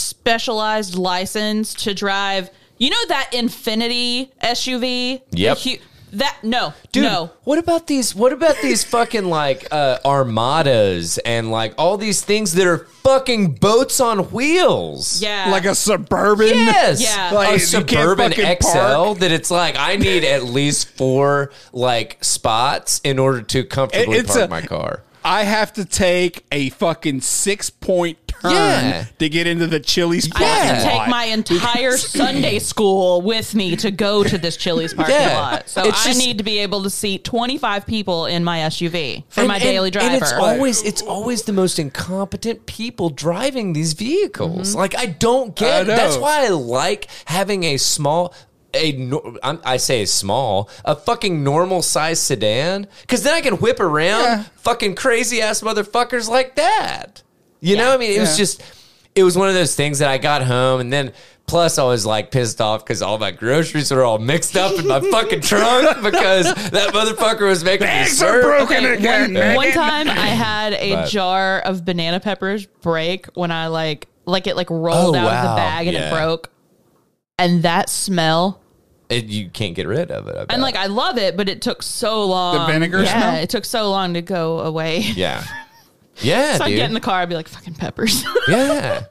[SPEAKER 3] specialized license to drive. You know that Infinity SUV.
[SPEAKER 2] Yep.
[SPEAKER 3] The hu- that no,
[SPEAKER 2] Dude,
[SPEAKER 3] no.
[SPEAKER 2] what about these? What about these fucking like uh, armadas and like all these things that are fucking boats on wheels?
[SPEAKER 3] Yeah.
[SPEAKER 1] like a suburban.
[SPEAKER 2] Yes.
[SPEAKER 3] Yeah.
[SPEAKER 1] Like, you
[SPEAKER 2] a
[SPEAKER 1] can't
[SPEAKER 2] suburban
[SPEAKER 1] fucking
[SPEAKER 2] XL
[SPEAKER 1] park.
[SPEAKER 2] that it's like I need at least four like spots in order to comfortably
[SPEAKER 1] It- it's
[SPEAKER 2] park
[SPEAKER 1] a-
[SPEAKER 2] my car.
[SPEAKER 1] I have to take a fucking six point turn
[SPEAKER 2] Yeah.
[SPEAKER 1] to get into the Chili's
[SPEAKER 3] I
[SPEAKER 1] parking
[SPEAKER 3] have to
[SPEAKER 1] lot.
[SPEAKER 3] take
[SPEAKER 2] (laughs)
[SPEAKER 3] my entire Sunday school with me to go to this Chili's parking
[SPEAKER 2] Yeah.
[SPEAKER 3] lot. So
[SPEAKER 2] It's
[SPEAKER 3] I
[SPEAKER 2] just-
[SPEAKER 3] need to be able to seat 25 people in my SUV for
[SPEAKER 2] And-
[SPEAKER 3] my
[SPEAKER 2] and-
[SPEAKER 3] daily driver.
[SPEAKER 2] And it's always it's always the most incompetent people driving these
[SPEAKER 3] Mm-hmm.
[SPEAKER 2] vehicles. Like I don't get.
[SPEAKER 1] I
[SPEAKER 2] it. That's
[SPEAKER 1] know.
[SPEAKER 2] why I like having a small. A nor- I'm, I say a small, a fucking normal size sedan, because then I can whip around
[SPEAKER 1] Yeah.
[SPEAKER 2] fucking crazy ass motherfuckers like that. You know, I mean, it was
[SPEAKER 1] Yeah.
[SPEAKER 2] just, it was one of those things that I got home and then. Plus, I was like pissed off because all my groceries were all mixed up
[SPEAKER 1] (laughs)
[SPEAKER 2] in my fucking trunk because that motherfucker was making me
[SPEAKER 1] Eggs are
[SPEAKER 2] serve.
[SPEAKER 1] broken
[SPEAKER 3] Okay,
[SPEAKER 1] again.
[SPEAKER 3] one, one
[SPEAKER 1] Megan.
[SPEAKER 3] time I had
[SPEAKER 2] (laughs)
[SPEAKER 3] a
[SPEAKER 2] But-
[SPEAKER 3] jar of banana peppers break when I like like it like rolled
[SPEAKER 2] Oh,
[SPEAKER 3] out of
[SPEAKER 2] wow.
[SPEAKER 3] the bag and
[SPEAKER 2] Yeah.
[SPEAKER 3] it broke. And that smell,
[SPEAKER 2] it, you can't get rid of it. I bet.
[SPEAKER 3] and like I love it, but it took so long.
[SPEAKER 1] vinegar
[SPEAKER 3] yeah,
[SPEAKER 1] smell?
[SPEAKER 3] it took so long to go away.
[SPEAKER 2] yeah, yeah,
[SPEAKER 3] (laughs) so I'd
[SPEAKER 2] dude.
[SPEAKER 3] get in the car, I'd be like, "Fucking peppers." (laughs)
[SPEAKER 2] yeah.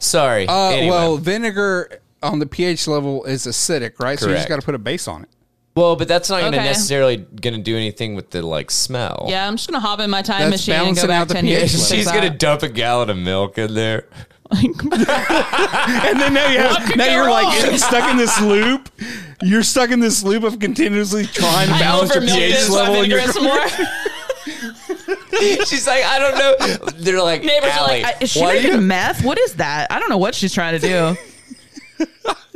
[SPEAKER 2] Sorry.
[SPEAKER 1] Uh,
[SPEAKER 2] Anyway.
[SPEAKER 1] Well, vinegar on the pH level is acidic, right? So you just
[SPEAKER 2] Correct.
[SPEAKER 1] got to put a base on it.
[SPEAKER 2] well, but that's not going to
[SPEAKER 3] Okay.
[SPEAKER 2] necessarily going to do anything with the like smell.
[SPEAKER 3] yeah, I'm just gonna hop in my time
[SPEAKER 1] That's
[SPEAKER 3] machine and go
[SPEAKER 1] balancing
[SPEAKER 3] back
[SPEAKER 1] out the
[SPEAKER 3] ten years.
[SPEAKER 1] pH
[SPEAKER 3] and fix
[SPEAKER 2] She's going to
[SPEAKER 3] that.
[SPEAKER 2] dump a gallon of milk in there. (laughs)
[SPEAKER 3] (laughs)
[SPEAKER 1] And then now you have, now
[SPEAKER 3] go
[SPEAKER 1] you're like (laughs)
[SPEAKER 3] wrong?
[SPEAKER 1] stuck in this loop. You're stuck in this loop of continuously trying to (laughs)
[SPEAKER 3] I
[SPEAKER 1] balance your
[SPEAKER 3] overmilked it,
[SPEAKER 1] pH
[SPEAKER 3] so I
[SPEAKER 1] level. in your
[SPEAKER 3] vinegar it some
[SPEAKER 1] (laughs)
[SPEAKER 3] more.
[SPEAKER 2] She's like, I don't know. They're like,
[SPEAKER 3] Neighbors are
[SPEAKER 2] Allie,
[SPEAKER 3] like, "I- "Is she
[SPEAKER 2] why do
[SPEAKER 3] making
[SPEAKER 2] you-
[SPEAKER 3] meth? What is that? I don't know what she's trying to
[SPEAKER 1] (laughs)
[SPEAKER 3] do."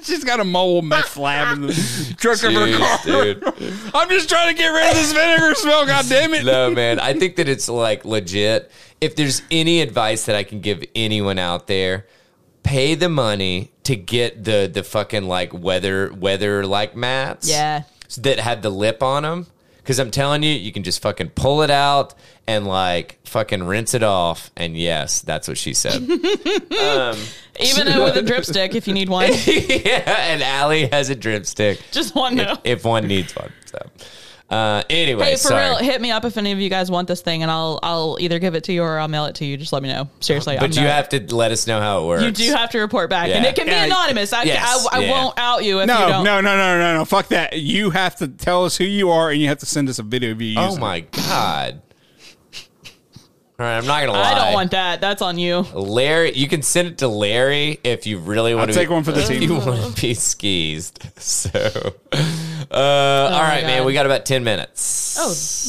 [SPEAKER 1] She's got a mole meth lab in (laughs) the trunk of her car.
[SPEAKER 2] Jeez, dude.
[SPEAKER 3] (laughs)
[SPEAKER 1] I'm just trying to get rid of (laughs) this vinegar smell. God damn it!
[SPEAKER 2] no, man. I think that it's like legit. If there's any advice that I can give anyone out there, pay the money to get the the fucking like weather weather like mats.
[SPEAKER 3] Yeah.
[SPEAKER 2] That have the lip on them. Cause I'm telling you, you can just fucking pull it out and like fucking rinse it off. And yes, that's what she
[SPEAKER 3] (laughs)
[SPEAKER 2] said.
[SPEAKER 3] Even uh, with a dripstick, if you need one,
[SPEAKER 2] (laughs)
[SPEAKER 1] (laughs)
[SPEAKER 2] yeah. And Allie has a dripstick
[SPEAKER 3] just one. though.
[SPEAKER 2] if one needs one. So uh anyway,
[SPEAKER 3] Hey, for
[SPEAKER 2] sorry.
[SPEAKER 3] real, hit me up if any of you guys want this thing, and I'll I'll either give it to you or I'll mail it to you. Just let me know. Seriously, I'm
[SPEAKER 2] but you
[SPEAKER 3] not-
[SPEAKER 2] have to let us know how it works.
[SPEAKER 3] you do have to report back, and
[SPEAKER 2] Yeah.
[SPEAKER 3] it can
[SPEAKER 1] Yeah,
[SPEAKER 3] be anonymous. I
[SPEAKER 2] yes,
[SPEAKER 3] I, I
[SPEAKER 2] yeah.
[SPEAKER 3] won't out you if you
[SPEAKER 1] No,
[SPEAKER 3] don't.
[SPEAKER 1] no, no, no, no, no. Fuck that. You have to tell us who you are, and you have to send us a video of you using.
[SPEAKER 2] Oh
[SPEAKER 1] it.
[SPEAKER 2] my god! All right, I'm not gonna lie.
[SPEAKER 3] I don't want that. That's on you.
[SPEAKER 2] Larry. You can send it to Larry if you really want
[SPEAKER 1] I'll
[SPEAKER 2] to
[SPEAKER 1] take one for the
[SPEAKER 2] If
[SPEAKER 1] team.
[SPEAKER 2] you want to be skeezed. (laughs) So, uh, all right, man.
[SPEAKER 3] Oh God.
[SPEAKER 2] We got about ten minutes.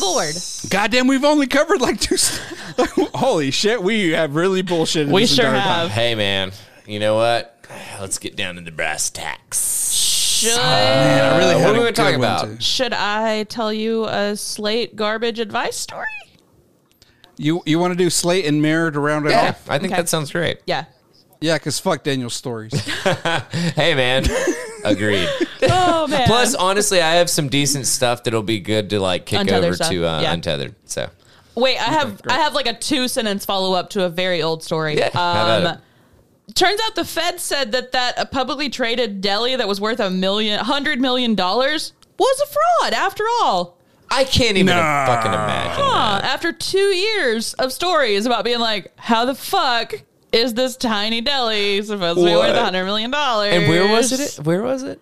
[SPEAKER 3] Oh Lord,
[SPEAKER 1] Goddamn, we've only covered like two. St- (laughs) Holy shit, we have really bullshitted.
[SPEAKER 3] We
[SPEAKER 1] this
[SPEAKER 3] sure
[SPEAKER 1] entire time.
[SPEAKER 3] have.
[SPEAKER 2] Hey, man. You know what? Let's get down to the brass tacks.
[SPEAKER 3] Should
[SPEAKER 1] Man, I really
[SPEAKER 2] Uh,
[SPEAKER 1] had
[SPEAKER 2] what
[SPEAKER 1] a
[SPEAKER 2] are we
[SPEAKER 1] good
[SPEAKER 2] talking
[SPEAKER 1] one,
[SPEAKER 2] about?
[SPEAKER 1] too.
[SPEAKER 3] should I tell you a slate garbage advice story?
[SPEAKER 1] You you want to do slate and mirror to round it
[SPEAKER 2] Yeah,
[SPEAKER 1] off?
[SPEAKER 2] I think
[SPEAKER 3] Okay.
[SPEAKER 2] that sounds great.
[SPEAKER 3] Yeah.
[SPEAKER 1] Yeah, because fuck Daniel's stories.
[SPEAKER 2] Hey, man.
[SPEAKER 3] (laughs)
[SPEAKER 2] Agreed. (laughs)
[SPEAKER 3] Oh man.
[SPEAKER 2] Plus, honestly, I have some decent stuff that'll be good to like kick
[SPEAKER 3] Untethered
[SPEAKER 2] over
[SPEAKER 3] stuff,
[SPEAKER 2] to uh,
[SPEAKER 3] yeah.
[SPEAKER 2] untethered. So
[SPEAKER 3] Wait, I have I have like a two sentence follow up to a very old story. Um,
[SPEAKER 2] Yeah, how about
[SPEAKER 3] turns out the Fed said that that a publicly traded deli that was worth a million, hundred million dollars was a fraud after all.
[SPEAKER 2] I can't even
[SPEAKER 1] Nah.
[SPEAKER 2] fucking imagine.
[SPEAKER 3] Huh,
[SPEAKER 2] that.
[SPEAKER 3] after two years of stories about being like, how the fuck is this tiny deli supposed to be
[SPEAKER 2] What?
[SPEAKER 3] worth hundred million dollars?
[SPEAKER 2] And where was it? Where was it?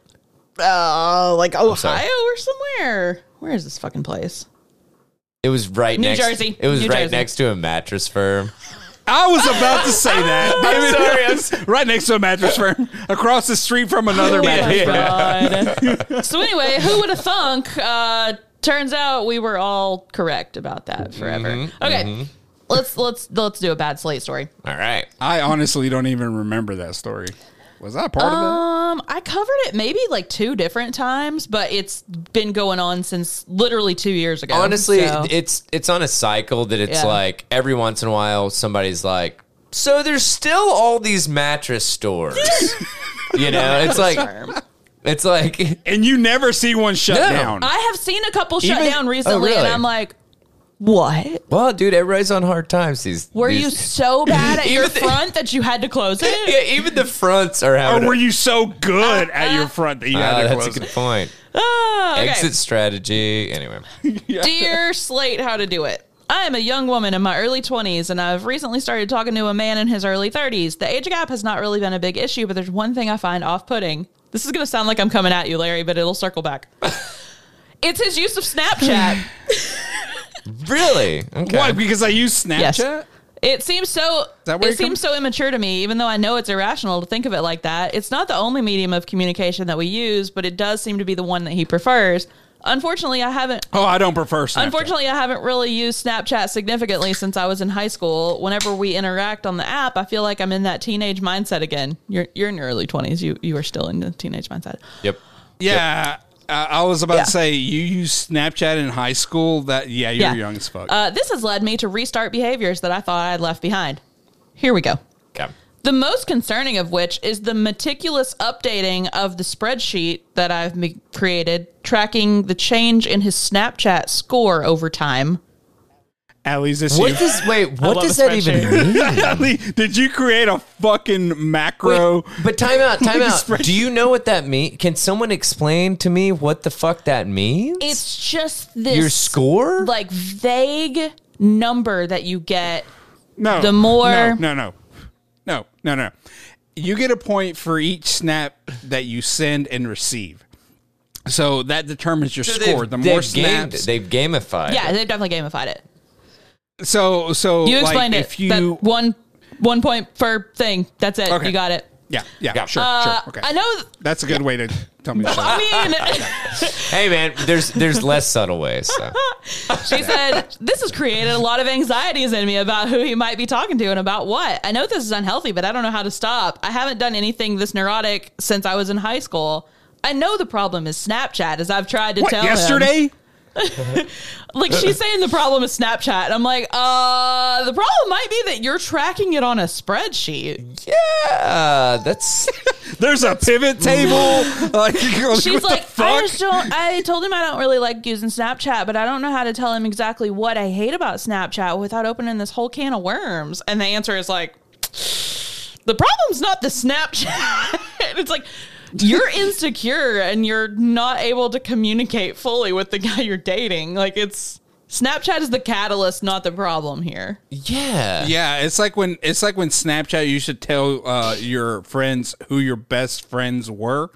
[SPEAKER 3] Uh, like
[SPEAKER 2] sorry.
[SPEAKER 3] Ohio or somewhere. Where is this fucking place?
[SPEAKER 2] It was right
[SPEAKER 3] New
[SPEAKER 2] next.
[SPEAKER 3] Jersey.
[SPEAKER 2] It was
[SPEAKER 3] New
[SPEAKER 2] right
[SPEAKER 3] Jersey.
[SPEAKER 2] next to a mattress firm.
[SPEAKER 1] I was about to
[SPEAKER 2] (laughs)
[SPEAKER 1] say that.
[SPEAKER 2] I'm sorry, I'm
[SPEAKER 1] (laughs) right next to a mattress firm, across the street from
[SPEAKER 2] (laughs)
[SPEAKER 1] another
[SPEAKER 3] Oh
[SPEAKER 1] mattress.
[SPEAKER 3] my
[SPEAKER 1] firm.
[SPEAKER 3] God. so anyway, who would have thunk? Uh, turns out we were all correct about that forever.
[SPEAKER 2] Mm-hmm,
[SPEAKER 3] Okay. Let's let's let's do a bad slate story.
[SPEAKER 2] All right.
[SPEAKER 1] I honestly don't even remember that story. Was I a part of it?
[SPEAKER 3] Um, I covered it maybe like two different times, but it's been going on since literally two years ago.
[SPEAKER 2] Honestly,
[SPEAKER 3] so-
[SPEAKER 2] it's it's on a cycle that it's
[SPEAKER 3] Yeah.
[SPEAKER 2] like every once in a while somebody's like, so there's still all these mattress
[SPEAKER 3] (laughs)
[SPEAKER 2] stores. you know, it's like it's like
[SPEAKER 1] And you never see one shut
[SPEAKER 2] No.
[SPEAKER 1] down.
[SPEAKER 3] Oh, I have seen a couple shut
[SPEAKER 2] Even-
[SPEAKER 3] down
[SPEAKER 2] Oh,
[SPEAKER 3] recently,
[SPEAKER 2] really?
[SPEAKER 3] and I'm like, what?
[SPEAKER 2] well, dude, everybody's on hard times. These
[SPEAKER 3] Were
[SPEAKER 2] these- (laughs)
[SPEAKER 3] you so bad at
[SPEAKER 2] Even
[SPEAKER 3] your
[SPEAKER 2] the-
[SPEAKER 3] front that you had to close it?
[SPEAKER 2] (laughs) yeah, even the fronts are
[SPEAKER 1] or
[SPEAKER 2] having.
[SPEAKER 1] were you so good at your front that you
[SPEAKER 2] Ah,
[SPEAKER 1] had to
[SPEAKER 2] that's
[SPEAKER 1] close
[SPEAKER 2] a good
[SPEAKER 1] it?
[SPEAKER 2] point.
[SPEAKER 3] Ah, okay.
[SPEAKER 2] Exit strategy. Anyway,
[SPEAKER 3] Dear Slate, how to do it. I am a young woman in my early 20s, and I've recently started talking to a man in his early 30s. The age gap has not really been a big issue, but there's one thing I find off putting. This is going to sound like I'm coming at you, Larry, but it'll
[SPEAKER 1] (laughs)
[SPEAKER 3] circle back. it's his use of Snapchat.
[SPEAKER 2] really? Okay.
[SPEAKER 1] Why? Because I use Snapchat?
[SPEAKER 3] Yes. It seems so.
[SPEAKER 1] that where
[SPEAKER 3] It
[SPEAKER 1] you're coming-
[SPEAKER 3] seems so immature to me, even though I know it's irrational to think of it like that. It's not the only medium of communication that we use, but it does seem to be the one that he prefers. Unfortunately, I haven't
[SPEAKER 1] Oh, I don't prefer Snapchat.
[SPEAKER 3] Unfortunately, I haven't really used Snapchat significantly since I was in high school. Whenever we interact on the app, I feel like I'm in that teenage mindset again. You're you're in your early 20s. You you are still in the teenage mindset.
[SPEAKER 2] Yep.
[SPEAKER 1] Yeah. I I was about
[SPEAKER 3] Yeah.
[SPEAKER 1] to say you use Snapchat in high school. That yeah, you're
[SPEAKER 3] Yeah.
[SPEAKER 1] young as fuck.
[SPEAKER 3] Uh, this has led me to restart behaviors that I thought I'd left behind. Here we go.
[SPEAKER 2] Okay.
[SPEAKER 3] The most concerning of which is the meticulous updating of the spreadsheet that I've me- created, tracking the change in his Snapchat score over time.
[SPEAKER 1] At least this
[SPEAKER 2] What does wait? What
[SPEAKER 5] love
[SPEAKER 2] does
[SPEAKER 5] a
[SPEAKER 2] that even mean?
[SPEAKER 1] (laughs)
[SPEAKER 2] (laughs)
[SPEAKER 1] Ali, did you create a fucking macro?
[SPEAKER 2] Wait, but
[SPEAKER 1] (laughs)
[SPEAKER 2] time out, time out.
[SPEAKER 1] Expression.
[SPEAKER 2] Do you know what that means? Can someone explain to me what the fuck that means?
[SPEAKER 3] It's just this
[SPEAKER 2] your score.
[SPEAKER 3] like vague number that you get.
[SPEAKER 1] No.
[SPEAKER 3] The more-
[SPEAKER 1] No, no, no. No, no, no. You get a point for each snap that you send and receive. So that determines your
[SPEAKER 2] So they've-
[SPEAKER 1] score. The more
[SPEAKER 2] they've gamed
[SPEAKER 1] snaps.
[SPEAKER 2] it. they've gamified.
[SPEAKER 3] Yeah,
[SPEAKER 2] it.
[SPEAKER 3] they've definitely gamified it.
[SPEAKER 1] so so
[SPEAKER 3] You explained
[SPEAKER 1] like,
[SPEAKER 3] it.
[SPEAKER 1] if you
[SPEAKER 3] that one one point per thing. That's it.
[SPEAKER 1] Okay.
[SPEAKER 3] You got it.
[SPEAKER 1] Yeah, yeah,
[SPEAKER 2] Yeah.
[SPEAKER 1] sure,
[SPEAKER 3] Uh,
[SPEAKER 1] sure. Okay.
[SPEAKER 3] I know. th-
[SPEAKER 1] That's a good way to tell
[SPEAKER 3] (laughs)
[SPEAKER 1] me to shut up. (laughs)
[SPEAKER 3] I mean, (laughs)
[SPEAKER 2] Hey man, there's there's less subtle ways. So.
[SPEAKER 3] she said this has created a lot of anxieties in me about who he might be talking to and about what. I know this is unhealthy, but I don't know how to stop. I haven't done anything this neurotic since I was in high school. I know the problem is Snapchat, as I've tried to
[SPEAKER 1] What,
[SPEAKER 3] tell him.
[SPEAKER 1] yesterday? (laughs)
[SPEAKER 3] Like she's saying the problem is Snapchat. And I'm like, uh, the problem might be that you're tracking it on a spreadsheet.
[SPEAKER 2] Yeah, that's
[SPEAKER 1] There's a pivot table. like,
[SPEAKER 3] She's
[SPEAKER 1] what the
[SPEAKER 3] like, I
[SPEAKER 1] fuck?
[SPEAKER 3] just don't. I told him I don't really like using Snapchat, but I don't know how to tell him exactly what I hate about Snapchat without opening this whole can of worms. And the answer is like, the problem's not the Snapchat. (laughs) it's like you're insecure and you're not able to communicate fully with the guy you're dating. Like it's Snapchat is the catalyst, not the problem here.
[SPEAKER 2] yeah.
[SPEAKER 1] Yeah, it's like when it's like when Snapchat you should tell uh, your friends who your best friends were,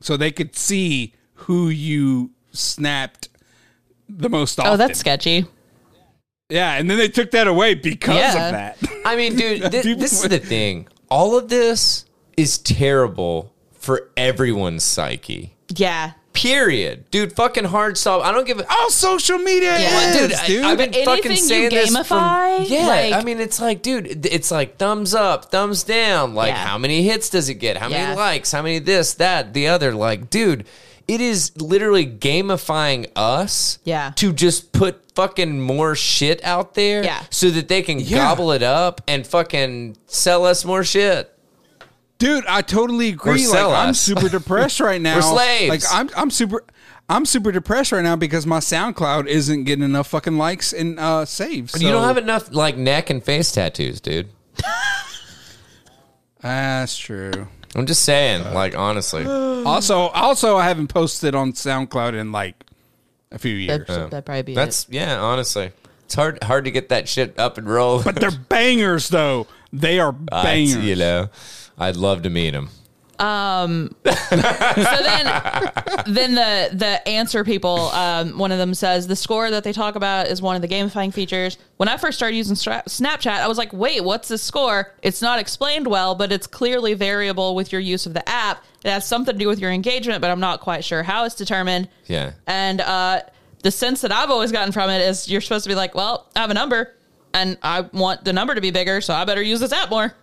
[SPEAKER 1] so they could see who you snapped the most often.
[SPEAKER 3] Oh, that's sketchy.
[SPEAKER 1] yeah, and then they took that away because
[SPEAKER 3] Yeah.
[SPEAKER 1] of that.
[SPEAKER 2] I
[SPEAKER 1] (laughs)
[SPEAKER 2] mean, dude, thi-
[SPEAKER 1] People
[SPEAKER 2] this is the thing. All of this is terrible for everyone's psyche.
[SPEAKER 3] Yeah.
[SPEAKER 2] Period, dude. Fucking hard stop. I don't give a
[SPEAKER 1] All social media,
[SPEAKER 3] Yeah.
[SPEAKER 1] is,
[SPEAKER 2] dude,
[SPEAKER 1] dude.
[SPEAKER 2] I, have been
[SPEAKER 3] Anything
[SPEAKER 2] fucking
[SPEAKER 3] you
[SPEAKER 2] saying this from,
[SPEAKER 3] gamify,
[SPEAKER 2] yeah
[SPEAKER 3] like-
[SPEAKER 2] i mean it's like dude it's like thumbs up thumbs down like
[SPEAKER 3] Yeah.
[SPEAKER 2] how many hits does it get how
[SPEAKER 3] Yeah.
[SPEAKER 2] many likes how many this that the other like dude it is literally gamifying us
[SPEAKER 3] Yeah.
[SPEAKER 2] to just put fucking more shit out there
[SPEAKER 3] Yeah.
[SPEAKER 2] so that they can gobble it up and fucking sell us more shit
[SPEAKER 1] dude, I totally agree. Like,
[SPEAKER 2] sell
[SPEAKER 1] I'm
[SPEAKER 2] us.
[SPEAKER 1] super depressed right now.
[SPEAKER 2] slaves.
[SPEAKER 1] Like, I'm, I'm super, I'm super depressed right now because my SoundCloud isn't getting enough fucking likes and uh, saves.
[SPEAKER 2] you don't
[SPEAKER 1] So-
[SPEAKER 2] have enough like neck and face tattoos dude
[SPEAKER 1] That's true.
[SPEAKER 2] i'm just saying like
[SPEAKER 1] (sighs)
[SPEAKER 3] (sighs)
[SPEAKER 2] honestly
[SPEAKER 1] also, also, I haven't posted on SoundCloud in like a few years.
[SPEAKER 3] That, would probably be
[SPEAKER 2] that's yeah honestly it's hard hard to get that shit up and roll
[SPEAKER 1] But they're bangers, though. They are
[SPEAKER 2] I'd-
[SPEAKER 1] bangers.
[SPEAKER 2] you know, I'd love to meet him.
[SPEAKER 3] it. So
[SPEAKER 2] (laughs)
[SPEAKER 3] then, then the the answer people. Um, one of them says the score that they talk about is one of the gamifying features. When I first started using Stra- Snapchat, I was like, "Wait, what's the score?" It's not explained well, but it's clearly variable with your use of the app. It has something to do with your engagement, but I'm not quite sure how it's determined.
[SPEAKER 2] Yeah.
[SPEAKER 3] And uh, the sense that I've always gotten from it is you're supposed to be like, well, I have a number and I want the number to be bigger, so I better use this app more.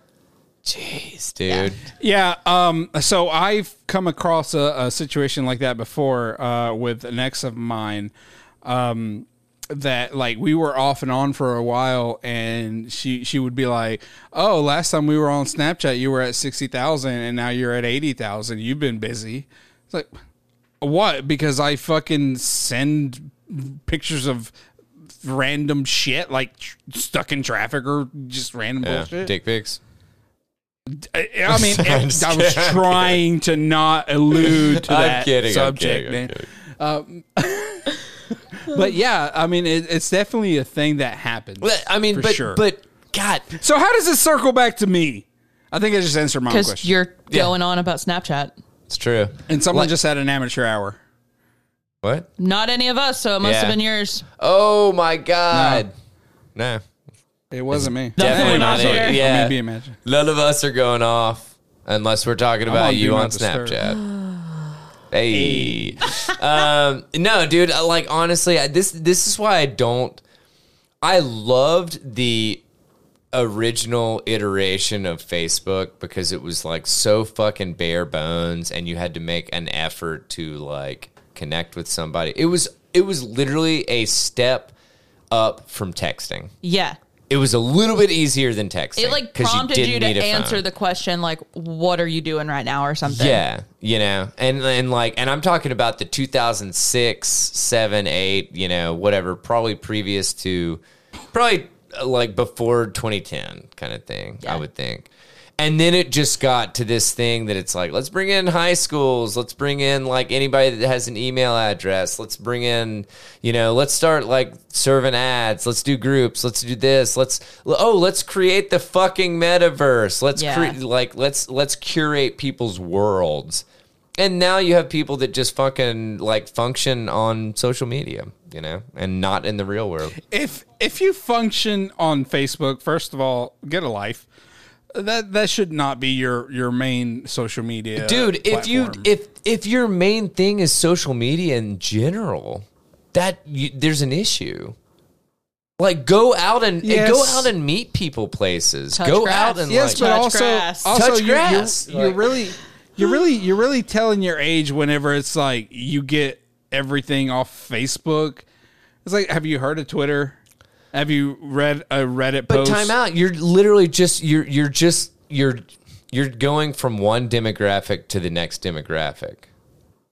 [SPEAKER 2] Jeez, dude.
[SPEAKER 1] Yeah. Um, so I've come across a, a situation like that before uh, with an ex of mine. Um, that like we were off and on for a while, and she she would be like, "Oh, last time we were on Snapchat, you were at sixty thousand, and now you're at eighty thousand. You've been busy." It's like, what? Because I fucking send pictures of random shit, like tr- stuck in traffic or just random
[SPEAKER 2] Yeah.
[SPEAKER 1] bullshit.
[SPEAKER 2] Dick pics.
[SPEAKER 1] I I mean,
[SPEAKER 2] (laughs) I'm
[SPEAKER 1] I
[SPEAKER 2] just
[SPEAKER 1] I was
[SPEAKER 2] kidding, I'm
[SPEAKER 1] trying to not allude to
[SPEAKER 2] I'm
[SPEAKER 1] that
[SPEAKER 2] kidding, I'm
[SPEAKER 1] subject,
[SPEAKER 2] kidding, I'm
[SPEAKER 1] man. Um, but yeah, I mean, it, it's definitely a thing that happens.
[SPEAKER 2] But, I mean,
[SPEAKER 1] for
[SPEAKER 2] but
[SPEAKER 1] sure.
[SPEAKER 2] but God,
[SPEAKER 1] so how does this circle back to me? I think I just answered my own
[SPEAKER 3] Because
[SPEAKER 1] question.
[SPEAKER 3] you're going on about Snapchat.
[SPEAKER 2] it's true.
[SPEAKER 1] And someone
[SPEAKER 2] Like-
[SPEAKER 1] just had an amateur hour.
[SPEAKER 2] What?
[SPEAKER 3] Not any of us, so it must
[SPEAKER 2] Yeah.
[SPEAKER 3] have been yours.
[SPEAKER 2] Oh my God. No.
[SPEAKER 1] It wasn't me.
[SPEAKER 2] Definitely
[SPEAKER 1] Anyway,
[SPEAKER 2] not
[SPEAKER 1] sorry.
[SPEAKER 2] it.
[SPEAKER 1] Let me
[SPEAKER 2] Yeah.
[SPEAKER 1] be imagined.
[SPEAKER 2] None of us are going off unless we're talking about
[SPEAKER 1] on Do
[SPEAKER 2] you
[SPEAKER 1] Not
[SPEAKER 2] on
[SPEAKER 1] Disturb. (sighs)
[SPEAKER 2] Snapchat. hey. um, no, dude. I- Like honestly, I, this this is why I don't. I loved the original iteration of Facebook because it was like so fucking bare bones and you had to make an effort to like connect with somebody. It was it was literally a step up from texting.
[SPEAKER 3] Yeah.
[SPEAKER 2] It was a little bit easier than texting.
[SPEAKER 3] It like
[SPEAKER 2] 'cause
[SPEAKER 3] prompted you,
[SPEAKER 2] didn't
[SPEAKER 3] to
[SPEAKER 2] need a phone.
[SPEAKER 3] answer the question, like, what are you doing right now or something?
[SPEAKER 2] Yeah, you know, and and like, and I'm talking about the 2006, seven, eight, you know, whatever, probably previous to, probably uh, like before 2010 kind of thing. I
[SPEAKER 3] Yeah.
[SPEAKER 2] would think. And then it just got to this thing that it's like, let's bring in high schools, let's bring in like anybody that has an email address, let's bring in, you know, let's start like serving ads, let's do groups, let's do this, let's oh, let's create the fucking metaverse, let's
[SPEAKER 3] Yeah.
[SPEAKER 2] create like let's let's curate people's worlds and now you have people that just fucking like function on social media you know and not in the real world
[SPEAKER 1] If if you function on Facebook, first of all, get a life. That that should not be your your main social media,
[SPEAKER 2] dude if you
[SPEAKER 1] platform.
[SPEAKER 2] if if your main thing is social media in general that you, there's an issue like go out and
[SPEAKER 1] Yes.
[SPEAKER 2] go out and meet people places
[SPEAKER 3] Touch
[SPEAKER 2] go
[SPEAKER 3] grass.
[SPEAKER 2] out and
[SPEAKER 1] Yes,
[SPEAKER 2] like
[SPEAKER 1] but
[SPEAKER 3] Touch
[SPEAKER 1] also,
[SPEAKER 3] grass.
[SPEAKER 1] also
[SPEAKER 2] Touch
[SPEAKER 1] you, are
[SPEAKER 2] grass.
[SPEAKER 1] You're,
[SPEAKER 2] Like- (laughs)
[SPEAKER 1] really, you're really, you're really telling your age whenever it's like you get everything off Facebook. It's like, have you heard of Twitter? Have you read a Reddit
[SPEAKER 2] But
[SPEAKER 1] post?
[SPEAKER 2] time out. You're literally just you're you're just you're you're going from one demographic to the next demographic.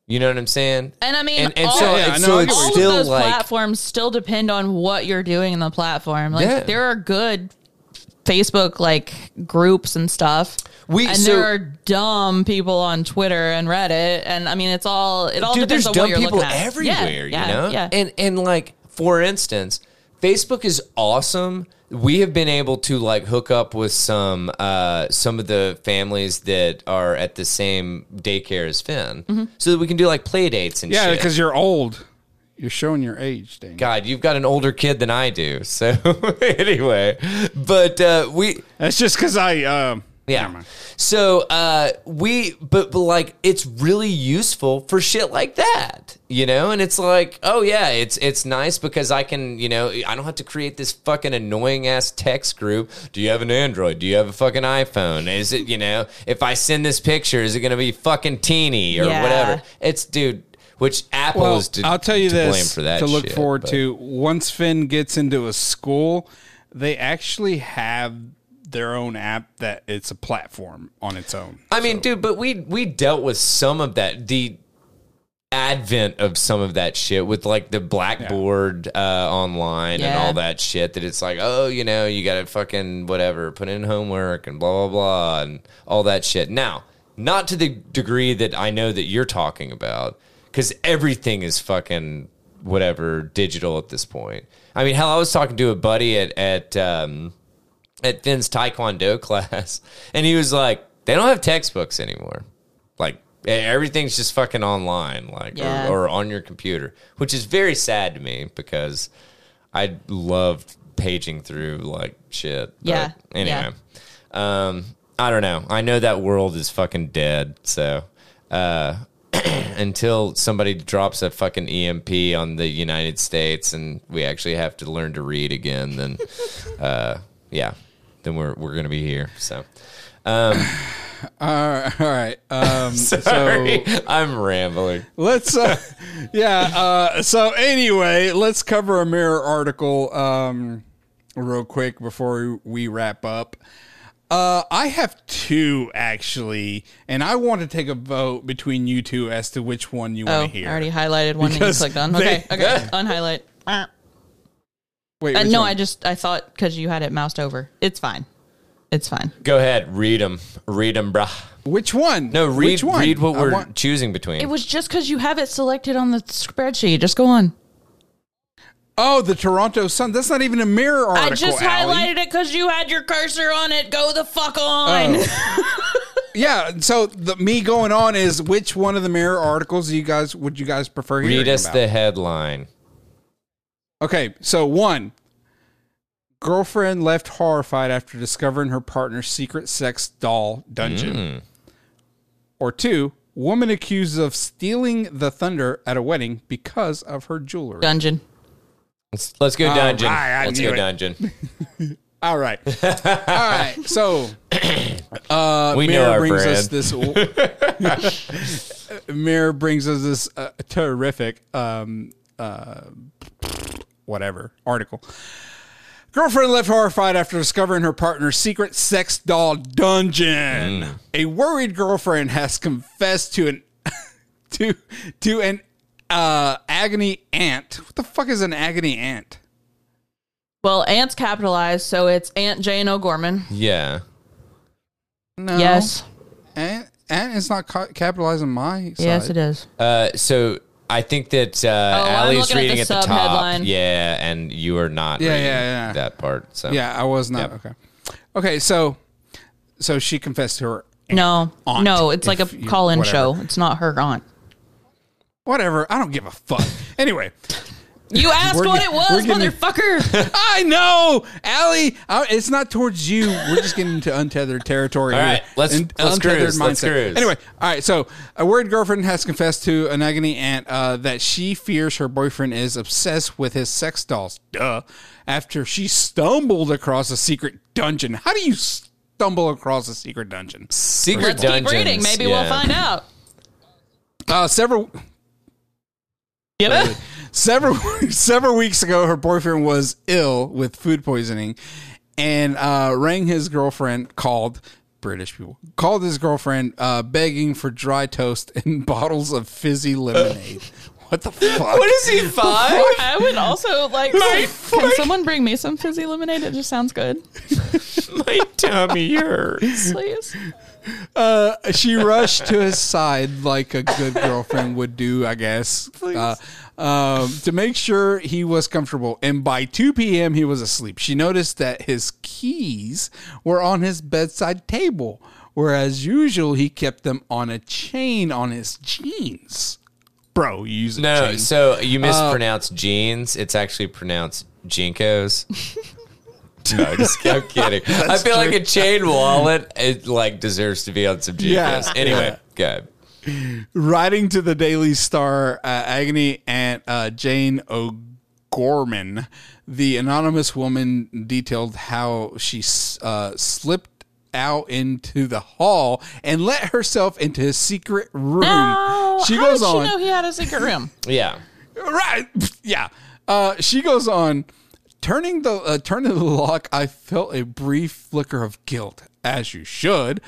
[SPEAKER 2] You know what I'm saying?
[SPEAKER 3] And I mean,
[SPEAKER 2] and, and
[SPEAKER 3] all,
[SPEAKER 2] so,
[SPEAKER 1] Yeah,
[SPEAKER 2] and
[SPEAKER 1] I know,
[SPEAKER 2] so
[SPEAKER 1] I
[SPEAKER 2] it's
[SPEAKER 1] get
[SPEAKER 3] all of
[SPEAKER 1] what
[SPEAKER 2] still
[SPEAKER 3] those
[SPEAKER 2] like
[SPEAKER 3] platforms still depend on what you're doing in the platform. Like,
[SPEAKER 2] Yeah.
[SPEAKER 3] there are good Facebook like groups and stuff.
[SPEAKER 2] we.
[SPEAKER 3] and
[SPEAKER 2] so,
[SPEAKER 3] there are dumb people on Twitter and Reddit, and I mean, it's all it all
[SPEAKER 2] dude, there's
[SPEAKER 3] depends on
[SPEAKER 2] dumb
[SPEAKER 3] what you're
[SPEAKER 2] people
[SPEAKER 3] looking at.
[SPEAKER 2] everywhere.
[SPEAKER 3] yeah,
[SPEAKER 2] you know,
[SPEAKER 3] yeah, yeah.
[SPEAKER 2] and and like for instance, Facebook is awesome. We have been able to like hook up with some uh, some of the families that are at the same daycare as Finn,
[SPEAKER 3] Mm-hmm.
[SPEAKER 2] so that we can do like play dates and
[SPEAKER 1] yeah,
[SPEAKER 2] shit.
[SPEAKER 1] because you're old. You're showing your age, dang.
[SPEAKER 2] God, you've got an older kid than I do. So (laughs) anyway, but uh, we
[SPEAKER 1] That's just because I um
[SPEAKER 2] Yeah.
[SPEAKER 1] Never mind.
[SPEAKER 2] So uh, we, but, but like, it's really useful for shit like that, you know. And it's like, oh yeah, it's it's nice because I can, you know, I don't have to create this fucking annoying ass text group. Do you have an Android? Do you have a fucking iPhone? Is it, you know, if I send this picture, is it going to be fucking teeny or
[SPEAKER 3] Yeah.
[SPEAKER 2] whatever? It's dude. Which Apple
[SPEAKER 1] Well,
[SPEAKER 2] is to,
[SPEAKER 1] I'll tell you
[SPEAKER 2] to
[SPEAKER 1] this
[SPEAKER 2] blame for that
[SPEAKER 1] to look
[SPEAKER 2] shit,
[SPEAKER 1] forward
[SPEAKER 2] but-
[SPEAKER 1] to. Once Finn gets into a school, they actually have their own app that it's a platform on its own. (laughs)
[SPEAKER 2] I mean, dude, but we we dealt with some of that the advent of some of that shit with like the blackboard uh, online and
[SPEAKER 3] Yeah.
[SPEAKER 2] all that shit that it's like oh you know you gotta fucking whatever put in homework and blah blah blah and all that shit now not to the degree that i know that you're talking about because everything is fucking whatever digital at this point i mean hell i was talking to a buddy at at um, at Finn's Taekwondo (laughs) class, and he was like, "They don't have textbooks anymore. Like e- everything's just fucking online, like
[SPEAKER 3] Yeah.
[SPEAKER 2] or, or on your computer," which is very sad to me because I loved paging through like shit. But
[SPEAKER 3] Yeah.
[SPEAKER 2] Anyway, um, I don't know. I know that world is fucking dead. So uh, (clears throat) until somebody drops a fucking EMP on the United States and we actually have to learn to read again,
[SPEAKER 3] (laughs)
[SPEAKER 2] then uh, yeah, then we're we're gonna be here.
[SPEAKER 1] (laughs)
[SPEAKER 2] So
[SPEAKER 1] All right, all right.
[SPEAKER 2] (laughs)
[SPEAKER 1] Um, so
[SPEAKER 2] sorry, I'm rambling.
[SPEAKER 1] let's, uh, (laughs) yeah. Uh, so anyway, let's cover a mirror article um, real quick before we wrap up. Uh, I have two actually, and I want to take a vote between you two as to which one you
[SPEAKER 3] Oh,
[SPEAKER 1] want to hear.
[SPEAKER 3] I already highlighted one
[SPEAKER 1] Because
[SPEAKER 3] that you clicked on.
[SPEAKER 1] they-
[SPEAKER 3] Okay,
[SPEAKER 2] (laughs)
[SPEAKER 3] okay, unhighlight. Uh,
[SPEAKER 1] Wait, which
[SPEAKER 3] no,
[SPEAKER 1] one?
[SPEAKER 3] I just I thought because you had it moused over. It's fine. It's fine.
[SPEAKER 2] Go ahead, read them, read them, bruh.
[SPEAKER 1] Which one?
[SPEAKER 2] No, read
[SPEAKER 1] Which one?
[SPEAKER 2] read what
[SPEAKER 1] I
[SPEAKER 2] we're
[SPEAKER 1] want-
[SPEAKER 2] choosing between.
[SPEAKER 3] It was just because you have it selected on the spreadsheet. Just go on.
[SPEAKER 1] oh, the Toronto Sun. That's not even a mirror article.
[SPEAKER 3] I just
[SPEAKER 1] Allie.
[SPEAKER 3] highlighted it because you had your cursor on it. Go the fuck on.
[SPEAKER 1] Oh. Yeah. So the me going on is which one of the mirror articles you guys would you guys prefer?
[SPEAKER 2] read
[SPEAKER 1] hearing
[SPEAKER 2] us
[SPEAKER 1] about?
[SPEAKER 2] the headline.
[SPEAKER 1] Okay, so one girlfriend left horrified after discovering her partner's secret sex doll dungeon. Or two, woman accused of stealing the thunder at a wedding because of her jewelry.
[SPEAKER 3] (laughs) Dungeon.
[SPEAKER 2] Let's, let's go dungeon.
[SPEAKER 1] right, Oh, I
[SPEAKER 2] let's
[SPEAKER 1] knew
[SPEAKER 2] go
[SPEAKER 1] it.
[SPEAKER 2] dungeon.
[SPEAKER 1] All right. All right. So
[SPEAKER 2] we know
[SPEAKER 1] Uh, Mirror
[SPEAKER 2] our
[SPEAKER 1] brings
[SPEAKER 2] brand.
[SPEAKER 1] us this. (laughs) Mirror brings us this uh, terrific, um, uh, whatever article. Girlfriend left horrified after discovering her partner's secret sex doll dungeon.
[SPEAKER 2] Mm.
[SPEAKER 1] A worried girlfriend has confessed to an (laughs) to to an uh, agony aunt. What the fuck is an agony aunt?
[SPEAKER 3] Well, Aunt's capitalized, so it's Aunt Jane O'Gorman.
[SPEAKER 2] yeah.
[SPEAKER 1] No.
[SPEAKER 3] Oh. Yes.
[SPEAKER 1] Aunt, aunt is not ca- capitalizing my. Side.
[SPEAKER 3] Yes, it is.
[SPEAKER 2] Uh, so I think that uh,
[SPEAKER 3] Oh, I'm
[SPEAKER 2] Allie's
[SPEAKER 3] looking at
[SPEAKER 2] reading
[SPEAKER 3] the
[SPEAKER 2] at the,
[SPEAKER 3] sub
[SPEAKER 2] top.
[SPEAKER 3] headline.
[SPEAKER 2] Yeah, and you are not
[SPEAKER 1] Yeah,
[SPEAKER 2] reading
[SPEAKER 1] yeah, yeah.
[SPEAKER 2] that part. So
[SPEAKER 1] Yeah, I was not.
[SPEAKER 2] Yep.
[SPEAKER 1] Okay. Okay, so so she confessed to her
[SPEAKER 3] No.
[SPEAKER 1] Aunt,
[SPEAKER 3] no, it's like a
[SPEAKER 1] if you-
[SPEAKER 3] call in
[SPEAKER 1] whatever.
[SPEAKER 3] show. It's not her aunt.
[SPEAKER 1] whatever, I don't give a
[SPEAKER 2] (laughs)
[SPEAKER 1] fuck. anyway,
[SPEAKER 3] You asked
[SPEAKER 1] We're
[SPEAKER 3] what
[SPEAKER 1] get-
[SPEAKER 3] it
[SPEAKER 1] we're
[SPEAKER 3] was,
[SPEAKER 1] getting- (laughs)
[SPEAKER 3] motherfucker.
[SPEAKER 1] I know, Allie, I, it's not towards you. We're just getting into untethered territory.
[SPEAKER 2] All
[SPEAKER 1] here.
[SPEAKER 2] right, let's- let's cruise, let's cruise.
[SPEAKER 1] Anyway, all right, so a word girlfriend has confessed to an agony aunt uh, that she fears her boyfriend is obsessed with his sex dolls. Duh. After she stumbled across a secret dungeon. How do you stumble across a secret dungeon?
[SPEAKER 2] secret
[SPEAKER 3] Let's
[SPEAKER 2] dungeons.
[SPEAKER 3] keep reading. Maybe we'll
[SPEAKER 2] yeah. (laughs)
[SPEAKER 3] find out.
[SPEAKER 1] Uh, several
[SPEAKER 3] Yep.
[SPEAKER 1] several (laughs) several weeks ago, her boyfriend was ill with food poisoning, and uh, rang his girlfriend. Called British people called his girlfriend, uh, begging for dry toast and (laughs) bottles of fizzy lemonade. what the fuck?
[SPEAKER 2] What is he five?
[SPEAKER 3] I would also like.
[SPEAKER 2] My
[SPEAKER 3] can
[SPEAKER 2] fuck.
[SPEAKER 3] someone bring me some fizzy lemonade? It just sounds good,
[SPEAKER 2] My tummy
[SPEAKER 1] (laughs)
[SPEAKER 2] hurts.
[SPEAKER 3] please.
[SPEAKER 1] Uh, she rushed to his side like a good girlfriend would do, I guess, uh, um, to make sure he was comfortable. And by 2 p.m., he was asleep. She noticed that his keys were on his bedside table, whereas usual he kept them on a chain on his jeans. Bro, you use a
[SPEAKER 2] No,
[SPEAKER 1] chain. Uh, (laughs)
[SPEAKER 2] so you mispronounced jeans. It's actually pronounced jinkos.
[SPEAKER 1] out.
[SPEAKER 2] No, just, I'm
[SPEAKER 1] (laughs)
[SPEAKER 2] kidding. I feel like a chain wallet. It like deserves to be on some GPS.
[SPEAKER 1] Yeah,
[SPEAKER 2] anyway, good.
[SPEAKER 1] Writing to the Daily Star, uh, Agony and uh, Jane O'Gorman, the anonymous woman detailed how she s- uh, slipped out into the hall and let herself into his secret room.
[SPEAKER 3] Oh,
[SPEAKER 1] she
[SPEAKER 3] how
[SPEAKER 1] goes
[SPEAKER 3] did
[SPEAKER 1] on.
[SPEAKER 3] She know he had a
[SPEAKER 1] (laughs)
[SPEAKER 3] secret room.
[SPEAKER 2] Yeah.
[SPEAKER 1] right (laughs) yeah uh, she goes on turning the uh, turning the lock i felt a brief flicker of guilt as you should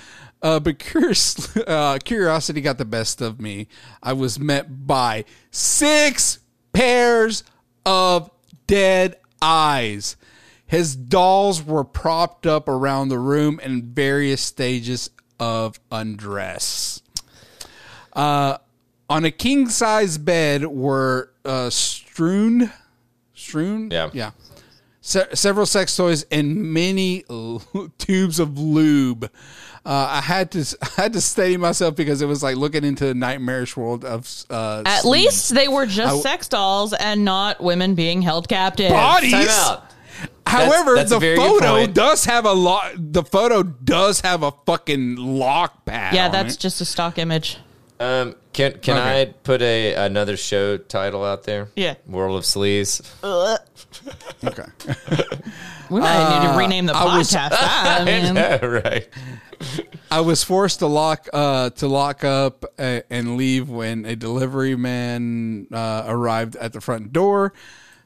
[SPEAKER 1] uh, but curious, (laughs) uh, curiosity got the best of me i was met by six pairs of dead eyes his dolls were propped up around the room in various stages of undress on a king size bed were uh, strewn, strewn,
[SPEAKER 2] Yeah.
[SPEAKER 1] yeah, se- several sex toys and many l- (laughs) tubes of lube. Uh, I had to s- (laughs) I had to steady myself because it was like looking into a nightmarish world of uh,
[SPEAKER 3] At least they were just sex dolls and not women being held captive.
[SPEAKER 1] bodies.
[SPEAKER 2] Time out.
[SPEAKER 1] However,
[SPEAKER 2] that's a
[SPEAKER 1] the
[SPEAKER 2] very good
[SPEAKER 1] photo
[SPEAKER 2] point.
[SPEAKER 1] does have a lock. The photo does have a fucking lock pad.
[SPEAKER 3] Yeah,
[SPEAKER 1] on
[SPEAKER 3] that's
[SPEAKER 1] it.
[SPEAKER 3] just a stock image.
[SPEAKER 2] Um, can can
[SPEAKER 1] Okay.
[SPEAKER 2] I put a another show title out there?
[SPEAKER 3] Yeah.
[SPEAKER 2] World of
[SPEAKER 3] (laughs)
[SPEAKER 2] Sleaze.
[SPEAKER 1] okay.
[SPEAKER 3] We might need to rename the
[SPEAKER 1] Uh, I was- (laughs)
[SPEAKER 3] podcast. that, I mean.
[SPEAKER 2] Yeah, right.
[SPEAKER 1] I was forced to lock uh, to lock up uh, and leave when a delivery man uh, arrived at the front door.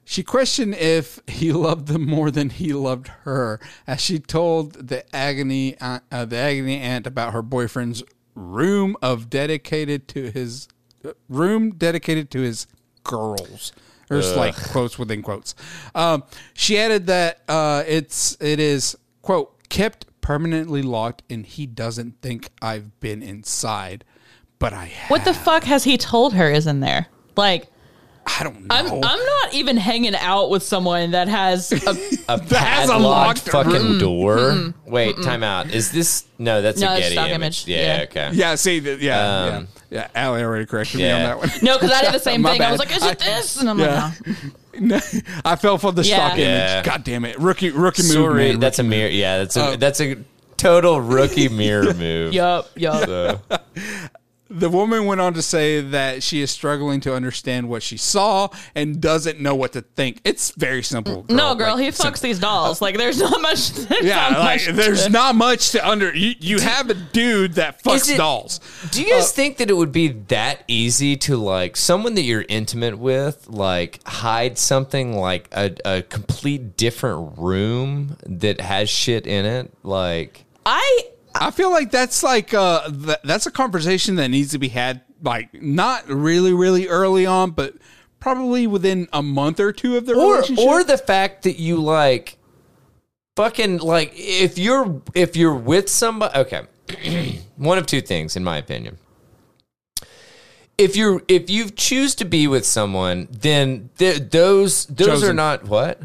[SPEAKER 1] She questioned if he (laughs) loved them more than he loved her, as she told the agony uh, uh, the agony aunt about her boyfriend's room of dedicated to his uh, room dedicated to his girls. There's like quotes within quotes. Um, she added that uh, it's it is quote kept permanently locked, and he doesn't think I've been inside, but I have.
[SPEAKER 3] What the fuck has he told her is in there? Like,
[SPEAKER 1] I don't know.
[SPEAKER 3] I'm, I'm not even hanging out with someone that has a
[SPEAKER 2] A Mm-hmm.
[SPEAKER 1] has a
[SPEAKER 2] padlocked
[SPEAKER 1] locked
[SPEAKER 2] fucking door. Wait, time out. Is this no? That's
[SPEAKER 3] No,
[SPEAKER 2] a
[SPEAKER 3] it's
[SPEAKER 2] Getty
[SPEAKER 3] stock
[SPEAKER 2] image.
[SPEAKER 3] image.
[SPEAKER 2] Yeah,
[SPEAKER 3] Yeah.
[SPEAKER 2] Okay.
[SPEAKER 1] yeah, see, the, yeah,
[SPEAKER 2] Um,
[SPEAKER 1] yeah, yeah. Allie already corrected
[SPEAKER 2] yeah.
[SPEAKER 1] me on that one.
[SPEAKER 3] No,
[SPEAKER 1] (laughs)
[SPEAKER 3] because (laughs) I did the same
[SPEAKER 1] My
[SPEAKER 3] thing. I was
[SPEAKER 1] bad.
[SPEAKER 3] like, is it this? And I'm
[SPEAKER 1] Yeah. (laughs)
[SPEAKER 3] like, no.
[SPEAKER 1] No, (laughs) I fell for the
[SPEAKER 3] Yeah.
[SPEAKER 1] stock image.
[SPEAKER 2] Yeah.
[SPEAKER 1] God damn it, rookie, rookie move.
[SPEAKER 2] Sorry,
[SPEAKER 1] man,
[SPEAKER 2] that's a mirror. Oh. Yeah, that's a that's a total (laughs) rookie mirror move.
[SPEAKER 3] Yup, yup.
[SPEAKER 2] So,
[SPEAKER 1] The woman went on to say that she is struggling to understand what she saw and doesn't know what to think. It's very simple.
[SPEAKER 3] No,
[SPEAKER 1] Oh,
[SPEAKER 3] girl,
[SPEAKER 1] Like,
[SPEAKER 3] he
[SPEAKER 1] simple.
[SPEAKER 3] fucks these dolls. Like, there's not much. (laughs) There's
[SPEAKER 1] Yeah,
[SPEAKER 3] not
[SPEAKER 1] like
[SPEAKER 3] much
[SPEAKER 1] there's not much to under. You, you have a dude that
[SPEAKER 2] Is
[SPEAKER 1] fucks
[SPEAKER 2] it-
[SPEAKER 1] dolls.
[SPEAKER 2] do you guys
[SPEAKER 3] Oh.
[SPEAKER 2] think that it would be that easy to like someone that you're intimate with, like hide something like a, a complete different room that has shit in it? Like,
[SPEAKER 3] I
[SPEAKER 1] I feel like that's like uh th- that's a conversation that needs to be had like not really really early on, but probably within a month or two of their
[SPEAKER 2] or
[SPEAKER 1] relationship.
[SPEAKER 2] or the fact that you like fucking like if you're if you're with somebody okay (clears throat) one of two things in my opinion if you're if you choose to be with someone then th- those those are
[SPEAKER 1] Chosen.
[SPEAKER 2] not what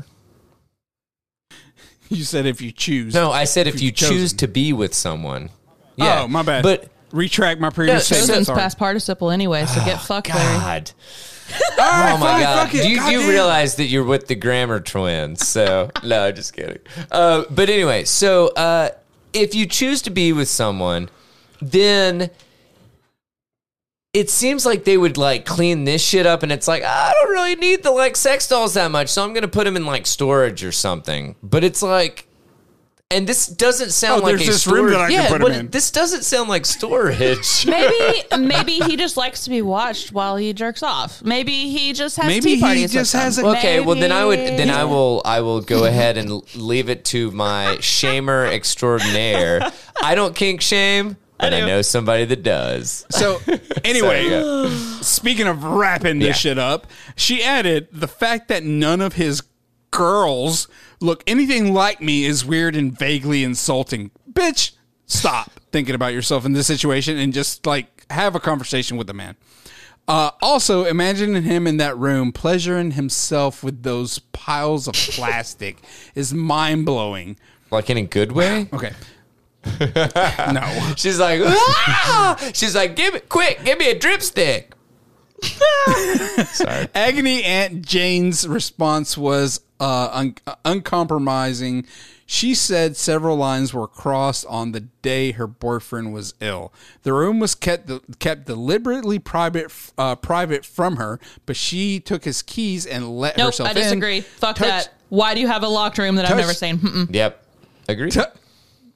[SPEAKER 1] you said if you choose.
[SPEAKER 2] no i said if you
[SPEAKER 1] Chosen.
[SPEAKER 2] choose to be with someone yeah
[SPEAKER 1] Oh my bad.
[SPEAKER 2] but
[SPEAKER 1] retract my previous
[SPEAKER 2] Yeah,
[SPEAKER 1] statement.
[SPEAKER 3] chosen's
[SPEAKER 1] Sorry.
[SPEAKER 3] past participle anyway, so
[SPEAKER 1] (sighs)
[SPEAKER 3] get fucked, Larry.
[SPEAKER 2] god
[SPEAKER 1] All right,
[SPEAKER 2] Oh my
[SPEAKER 1] fine,
[SPEAKER 2] god!
[SPEAKER 1] fuck it,
[SPEAKER 2] Do you, do you
[SPEAKER 1] goddamn.
[SPEAKER 2] realize that you're with the grammar twins? So (laughs) no, just kidding. Uh, but anyway, so uh, if you choose to be with someone, then it seems like they would like clean this shit up, and it's like I don't really need the like sex dolls that much, so I'm gonna put them in like storage or something. But it's like. And this doesn't sound
[SPEAKER 1] Oh,
[SPEAKER 2] like
[SPEAKER 1] there's
[SPEAKER 2] a
[SPEAKER 1] this
[SPEAKER 2] storage.
[SPEAKER 1] room that I can
[SPEAKER 2] yeah,
[SPEAKER 1] put 'em
[SPEAKER 2] but
[SPEAKER 1] in.
[SPEAKER 2] this doesn't sound like storage.
[SPEAKER 3] Maybe maybe he just likes to be watched while he jerks off. Maybe he just has
[SPEAKER 1] Maybe
[SPEAKER 3] tea
[SPEAKER 1] he
[SPEAKER 3] parties. with
[SPEAKER 1] just
[SPEAKER 3] them.
[SPEAKER 1] has a-
[SPEAKER 2] Okay, well then I would
[SPEAKER 3] Maybe-
[SPEAKER 2] then I will I will go ahead and leave it to
[SPEAKER 3] (laughs)
[SPEAKER 2] my shamer extraordinaire. I don't kink shame, but I,
[SPEAKER 3] do.
[SPEAKER 2] know somebody that does. (laughs)
[SPEAKER 1] So anyway,
[SPEAKER 2] Sorry,
[SPEAKER 1] speaking of wrapping this
[SPEAKER 2] Yeah.
[SPEAKER 1] shit up, she added the fact that none of his girls look anything like me is weird and vaguely insulting. Bitch, stop (laughs) thinking about yourself in this situation and just like have a conversation with the man. Uh, also, imagining him in that room, pleasuring himself with those piles of plastic is mind blowing.
[SPEAKER 2] Like in a good way.
[SPEAKER 1] Okay. (laughs) no.
[SPEAKER 2] She's like, "Ah!" she's like, give it quick, give me a
[SPEAKER 3] (laughs)
[SPEAKER 2] dripstick. Sorry.
[SPEAKER 1] Agony Aunt Jane's response was, uh, un- uncompromising. She said several lines were crossed on the day her boyfriend was ill. The room was kept kept deliberately private uh, private from her, but she took his keys and let
[SPEAKER 3] Nope,
[SPEAKER 1] herself
[SPEAKER 3] I
[SPEAKER 1] in.
[SPEAKER 3] disagree. Fuck
[SPEAKER 1] Touch-
[SPEAKER 3] that. Why do you have a locked room that I've
[SPEAKER 1] Touch-
[SPEAKER 3] never seen? Mm-mm.
[SPEAKER 2] Yep.
[SPEAKER 1] (laughs)
[SPEAKER 2] Agree.
[SPEAKER 1] tou-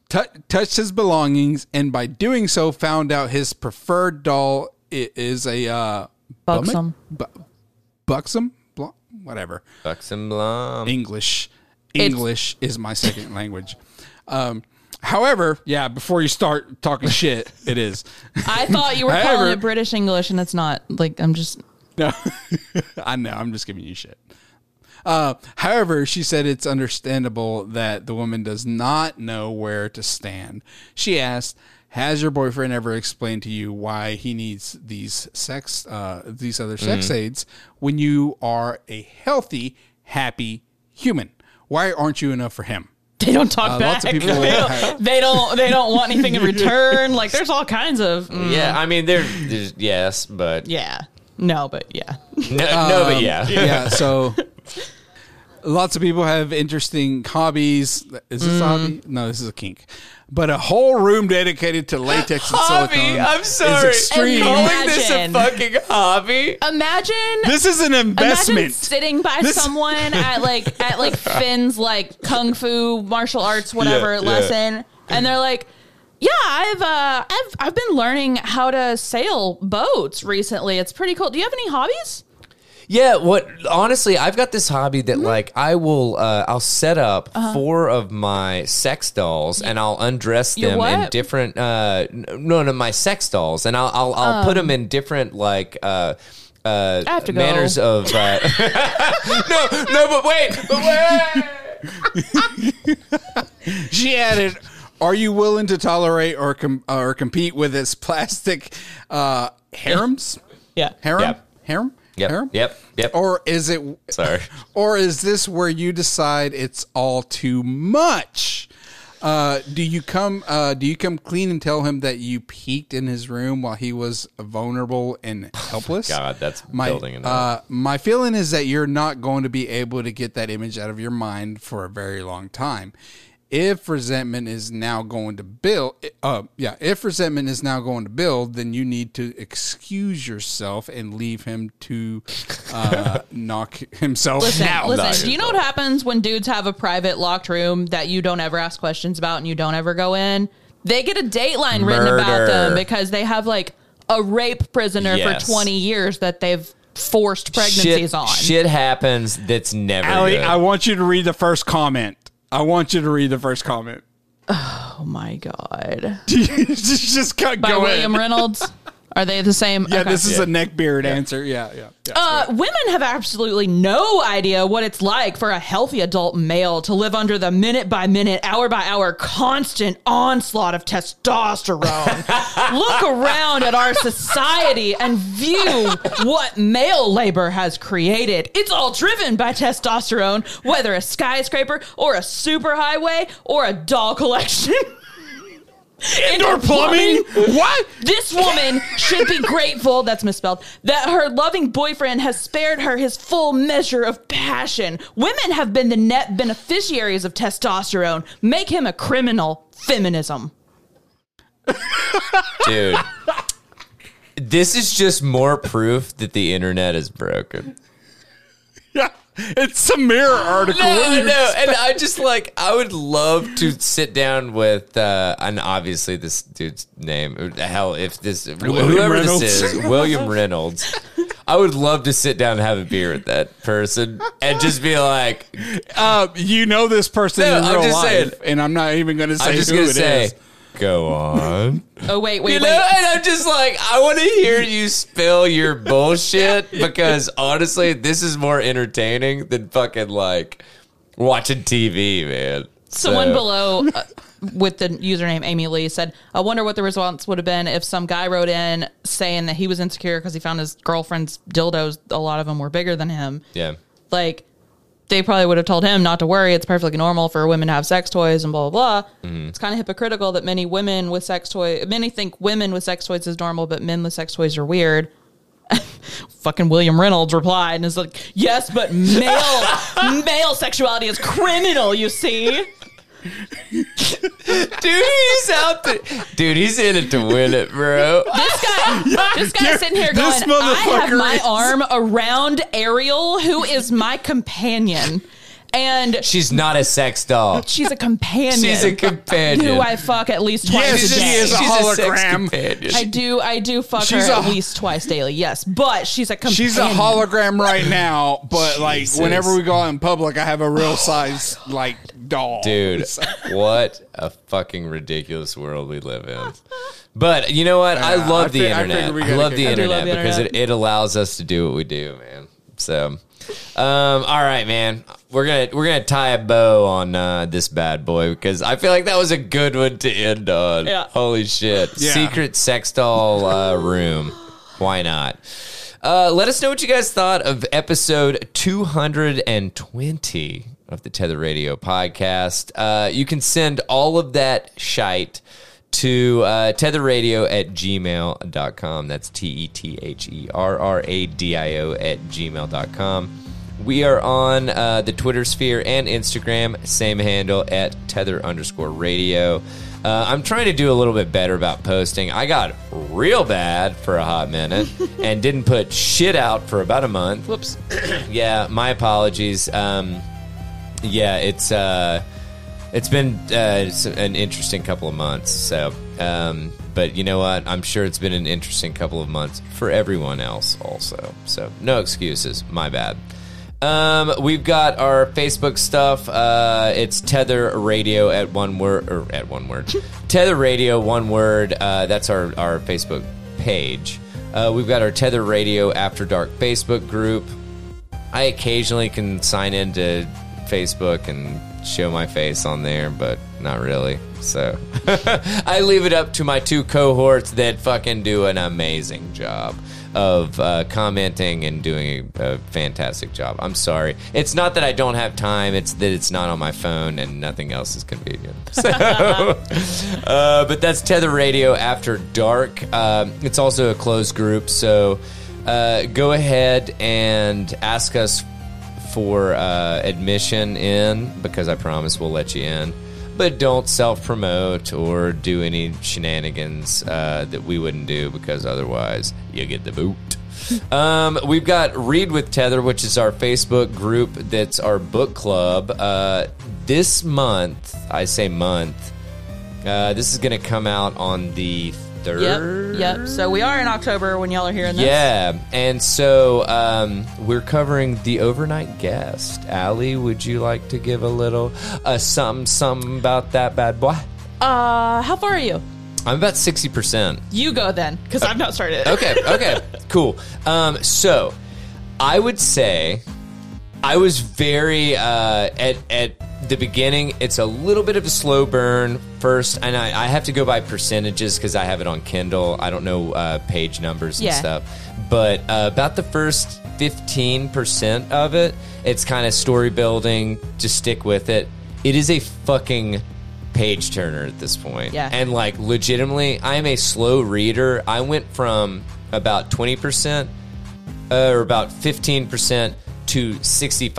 [SPEAKER 1] tou- touched his belongings, and by doing so, found out his preferred doll i- is a uh, bummock?
[SPEAKER 3] Buxom.
[SPEAKER 1] Bu- buxom, Blo- whatever.
[SPEAKER 2] Buxom Blom.
[SPEAKER 1] English. English is my second language. Um, however, yeah, before you start talking shit, it is. (laughs)
[SPEAKER 3] I thought you were
[SPEAKER 1] However-
[SPEAKER 3] calling it British English, and it's not. Like I'm just.
[SPEAKER 1] No, I know. I'm just giving you shit. Uh, however, she said it's understandable that the woman does not know where to stand. She asked, "Has your boyfriend ever explained to you why he needs these sex, uh, these other sex aids when you are a healthy, happy human? Why aren't you enough for him?"
[SPEAKER 3] They don't talk back.
[SPEAKER 1] Uh, lots of
[SPEAKER 3] (laughs)
[SPEAKER 1] people-
[SPEAKER 3] they, don't, they don't. They don't want
[SPEAKER 1] (laughs)
[SPEAKER 3] anything in return. Like there's all kinds of. mm,
[SPEAKER 2] Yeah, I mean, there- there's yes, but
[SPEAKER 3] (laughs) yeah. No, but yeah.
[SPEAKER 2] no, no, but yeah.
[SPEAKER 1] yeah. So lots of people have interesting hobbies. Is this a hobby? No, this is a kink. But a whole room dedicated to latex and silicone. Is extreme.
[SPEAKER 3] Imagine- Imagine.
[SPEAKER 2] fucking hobby.
[SPEAKER 3] Imagine.
[SPEAKER 1] This is an
[SPEAKER 3] Imagine
[SPEAKER 1] investment.
[SPEAKER 3] sitting by
[SPEAKER 1] This-
[SPEAKER 3] someone at like at like Finn's like kung fu martial arts whatever
[SPEAKER 2] Yeah, yeah.
[SPEAKER 3] lesson, and they're like, "Yeah, I've uh, I've I've been learning how to sail boats recently. It's pretty cool. Do you have any hobbies?
[SPEAKER 2] Yeah, what honestly, I've got this hobby that
[SPEAKER 3] Mm-hmm.
[SPEAKER 2] like I will uh, I'll set up
[SPEAKER 3] Uh-huh.
[SPEAKER 2] four of my sex dolls and I'll undress
[SPEAKER 3] Your
[SPEAKER 2] them in
[SPEAKER 3] what?
[SPEAKER 2] different uh n- no no my sex dolls and I'll I'll, I'll put them in different like uh uh
[SPEAKER 3] I have Um. to go.
[SPEAKER 2] manners of uh, (laughs) No, no, but wait. But wait.
[SPEAKER 1] (laughs) she added, "Are you willing to tolerate or com- or compete with its plastic uh, harems?
[SPEAKER 3] Yeah,
[SPEAKER 1] Harem?
[SPEAKER 2] Yep.
[SPEAKER 1] Harem?
[SPEAKER 2] Yep.
[SPEAKER 1] Harem?
[SPEAKER 2] Yep. Yep.
[SPEAKER 1] Or is it?
[SPEAKER 2] Sorry.
[SPEAKER 1] Or is this where you decide it's all too much? Uh, do you come? Uh, do you come clean and tell him that you peeked in his room while he was vulnerable and helpless?
[SPEAKER 2] God, that's
[SPEAKER 1] my
[SPEAKER 2] building it up.
[SPEAKER 1] uh, my feeling is that you're not going to be able to get that image out of your mind for a very long time. If resentment is now going to build, uh, yeah, if resentment is now going to build, then you need to excuse yourself and leave him to
[SPEAKER 2] (laughs)
[SPEAKER 1] uh, knock himself
[SPEAKER 3] Listen,
[SPEAKER 1] out.
[SPEAKER 3] listen.
[SPEAKER 2] Not
[SPEAKER 3] Do you know what happens when dudes have a private locked room that you don't ever ask questions about and you don't ever go in? They get a dateline written
[SPEAKER 2] Murder.
[SPEAKER 3] about them because they have like a rape prisoner
[SPEAKER 2] Yes.
[SPEAKER 3] for 20 years that they've forced pregnancies
[SPEAKER 2] shit,
[SPEAKER 3] on.
[SPEAKER 2] Shit happens. That's never.
[SPEAKER 1] Allie,
[SPEAKER 2] good.
[SPEAKER 1] I want you to read the first comment. I want you to read the first comment. (laughs)
[SPEAKER 3] Oh my god.
[SPEAKER 1] just just go
[SPEAKER 3] By
[SPEAKER 1] go
[SPEAKER 3] William
[SPEAKER 1] in.
[SPEAKER 2] (laughs)
[SPEAKER 3] Reynolds. Are they the same?
[SPEAKER 1] Yeah,
[SPEAKER 3] Okay.
[SPEAKER 1] this is
[SPEAKER 2] Yeah.
[SPEAKER 1] a neck beard answer. Yeah, yeah. yeah.
[SPEAKER 3] Uh, women have absolutely no idea what it's like for a healthy adult male to live under the minute by minute, hour by hour, constant onslaught of testosterone. Look around at our society and view what male labor has created. It's all driven by testosterone, whether a skyscraper or a superhighway or a doll collection. Indoor
[SPEAKER 1] plumbing? what?
[SPEAKER 3] This woman should be grateful, that's misspelled, that her loving boyfriend has spared her his full measure of passion. Women have been the net beneficiaries of testosterone. Make him a criminal. Feminism.
[SPEAKER 1] (laughs)
[SPEAKER 2] dude. This is just more proof that the internet is broken.
[SPEAKER 1] Yeah, it's a mirror article.
[SPEAKER 2] No, I know, and I just like I would love to sit down with, uh and obviously this dude's name. Hell, if this whoever
[SPEAKER 1] Reynolds.
[SPEAKER 2] this is, (laughs) William Reynolds. I would love to sit down and have a beer with that person and just be like,
[SPEAKER 1] Uh, you know this person
[SPEAKER 2] No,
[SPEAKER 1] in
[SPEAKER 2] I'm
[SPEAKER 1] real
[SPEAKER 2] just
[SPEAKER 1] life,
[SPEAKER 2] saying-
[SPEAKER 1] and I'm not even going to say
[SPEAKER 2] I'm just
[SPEAKER 1] who
[SPEAKER 2] gonna
[SPEAKER 1] it
[SPEAKER 2] say,
[SPEAKER 1] is.
[SPEAKER 2] go
[SPEAKER 1] (laughs)
[SPEAKER 2] on.
[SPEAKER 3] Oh, wait, wait,
[SPEAKER 2] You
[SPEAKER 3] wait.
[SPEAKER 2] know, and I'm just like, I want to hear you spill
[SPEAKER 1] (laughs)
[SPEAKER 2] your bullshit because honestly, this is more entertaining than fucking like watching TV, man.
[SPEAKER 3] Someone
[SPEAKER 2] So-
[SPEAKER 3] below uh, with the username Amy Lee said, I wonder what the response would have been if some guy wrote in saying that he was insecure because he found his girlfriend's dildos, a lot of them were bigger than him.
[SPEAKER 2] Yeah.
[SPEAKER 3] like they probably would have told him not to worry. It's perfectly normal for women to have sex toys and blah blah blah.
[SPEAKER 1] Mm-hmm.
[SPEAKER 3] It's kind of hypocritical that many women with sex toy many think women with sex toys is normal, but men with sex toys are weird. (laughs) fucking William Reynolds replied and is like, yes,
[SPEAKER 1] (laughs)
[SPEAKER 3] but male male sexuality is criminal. You see,
[SPEAKER 2] Dude, he's out there. Dude, he's in it to win it, bro.
[SPEAKER 3] this
[SPEAKER 1] (laughs)
[SPEAKER 3] guy, this guy sitting here going,
[SPEAKER 1] This
[SPEAKER 3] I have
[SPEAKER 1] motherfucker
[SPEAKER 3] my
[SPEAKER 1] is-
[SPEAKER 3] arm around Ariel, who is my companion,
[SPEAKER 1] (laughs)
[SPEAKER 3] and
[SPEAKER 2] She's not a sex doll.
[SPEAKER 3] she's a companion.
[SPEAKER 2] She's a companion.
[SPEAKER 3] who I fuck at least twice
[SPEAKER 1] Yes,
[SPEAKER 3] a
[SPEAKER 1] she
[SPEAKER 3] day.
[SPEAKER 1] is a
[SPEAKER 2] She's sex
[SPEAKER 1] hologram.
[SPEAKER 2] companion.
[SPEAKER 3] I do, I do fuck
[SPEAKER 1] She's
[SPEAKER 3] her
[SPEAKER 1] a-
[SPEAKER 3] at least twice daily. Yes, but she's a companion.
[SPEAKER 1] She's a hologram right now, but like
[SPEAKER 2] Jesus.
[SPEAKER 1] whenever we go out in public, I have a
[SPEAKER 2] (sighs)
[SPEAKER 1] real size like doll.
[SPEAKER 2] Dude, what a fucking ridiculous world we live in. But you know what? I
[SPEAKER 1] Yeah,
[SPEAKER 2] love
[SPEAKER 1] I
[SPEAKER 2] the
[SPEAKER 1] fig- I
[SPEAKER 2] internet.
[SPEAKER 1] figured we
[SPEAKER 2] I,
[SPEAKER 1] gotta
[SPEAKER 2] love
[SPEAKER 1] get-
[SPEAKER 2] the
[SPEAKER 1] I
[SPEAKER 3] do
[SPEAKER 2] internet
[SPEAKER 3] love the
[SPEAKER 2] because
[SPEAKER 3] internet.
[SPEAKER 2] It, it allows us to do what we do, man. So, um, all right, man. We're gonna we're gonna tie a bow on uh, this bad boy because I feel like that was a good one to end on.
[SPEAKER 3] Yeah.
[SPEAKER 2] Holy shit!
[SPEAKER 1] Yeah.
[SPEAKER 2] Secret sex doll uh, room. Why not? Uh, let us know what you guys thought of episode 220 of the Tether Radio podcast. Uh, you can send all of that shite to uh, tetherradio at gmail.com. That's T E T H E R R A D I O at gmail.com. We are on uh, the Twitter sphere and Instagram, same handle at tether underscore radio. Uh, I'm trying to do a little bit better about posting. I got real bad for a hot minute and didn't put shit out for about a month.
[SPEAKER 3] Whoops.
[SPEAKER 2] (clears throat) Yeah, my apologies. Um, yeah, it's uh, it's been uh, it's an interesting couple of months. So, um, but you know what? I'm sure it's been an interesting couple of months for everyone else, also. So, no excuses. My bad. Um, we've got our Facebook stuff. Uh, it's Tether Radio at one word or at one word. Tether Radio one word. Uh, that's our our Facebook page. Uh, we've got our Tether Radio After Dark Facebook group. I occasionally can sign into Facebook and show my face on there, but not really. So (laughs) I leave it up to my two cohorts that fucking do an amazing job of uh, commenting and doing a, a fantastic job. I'm sorry. It's not that I don't have time, it's that it's not on my phone and nothing else is convenient. So, uh, but that's Tether Radio After Dark. Um, it's also a closed group, so uh, go ahead and ask us for uh, admission in because I promise we'll let you in. But don't self promote or do any shenanigans uh, that we wouldn't do because otherwise you get the boot. Um, we've got Read with Tether, which is our Facebook group that's our book club. Uh, this month, I say month, uh, this is going to come out on the third.
[SPEAKER 3] Yep. Yep. So we are in October when y'all are hearing this.
[SPEAKER 2] Yeah, and so um, we're covering the overnight guest. Allie, would you like to give a little uh, something, something about that bad boy?
[SPEAKER 3] Uh, how far are you?
[SPEAKER 2] I'm about sixty percent.
[SPEAKER 3] You go then, because I've not started.
[SPEAKER 2] Okay, okay, cool. Um, so I would say I was very uh, at at the beginning. It's a little bit of a slow burn first, and I, I have to go by percentages because I have it on Kindle. I don't know uh, page numbers and
[SPEAKER 3] Yeah.
[SPEAKER 2] stuff, but uh, about the first fifteen percent of it, it's kind of story building. Just stick with it. It is a fucking page turner at this point.
[SPEAKER 3] Yeah.
[SPEAKER 2] And like legitimately, I am a slow reader. I went from about twenty percent uh, or about 15% to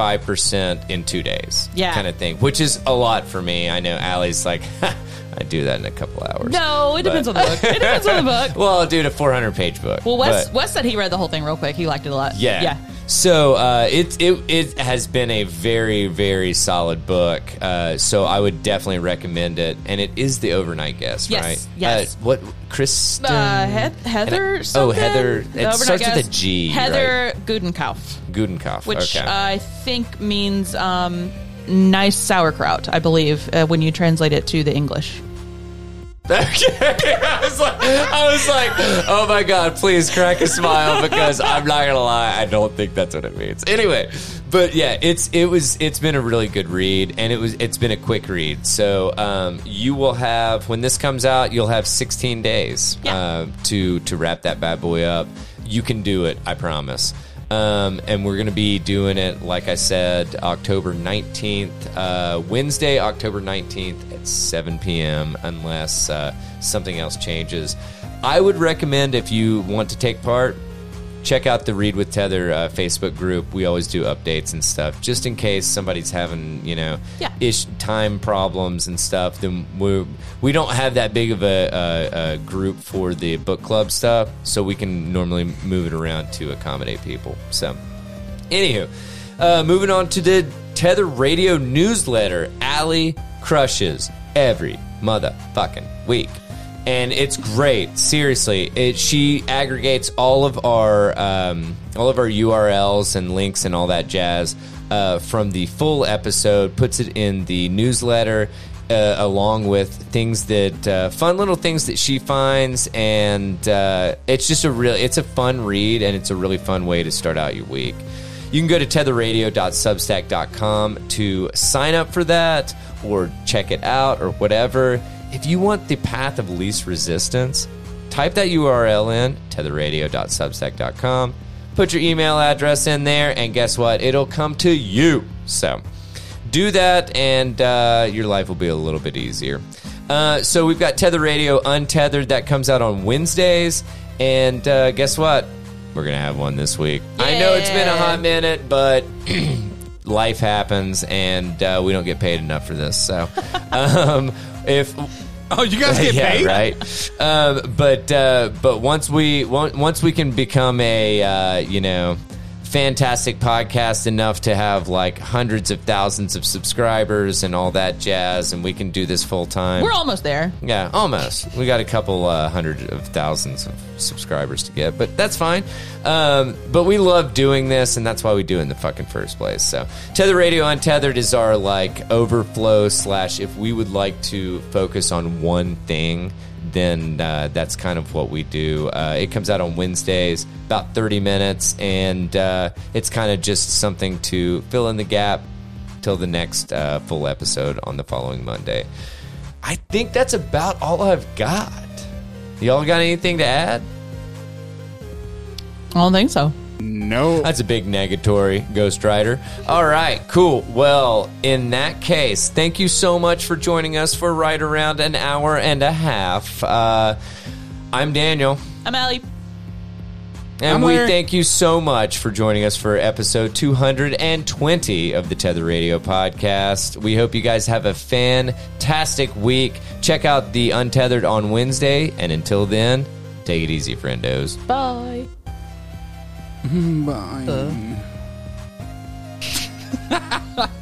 [SPEAKER 2] 65% in two days.
[SPEAKER 3] Yeah.
[SPEAKER 2] Kind of thing, which is a lot for me. I know Allie's like, (laughs) I do that in a couple hours.
[SPEAKER 3] No, it depends
[SPEAKER 2] But-
[SPEAKER 3] on the book. It depends on
[SPEAKER 2] (laughs)
[SPEAKER 3] the book.
[SPEAKER 2] Well, I'll do a 400 page book.
[SPEAKER 3] Well, Wes,
[SPEAKER 2] but-
[SPEAKER 3] Wes said he read the whole thing real quick. He liked it a lot.
[SPEAKER 2] yeah.
[SPEAKER 3] Yeah.
[SPEAKER 2] So uh, it, it it has been a very very solid book. Uh, so I would definitely recommend it, and it is the overnight guest,
[SPEAKER 3] Yes,
[SPEAKER 2] right?
[SPEAKER 3] yes.
[SPEAKER 2] Uh, what Kristen?
[SPEAKER 3] Uh, He- Heather.
[SPEAKER 2] And I- oh,
[SPEAKER 3] something?
[SPEAKER 2] Heather. It
[SPEAKER 3] The overnight
[SPEAKER 2] starts with a
[SPEAKER 3] guest.
[SPEAKER 2] G,
[SPEAKER 3] Heather Gudenkauf,
[SPEAKER 2] Gudenkauf.
[SPEAKER 3] which uh,
[SPEAKER 2] okay.
[SPEAKER 3] I think means um, nice sauerkraut. I believe uh, when you translate it to the English.
[SPEAKER 2] Okay. (laughs) I was like, I was like, oh my god, please crack a smile because I'm not gonna lie, I don't think that's what it means. Anyway, but yeah, it's it was it's been a really good read, and it was it's been a quick read. So um, you will have when this comes out, you'll have 16 days
[SPEAKER 3] Yeah.
[SPEAKER 2] uh, to to wrap that bad boy up. You can do it, I promise. Um, and we're going to be doing it, like I said, October 19th, uh, Wednesday, October 19th at 7 p.m., unless uh, something else changes. I would recommend if you want to take part, check out the Read with Tether uh, Facebook group. We always do updates and stuff, just in case somebody's having you know
[SPEAKER 3] Yeah.
[SPEAKER 2] ish time problems and stuff. Then we we don't have that big of a, a, a group for the book club stuff, so we can normally move it around to accommodate people. So, anywho, uh, moving on to the Tether Radio newsletter. Alley crushes every motherfucking week and it's great. Seriously, it she aggregates all of our um, all of our URLs and links and all that jazz uh, from the full episode, puts it in the newsletter. Uh, along with things that uh, fun little things that she finds and uh, it's just a real it's a fun read and it's a really fun way to start out your week you can go to tetherradio.substack.com to sign up for that or check it out or whatever. If you want the path of least resistance, type that URL in tetherradio.substack.com, put your email address in there, and guess what? It'll come to you. So do that, and uh, your life will be a little bit easier. Uh, so we've got Tether Radio Untethered that comes out on Wednesdays, and uh, guess what? We're gonna have one this week. I know it's been a hot minute, but (clears throat) life happens, and uh, we don't get paid enough for this. So, (laughs) um, if
[SPEAKER 1] Oh, you guys get
[SPEAKER 2] (laughs) yeah,
[SPEAKER 1] paid?
[SPEAKER 2] right. Um, but uh, but once we on- once we can become a uh, you know fantastic podcast enough to have like hundreds of thousands of subscribers and all that jazz, and we can do this full time.
[SPEAKER 3] We're almost there.
[SPEAKER 2] Yeah, almost. We got a couple uh, hundred of thousands of subscribers to get, but that's fine. Um, but we love doing this, and that's why we do it in the fucking first place. So, Tether Radio Untethered is our like overflow slash. If we would like to focus on one thing, then uh, that's kind of what we do. Uh, it comes out on Wednesdays, about thirty minutes, and uh, it's kind of just something to fill in the gap till the next uh, full episode on the following Monday. I think that's about all I've got. Y'all got anything to add?
[SPEAKER 3] I don't think so.
[SPEAKER 1] No.
[SPEAKER 2] That's a big negatory, Ghost Rider. All right, cool. Well, in that case, thank you so much for joining us for right around an hour and a half. Uh, I'm Daniel.
[SPEAKER 3] I'm Allie.
[SPEAKER 2] And
[SPEAKER 1] I'm
[SPEAKER 2] we
[SPEAKER 1] Larry.
[SPEAKER 2] thank you so much for joining us for episode 220 of the Tether Radio podcast. We hope you guys have a fantastic week. Check out the Untethered on Wednesday. And until then, take it easy, friendos.
[SPEAKER 3] Bye.
[SPEAKER 2] Uh.
[SPEAKER 1] Bye.